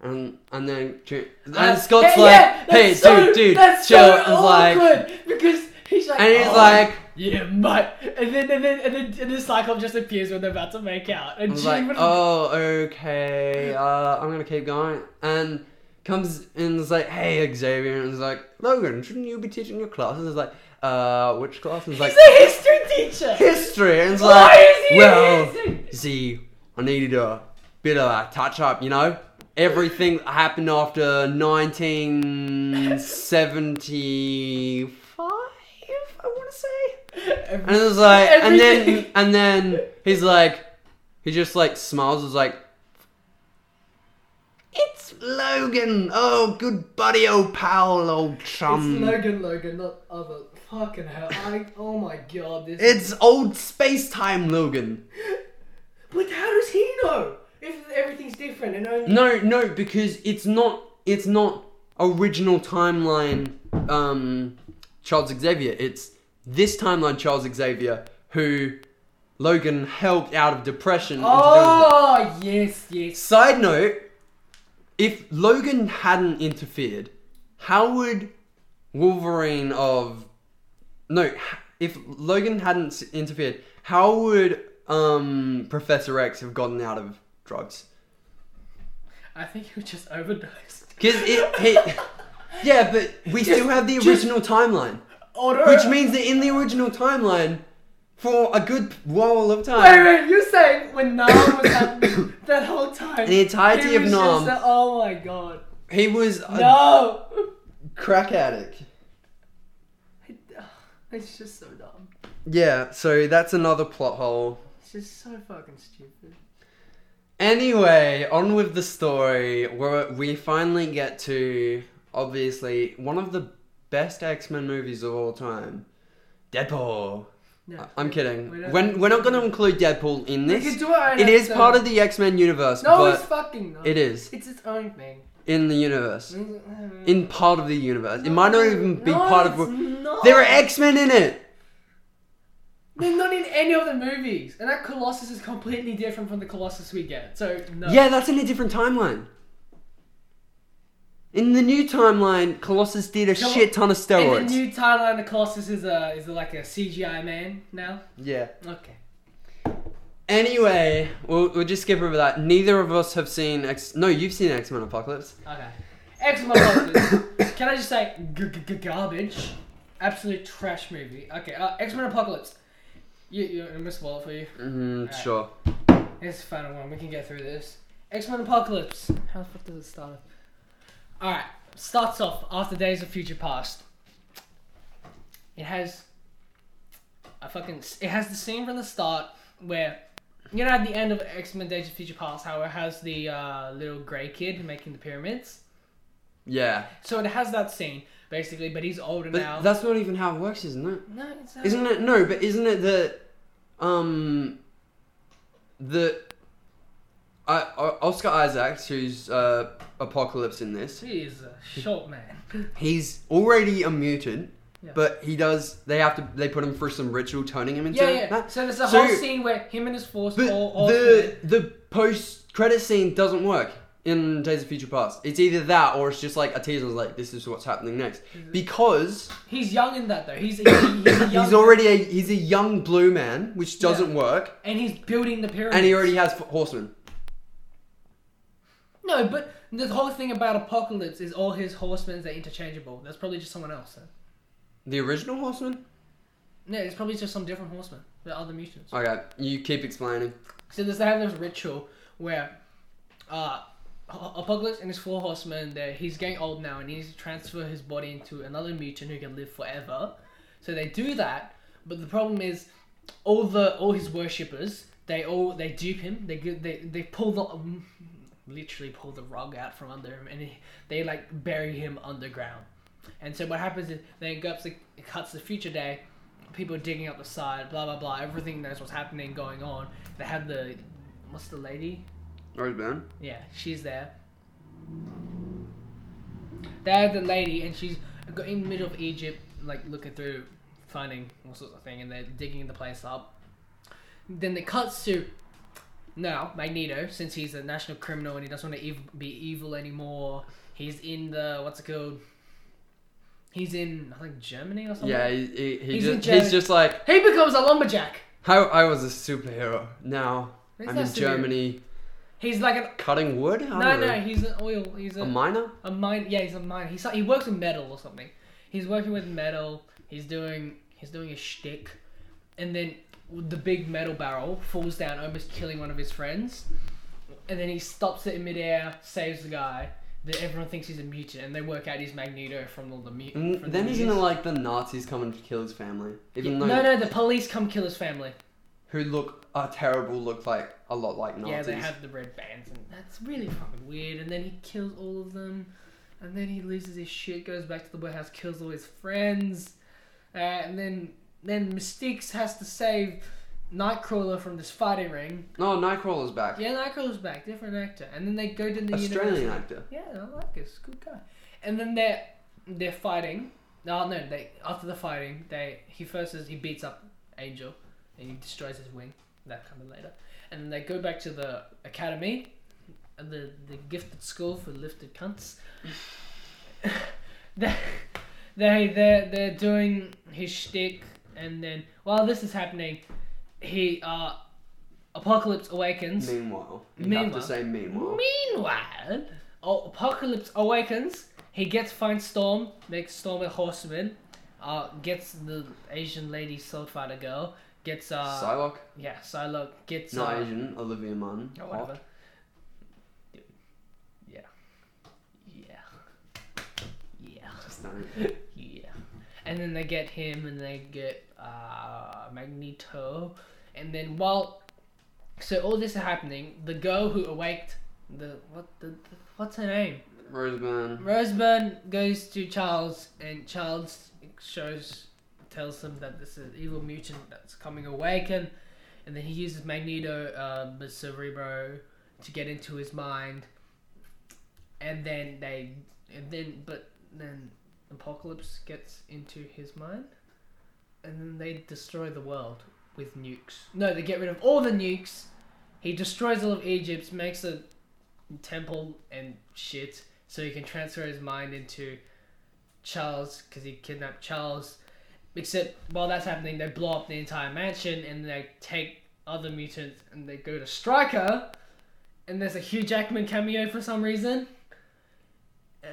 B: And and then Jean, and
A: Uh,
B: Scott's
A: yeah,
B: like,
A: yeah, that's
B: hey
A: so-
B: dude, dude,
A: that's
B: chill.
A: so
B: and he's like,
A: awkward because he's like,
B: and he's
A: "Oh,
B: like,
A: yeah, mate, and then and then and then and then Cyclops just appears when they're about to make out, and
B: I was
A: Jean
B: like,
A: would-
B: oh, okay, uh, I'm gonna keep going. And comes and is like, hey, Xavier, and is like, Logan, shouldn't you be teaching your classes? And is like, uh, which class? And is like,
A: he's a history teacher.
B: history. And is
A: Why
B: like,
A: is he a
B: well,
A: history-
B: see, I needed a bit of a touch up, you know? Everything that happened after 1975, I wanna say. And it was like, and then,
A: Everything.
B: and then he's like, he just like smiles, was like, it's Logan. Oh, good buddy, old pal, old
A: it's
B: chum.
A: Logan, Logan, not other. Fucking hell! I, oh my god, this.
B: It's old space time, Logan.
A: but how does he know if everything's different and only?
B: No, no, because it's not, it's not original timeline. Um, Charles Xavier. It's this timeline, Charles Xavier, who Logan helped out of depression. into doing that.
A: Oh yes, yes.
B: Side note, if Logan hadn't interfered, how would Wolverine of no, h- if Logan hadn't s- interfered, how would um Professor X have gotten out of drugs?
A: I think he just overdosed.
B: Cuz it he, yeah, but we still have the
A: just-
B: original timeline,
A: Oh, no.
B: which means that in the original timeline for a good while of time.
A: Wait, wait, you're saying when Nam was happening that whole time?
B: The entirety
A: he
B: of
A: was just
B: Nam. Uh,
A: a- oh my god.
B: He was a
A: No!
B: crack addict.
A: It's just so dumb.
B: Yeah, so that's another plot hole.
A: It's just so fucking stupid.
B: Anyway, on with the story, where we finally get to obviously one of the best X Men movies of all time, Deadpool.
A: No.
B: I- I'm kidding.
A: We don't-
B: When we're not going to include Deadpool in
A: We
B: this.
A: could do our own
B: It is
A: episode.
B: part of the X Men universe,
A: No,
B: but
A: it's fucking not.
B: it is
A: It's its own thing.
B: in the universe, in part of the universe. It might not even be
A: Mm. No,
B: part
A: it's
B: of.
A: not.
B: There are X Men in it.
A: They're not in any of the movies. And that Colossus is completely different from the Colossus we get. So, no.
B: Yeah, that's in a different timeline. In the new timeline, Colossus did a
A: Col-
B: shit ton of
A: In the
B: steroids.
A: new timeline, the Colossus is a is like a CGI man now.
B: yeah.
A: Okay.
B: Anyway, we'll, we'll just skip over that. Neither of us have seen X. No, you've seen X Men Apocalypse.
A: Okay. Excellent Apocalypse. Can I just say g- g- g- garbage? Absolute trash movie. Okay, uh, X Men Apocalypse. You, you, I'm gonna spoil it for you.
B: Mm,
A: Alright.
B: Sure.
A: It's a final one. We can get through this. X Men Apocalypse. How the fuck does it start? All right. Starts off after Days of Future Past. It has a fucking. It has the scene from the start where you know at the end of X Men Days of Future Past, how it has the uh, little gray kid making the pyramids.
B: Yeah,
A: So it has that scene basically, but he's older
B: but
A: now.
B: that's not even how it works, isn't it?
A: no, it's not.
B: Isn't it? No, but isn't it that, um, the I, O- Oscar Isaacs, who's uh, Apocalypse in this,
A: He is a short man.
B: he's already a mutant.
A: Yeah.
B: But he does. They have to. They put him through some ritual, turning him into.
A: Yeah, yeah.
B: Nah.
A: So there's a
B: So-
A: whole scene where him and his force
B: But
A: all, all
B: the the post credit scene doesn't work in Days of Future Past. It's either that or it's just like a teaser. Like this is what's happening next
A: Mm-hmm.
B: because
A: he's young in that though. He's he's, he's, a young,
B: he's already a he's a young blue man, which doesn't work,
A: and he's building the pyramid.
B: and he already has horsemen.
A: no, but the whole thing about apocalypse is all his horsemen are interchangeable. That's probably just someone else. Then.
B: The original horseman.
A: No, it's probably just some different horseman. The other mutants.
B: Okay, you keep explaining.
A: So there's they have this ritual where uh Ho- Apocalypse and his four horsemen there he's getting old now and he needs to transfer his body into another mutant who can live forever. So they do that, but the problem is all the all his worshippers, they all they dupe him, they gi- they they pull the um, literally pull the rug out from under him and he, they like bury him underground. And so what happens is then Gups like, cuts the future day. People are digging up the side, blah blah blah. Everything knows what's happening, going on. They have the what's the lady?
B: Rose Byrne.
A: Yeah, she's there. They have the lady, and she's go- in the middle of Egypt, like looking through, finding all sorts of thing, and they're digging the place up. Then it cuts to now Magneto, since he's a national criminal and he doesn't want to ev- be evil anymore. He's in the what's it called? He's in I think Germany or something.
B: Yeah, he, he, he
A: He's in
B: just,
A: jail.
B: he's just like
A: He becomes a lumberjack.
B: how I was a superhero. Now
A: He's
B: I'm
A: not
B: in
A: superhero.
B: Germany
A: He's like an
B: cutting wood. I
A: no,
B: don't know.
A: no. He's an oil. He's a,
B: a miner.
A: a mine. Yeah, he's a mine. He's he works in metal or something. He's working with metal. He's doing he's doing a shtick, and then the big metal barrel falls down, almost killing one of his friends. And then he stops it in midair, saves the guy. Then everyone thinks he's a mutant, and they work out he's Magneto from all the
B: And
A: mutants.
B: Mm, then he's gonna like the Nazis coming to kill his family, even though
A: no, no, the police come kill his family.
B: who look are terrible look like a lot like Nazis.
A: Yeah, they have the red bands, and that's really fucking weird. And then he kills all of them, and then he loses his shit, goes back to the warehouse, kills all his friends, uh, and then then Mystique's has to save Nightcrawler from this fighting ring.
B: No, Nightcrawler's back.
A: Yeah, Nightcrawler's back, different actor, and then they go to the
B: Australian
A: university.
B: actor.
A: Yeah, I like it. It's a good guy. And then they're they're fighting. No, no. They after the fighting, they he first is he beats up Angel, and he destroys his wing. That coming later. And then they go back to the academy, and the the gifted school for lifted cunts. they they they're, they're doing his shtick, and then while this is happening, he uh, Apocalypse awakens.
B: Meanwhile, you have
A: Meanwhile.
B: to say meanwhile.
A: Meanwhile, oh, Apocalypse awakens. He gets finds Storm, makes Storm a horseman. Uh, gets the Asian lady soul fighter girl. Gets uh,
B: Psylocke,
A: yeah, Psylocke. Gets
B: not
A: uh,
B: Asian. Olivia Munn.
A: or
B: hot.
A: whatever. Yeah, yeah, yeah.
B: Just don't-
A: Yeah. And then they get him and they get uh, Magneto. And then while. So all this is happening, the girl who awaked. The, what the, what's her name?
B: Roseburn.
A: Roseburn goes to Charles and Charles shows tells him that this is an evil mutant that's coming awakened and then he uses Magneto uh, the Cerebro to get into his mind and then they and then but then Apocalypse gets into his mind and then they destroy the world with nukes no they get rid of all the nukes he destroys all of Egypt makes a temple and shit so he can transfer his mind into Charles because he kidnapped Charles. Except while that's happening, they blow up the entire mansion and they take other mutants and they go to Stryker. And there's a Hugh Jackman cameo for some reason. Uh,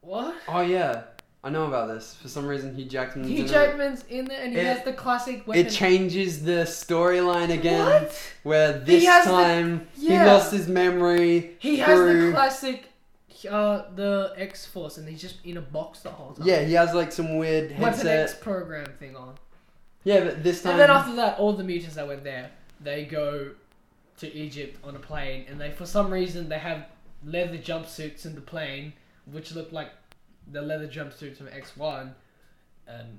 A: what?
B: Oh yeah, I know about this. For some reason, Hugh Jackman.
A: Hugh
B: didn't-
A: Jackman's in there and he
B: It-
A: has the classic weapon.
B: It changes the storyline again.
A: What?
B: Where this
A: has the-
B: time
A: yeah.
B: he lost his memory.
A: He has the
B: through-
A: classic, uh, the X Force, and he's just in a box the whole time.
B: Yeah, he has like some weird
A: Weapon X
B: headset.
A: program thing on.
B: Yeah, but this time.
A: And then after that, all the mutants that went there, they go to Egypt on a plane, and they for some reason they have leather jumpsuits in the plane, which look like the leather jumpsuits from X One. Um,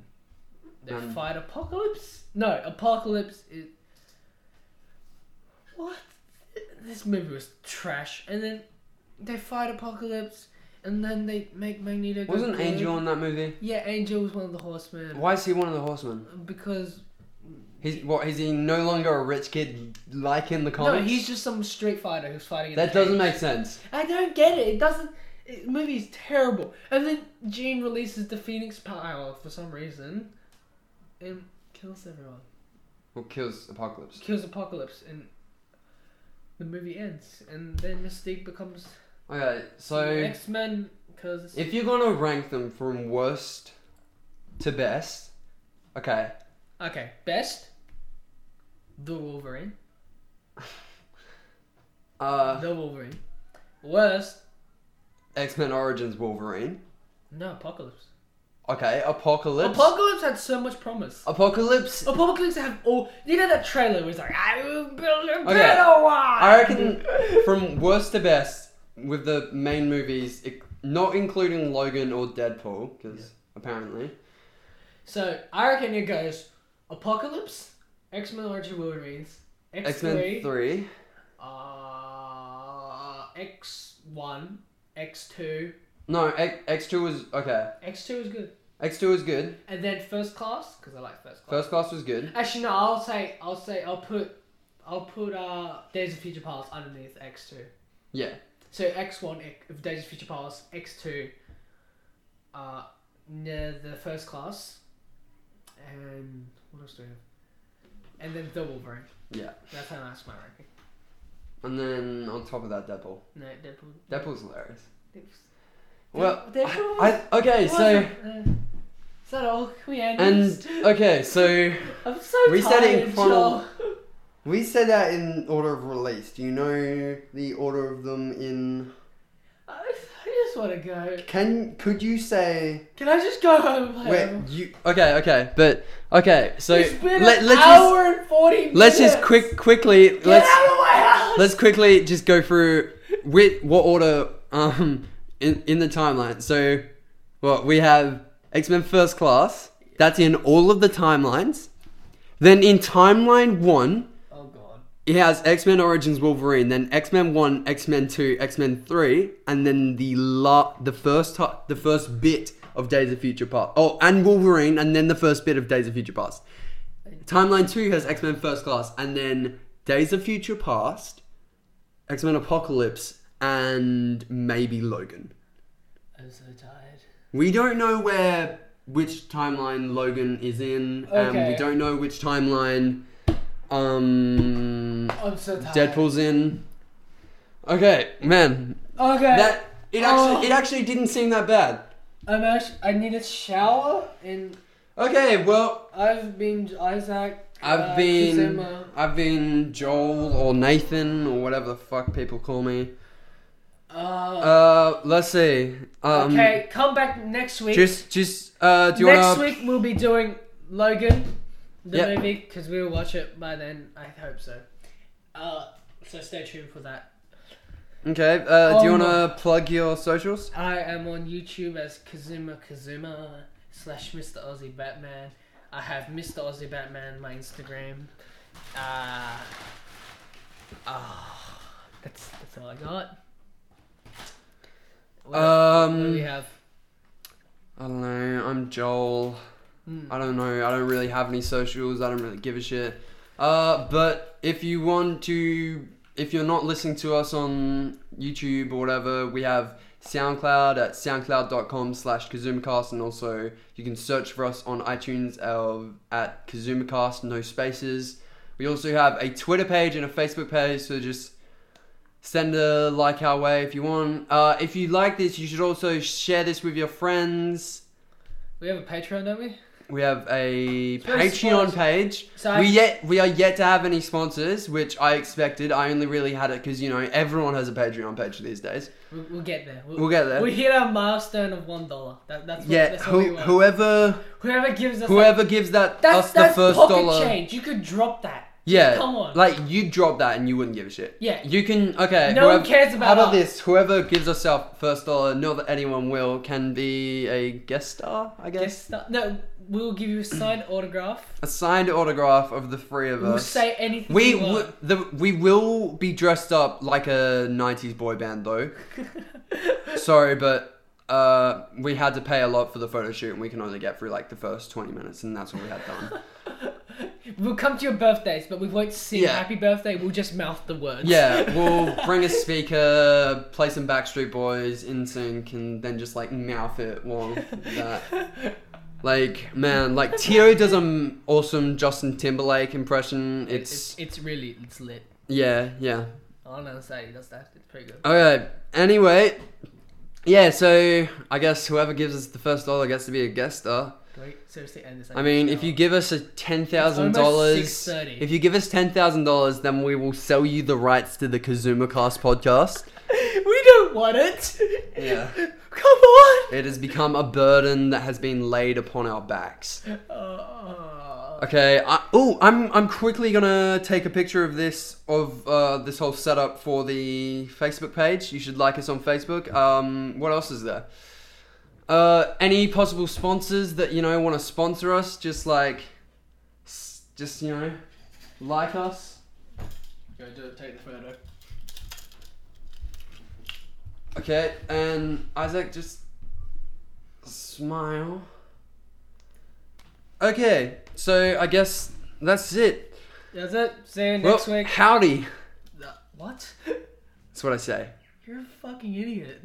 A: they
B: Um.
A: fight Apocalypse. No, Apocalypse is what? This movie was trash. And then they fight Apocalypse, and then they make Magneto. go
B: Wasn't
A: good.
B: Angel in that movie?
A: Yeah, Angel was one of the horsemen.
B: Why is he one of the horsemen?
A: Because
B: He's what? Is he no longer a rich kid like in the
A: no,
B: comics?
A: he's just some street fighter who's fighting. in
B: that
A: the
B: doesn't
A: cage.
B: make sense.
A: I don't get it. It doesn't. It, the movie's terrible. And then Jean releases the Phoenix power for some reason, and kills everyone.
B: Well, kills Apocalypse.
A: Kills Apocalypse, and the movie ends. And then Mystique becomes
B: Okay, so
A: X Men because
B: if you're gonna rank them from worst to best, okay,
A: okay, best the Wolverine,
B: uh,
A: the Wolverine. Worst
B: X Men Origins Wolverine.
A: no Apocalypse.
B: Okay, Apocalypse.
A: Apocalypse had so much promise.
B: Apocalypse.
A: Apocalypse have all. You know that trailer was like, I will build a better
B: Okay.
A: one.
B: I reckon from worst to best with the main movies, it, not including Logan or Deadpool, because apparently
A: So I reckon it goes Apocalypse, X Men Origin Wolverines, X
B: X Men
A: three,
B: Three.
A: uh, X one, X two.
B: No, X two was okay.
A: X two is good,
B: X two was good.
A: and then First Class because I like First Class.
B: First class was good.
A: Actually, no. I'll say I'll say I'll put I'll put uh Days of Future Past underneath X two.
B: Yeah.
A: So X one of Days of Future Past, X two, uh, near the First Class, and what else do we have? And then the Wolverine.
B: Yeah.
A: That's how that's my ranking.
B: And then on top of that, Deadpool.
A: No, Deadpool.
B: Deadpool's hilarious.
A: Deadpool.
B: Well,
A: Deadpool
B: I, okay,
A: was-
B: so
A: uh, is that all? Can we end?
B: and uh,
A: this?
B: okay, so
A: I'm so
B: we
A: tired.
B: said it in chrono-
A: Joel.
B: we said that in order of release. Do you know the order of them in?
A: I, I just want to go.
B: Can could you say
A: Can I just go home? and play
B: where
A: Overwatch?
B: you? Okay, okay, but okay, so
A: it's been
B: let,
A: an
B: let's just
A: hour and forty minutes.
B: let's just quick quickly
A: Get
B: let's
A: out of my house.
B: let's quickly just go through with what order um in in the timeline. So, well, we have X Men First Class. That's in all of the timelines. Then in timeline one,
A: Oh god.
B: it has X Men Origins Wolverine, then X Men One, X Men Two, X Men Three, and then the la- the first ti- the first bit of Days of Future Past. Oh, and Wolverine, and then the first bit of Days of Future Past. Timeline Two has X Men First Class, and then Days of Future Past, X Men Apocalypse, and maybe Logan.
A: I'm so tired.
B: We don't know where which timeline Logan is in, and
A: Okay.
B: we don't know which timeline um
A: I'm so tired.
B: Deadpool's in. Okay, man,
A: Okay.
B: that it actually
A: Oh.
B: it actually didn't seem that bad.
A: I'm actually, I need a shower and
B: Okay, well,
A: I've been Isaac.
B: I've
A: uh,
B: been
A: Kazuma.
B: I've been Joel or Nathan or whatever the fuck people call me.
A: Uh,
B: Uh, let's see. Um,
A: okay, come back next week.
B: Just just uh, do you
A: next
B: wanna?
A: week we'll be doing Logan, the
B: Yep.
A: movie, because we'll watch it by then. I hope so. Uh, so stay tuned for that.
B: Okay, uh, do you
A: Oh
B: wanna plug your socials?
A: I am on YouTube as Kazuma Kazuma slash Mr. Aussie Batman. I have Mr. Aussie Batman, my Instagram. Uh, ah, that's that's all I got. What, what do we
B: Um,
A: have?
B: I don't know. I'm Joel.
A: Mm.
B: I don't know. I don't really have any socials. I don't really give a shit. Uh, but if you want to, if you're not listening to us on YouTube or whatever, we have SoundCloud at soundcloud.com slash KazumaCast. And also, you can search for us on iTunes of, at KazumaCast, no spaces. We also have a Twitter page and a Facebook page. So just send a like our way if you want. Uh, if you like this, you should also share this with your friends.
A: We have a Patreon, don't we?
B: We have a
A: very
B: Patreon
A: sponsor-
B: page.
A: So I-
B: we yet we are yet to have any sponsors, which I expected. I only really had it because you know everyone has a Patreon page these days.
A: We'll, we'll get there. We'll,
B: We'll get there.
A: We hit our milestone of one dollar. That, that's what,
B: yeah,
A: That's what we
B: who,
A: want.
B: whoever
A: whoever gives us
B: whoever gives that
A: that's,
B: us the
A: that's
B: first
A: pocket
B: dollar.
A: change. You could drop that.
B: Yeah.
A: Come on.
B: Like you drop that and you wouldn't give a shit.
A: Yeah.
B: You can okay.
A: No one cares
B: How
A: about
B: about
A: us.
B: this? Whoever gives herself first dollar, not that anyone will, can be a guest star, I guess.
A: Guess not. No, we'll give you a signed autograph.
B: A signed autograph of the three of
A: We'll
B: us.
A: say anything.
B: we
A: you want.
B: w- the, we will be dressed up like a '90s boy band though. Sorry, but uh, we had to pay a lot for the photo shoot, and we can only get through like the first 20 minutes, and that's what we had done.
A: We'll come to your birthdays, but we won't sing
B: Yeah.
A: happy birthday. We'll just mouth the words.
B: yeah, we'll bring a speaker, play some Backstreet Boys in sync, and then just like mouth it while that. Like man, like Tio does an awesome Justin Timberlake impression.
A: It's,
B: It's
A: it's really it's lit.
B: yeah, yeah.
A: I know say he does that. It's pretty good.
B: Okay. Anyway, yeah. So I guess whoever gives us the first dollar gets to be a guest star.
A: Can we seriously end this?
B: I mean, if you give us a ten
A: almost
B: thousand dollars,
A: 6:30.
B: if you give us ten thousand dollars, then we will sell you the rights to the Kazuma Cast podcast.
A: we don't want it.
B: Yeah.
A: Come on.
B: It has become a burden that has been laid upon our backs.
A: Uh, Oh.
B: Okay. I, oh, I'm I'm quickly gonna take a picture of this of uh, this whole setup for the Facebook page. You should like us on Facebook. Um, what else is there? Uh, any possible sponsors that you know want to sponsor us? Just like, s- just you know, like us.
A: Go do it. Take the photo.
B: Okay, and Isaac just smile. Okay, so I guess that's it.
A: That's it. See you next
B: well,
A: week.
B: howdy.
A: What?
B: That's what I say.
A: You're a fucking idiot.